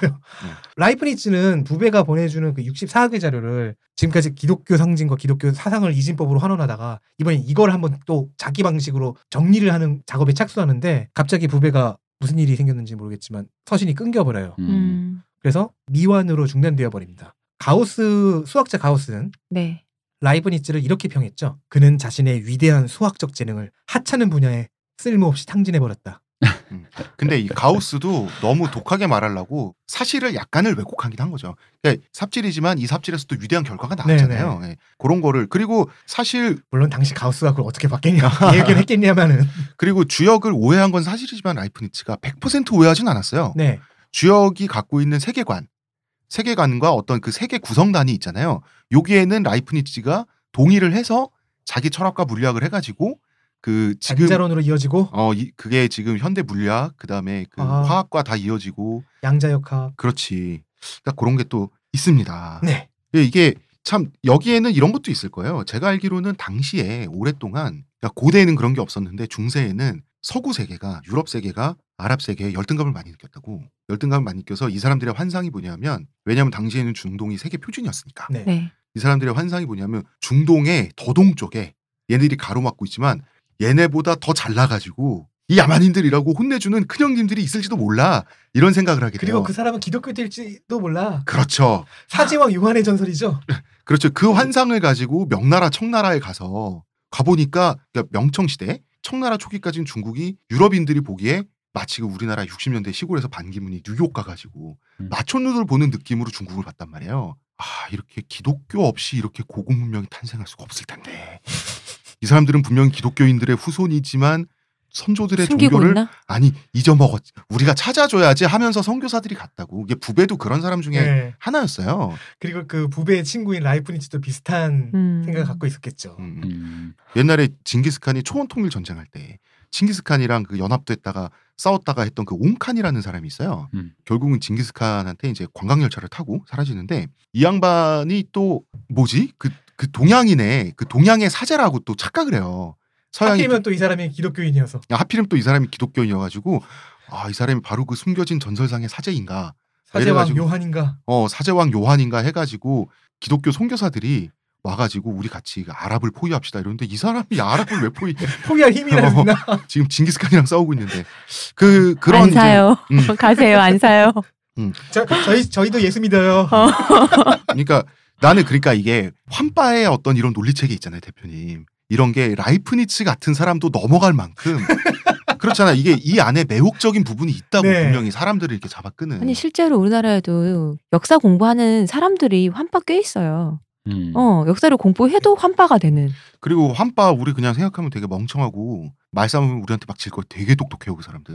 D: 라이프니츠는 부배가 보내주는 그 64학의 자료를 지금까지 기독교 상징과 기독교 사상을 이진법으로 환원하다가 이번엔 이걸 한번 또 자기 방식으로 정리를 하는 작업에 착수하는데 갑자기 부배가 무슨 일이 생겼는지 모르겠지만 서신이 끊겨버려요.
B: 음.
C: 음.
D: 그래서 미완으로 중단되어 버립니다. 가우스 수학자 가우스는
C: 네.
D: 라이브니츠를 이렇게 평했죠. 그는 자신의 위대한 수학적 재능을 하찮은 분야에 쓸모없이 탕진해버렸다.
A: 근데 이 가우스도 너무 독하게 말하려고 사실을 약간을 왜곡하긴 한 거죠. 그러니까 삽질이지만 이 삽질에서 또 위대한 결과가
D: 네,
A: 나왔잖아요. 예. 그런 거를 그리고 사실
D: 물론 당시 가우스가 그걸 어떻게 봤겠냐, 예견했겠냐마는.
A: 그리고 주역을 오해한 건 사실이지만 라이프니츠가 100% 오해하진 않았어요.
D: 네,
A: 주역이 갖고 있는 세계관, 세계관과 어떤 그 세계 구성단이 있잖아요. 여기에는 라이프니츠가 동의를 해서 자기 철학과 물리학을 해가지고 그 지금
D: 자기자론으로 이어지고
A: 어 이, 그게 지금 현대 물리학 그다음에 그
D: 아.
A: 화학과 다 이어지고
D: 양자역학.
A: 그렇지. 그러니까 그런 게 또 있습니다.
D: 네,
A: 예, 이게 참 여기에는 이런 것도 있을 거예요. 제가 알기로는 당시에 오랫동안 그러니까 고대에는 그런 게 없었는데 중세에는 서구 세계가 유럽 세계가 아랍 세계에 열등감을 많이 느꼈다고 열등감을 많이 느껴서 이 사람들의 환상이 뭐냐면 왜냐하면 당시에는 중동이 세계 표준이었으니까
D: 네.
C: 네.
A: 이 사람들의 환상이 뭐냐면 중동의 더동 쪽에 얘네들이 가로막고 있지만 얘네보다 더 잘나가지고 이 야만인들이라고 혼내주는 큰형님들이 있을지도 몰라 이런 생각을 하게 돼요.
D: 그리고 그 사람은 기독교 될지도 몰라.
A: 그렇죠.
D: 사제왕 용한의 전설이죠.
A: 그렇죠. 그 환상을 가지고 명나라 청나라에 가서 가보니까 그러니까 명청시대 청나라 초기까지는 중국이 유럽인들이 보기에 마치 그 우리나라 60년대 시골에서 반기문이 뉴욕 가가지고
B: 음.
A: 마촌눈을 보는 느낌으로 중국을 봤단 말이에요. 아 이렇게 기독교 없이 이렇게 고급 문명이 탄생할 수가 없을 텐데 이 사람들은 분명히 기독교인들의 후손이지만 선조들의
C: 숨기고
A: 종교를
C: 있나?
A: 아니 잊어먹었 우리가 찾아줘야지 하면서 선교사들이 갔다고 이게 부배도 그런 사람 중에
D: 네.
A: 하나였어요.
D: 그리고 그 부배의 친구인 라이프니츠도 비슷한
C: 음.
D: 생각을 갖고 있었겠죠.
A: 음.
B: 음.
A: 옛날에 징기스칸이 초원 통일 전쟁할 때 징기스칸이랑 그 연합됐다가 싸웠다가 했던 그 옹칸이라는 사람이 있어요.
B: 음.
A: 결국은 징기스칸한테 이제 관광 열차를 타고 사라지는데 이 양반이 또 뭐지 그 그 동양인의 그 동양의 사제라고 또 착각을 해요. 서양이
D: 하필이면 또 이 사람이 기독교인이어서
A: 또- 아, 하필이면 또 이 사람이 기독교인이어가지고 아 이 사람이 바로 그 숨겨진 전설상의 사제인가
D: 사제왕
A: 이래가지고-
D: 요한인가.
A: 어 사제왕 요한인가 해가지고 기독교 선교사들이 와가지고 우리 같이 그 아랍을 포위합시다 이러는데 이 사람이 아랍을 왜 포위
D: 포기할 힘이
A: 어.
D: 나나.
A: 지금 징기스칸이랑 싸우고 있는데 그 그런
C: 안 사요.
A: 이제, 음.
C: <laughs> 가세요. 안 사요.
D: 저, 저희 저희도 예수 믿어요.
A: 그러니까 나는 그러니까 이게 환빠의 어떤 이런 논리체계 있잖아요 대표님 이런 게 라이프니츠 같은 사람도 넘어갈 만큼 그렇잖아 이게 이 안에 매혹적인 부분이 있다고
D: 네.
A: 분명히 사람들을 이렇게 잡아끄는
C: 아니 실제로 우리나라에도 역사 공부하는 사람들이 환빠 꽤 있어요.
B: 음.
C: 어 역사를 공부해도 환빠가 되는.
A: 그리고 환빠 우리 그냥 생각하면 되게 멍청하고 말싸움 우리한테 막 질 거 되게 똑똑해요 그 사람들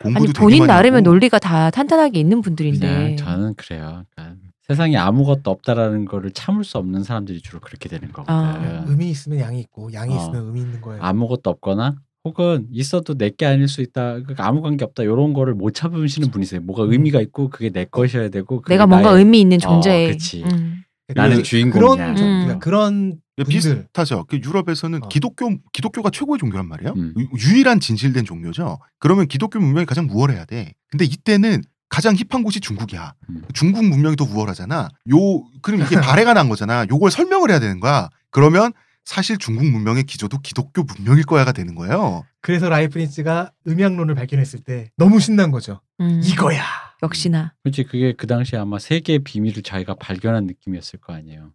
A: 공부도
C: 아니
A: 되게
C: 본인
A: 많이
C: 나름의
A: 하고.
C: 논리가 다 탄탄하게 있는 분들인데.
B: 그냥 네, 저는 그래요. 그러니까 세상에 아무것도 없다라는 거를 참을 수 없는 사람들이 주로 그렇게 되는 거거든.
C: 아.
D: 의미 있으면 양이 있고 양이
B: 예. 어.
D: 있으면 의미 있는 거예요.
B: 아무것도 없거나 혹은 있어도 내 게 아닐 수 있다. 그러니까 아무 관계 없다. 이런 거를 못
D: 그렇죠.
B: 참으시는 분이세요. 뭐가
D: 음.
B: 의미가 있고 그게 내 것이어야 되고 그게
C: 내가 뭔가
B: 나의-
C: 의미 있는
B: 어,
C: 존재에.
B: 그치.
C: 음.
B: 나는 주인공이야.
D: 그러니까 그런 종-
C: 음.
D: 그러니까 그런 분들
A: 네, 비슷하죠. 그 유럽에서는
D: 어.
A: 기독교 기독교가 최고의 종교란 말이에요.
B: 음.
A: 유- 유일한 진실된 종교죠. 그러면 기독교 문명이 가장 우월해야 돼. 근데 이때는 가장 힙한 곳이 중국이야.
B: 음.
A: 중국 문명이 더 우월하잖아. 요 그럼 이게 발해가 난 거잖아. 요걸 설명을 해야 되는 거야. 그러면 사실 중국 문명의 기조도 기독교 문명일 거야가 되는 거예요.
D: 그래서 라이프니츠가 음향론을 발견했을 때 너무 신난 거죠.
C: 음.
D: 이거야.
C: 역시나
B: 그렇지. 그게 그 당시에 아마 세계의 비밀을 자기가 발견한 느낌이었을 거 아니에요.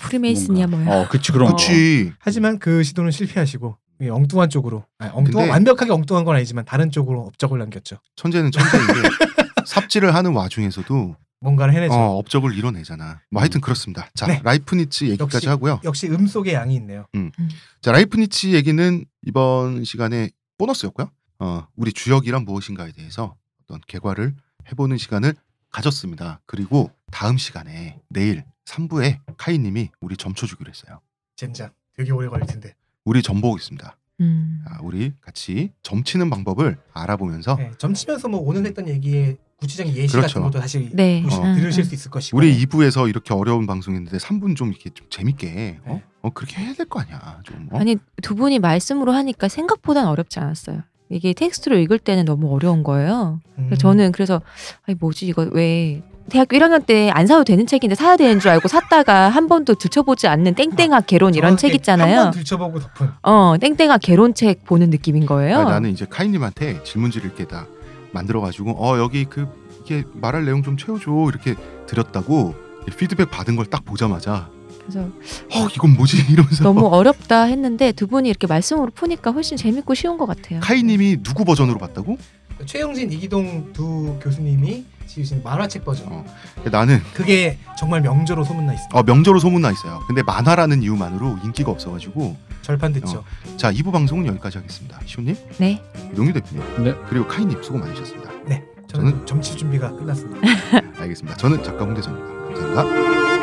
C: 프리메이슨이야
B: 뭔가.
C: 뭐야.
B: 어, 그치 그런 거.
A: 그치.
D: 하지만 그 시도는 실패하시고 이 엉뚱한 쪽으로 아니, 엉뚱한
A: 근데-
D: 완벽하게 엉뚱한 건 아니지만 다른 쪽으로 업적을 남겼죠.
A: 천재는 천재인 게 <laughs> 삽질을 하는 와중에서도
D: 뭔가를 해내죠.
A: 어, 업적을 이뤄내잖아. 뭐
B: 음.
A: 하여튼 그렇습니다. 자
D: 그렇죠. 네.
A: 라이프니츠 얘기까지
D: 역시-
A: 하고요.
D: 역시 음 속에 양이 있네요.
A: 자 라이프니치 얘기는 이번 시간에 보너스였고요. 어, 우리 주역이란 무엇인가에 대해서 어떤 개괄을 해보는 시간을 가졌습니다. 그리고 다음 시간에 내일 3부에 카이님이 우리 점쳐주기로 했어요.
D: 젠장. 되게 오래 걸릴 텐데.
A: 우리 점보고 있습니다.
C: 음.
A: 아, 우리 같이 점치는 방법을 알아보면서
D: 네, 점치면서 뭐 오늘 했던 얘기에 구체적인 예시
A: 어. 그렇죠.
D: 같은 것도 다시
C: 네.
D: 보시-
A: 어.
D: 들으실 수 있을 것이고.
A: 우리 2부에서 이렇게 어려운 방송했는데 3분 좀 이렇게 좀 재밌게 어?
D: 네.
A: 어, 그렇게 해야 될 거 아니야. 좀 어?
C: 아니 두 분이 말씀으로 하니까 생각보단 어렵지 않았어요. 이게 텍스트로 읽을 때는 너무 어려운 거예요.
A: 음.
D: 음.
C: 그래서 그러니까 저는 그래서 아니 뭐지 이거 왜 대학교 1학년 때 안 사도 되는 책인데 사야 되는 줄 알고 샀다가 한 번도 들춰보지 않는
A: 아,
C: 땡땡학 개론 이런 책 있잖아요.
D: 한번 들춰보고 덮은.
C: 어 땡땡학 개론 책 보는 느낌인 거예요.
A: 아, 나는 이제 카이님한테 질문지를 이렇게 다 만들어가지고 어 여기 그 이게 말할 내용 좀 채워줘 이렇게 드렸다고 피드백 받은 걸 딱 보자마자
C: 그래서
A: 어 이건 뭐지 <laughs> 이러면서
C: 너무 어렵다 했는데 두 분이 이렇게 말씀으로 푸니까 훨씬 재밌고 쉬운 것 같아요.
A: 카이님이 누구 버전으로 봤다고?
D: 최영진 이기동 두 교수님이 지으신 만화책 버전.
A: 어. 나는
D: 그게 정말 명저로 소문나 있습니다.
A: 어, 명저로 소문나 있어요. 근데 만화라는 이유만으로 인기가 없어가지고
D: 절판됐죠.
A: 자 2부 방송은 여기까지 하겠습니다. 시호님,
C: 네.
A: 용유 대표님,
B: 네.
A: 그리고 카이님 수고 많으셨습니다.
D: 네, 저는 점칠 준비가 끝났습니다.
A: 알겠습니다. 저는 작가 홍대선입니다. 감사합니다.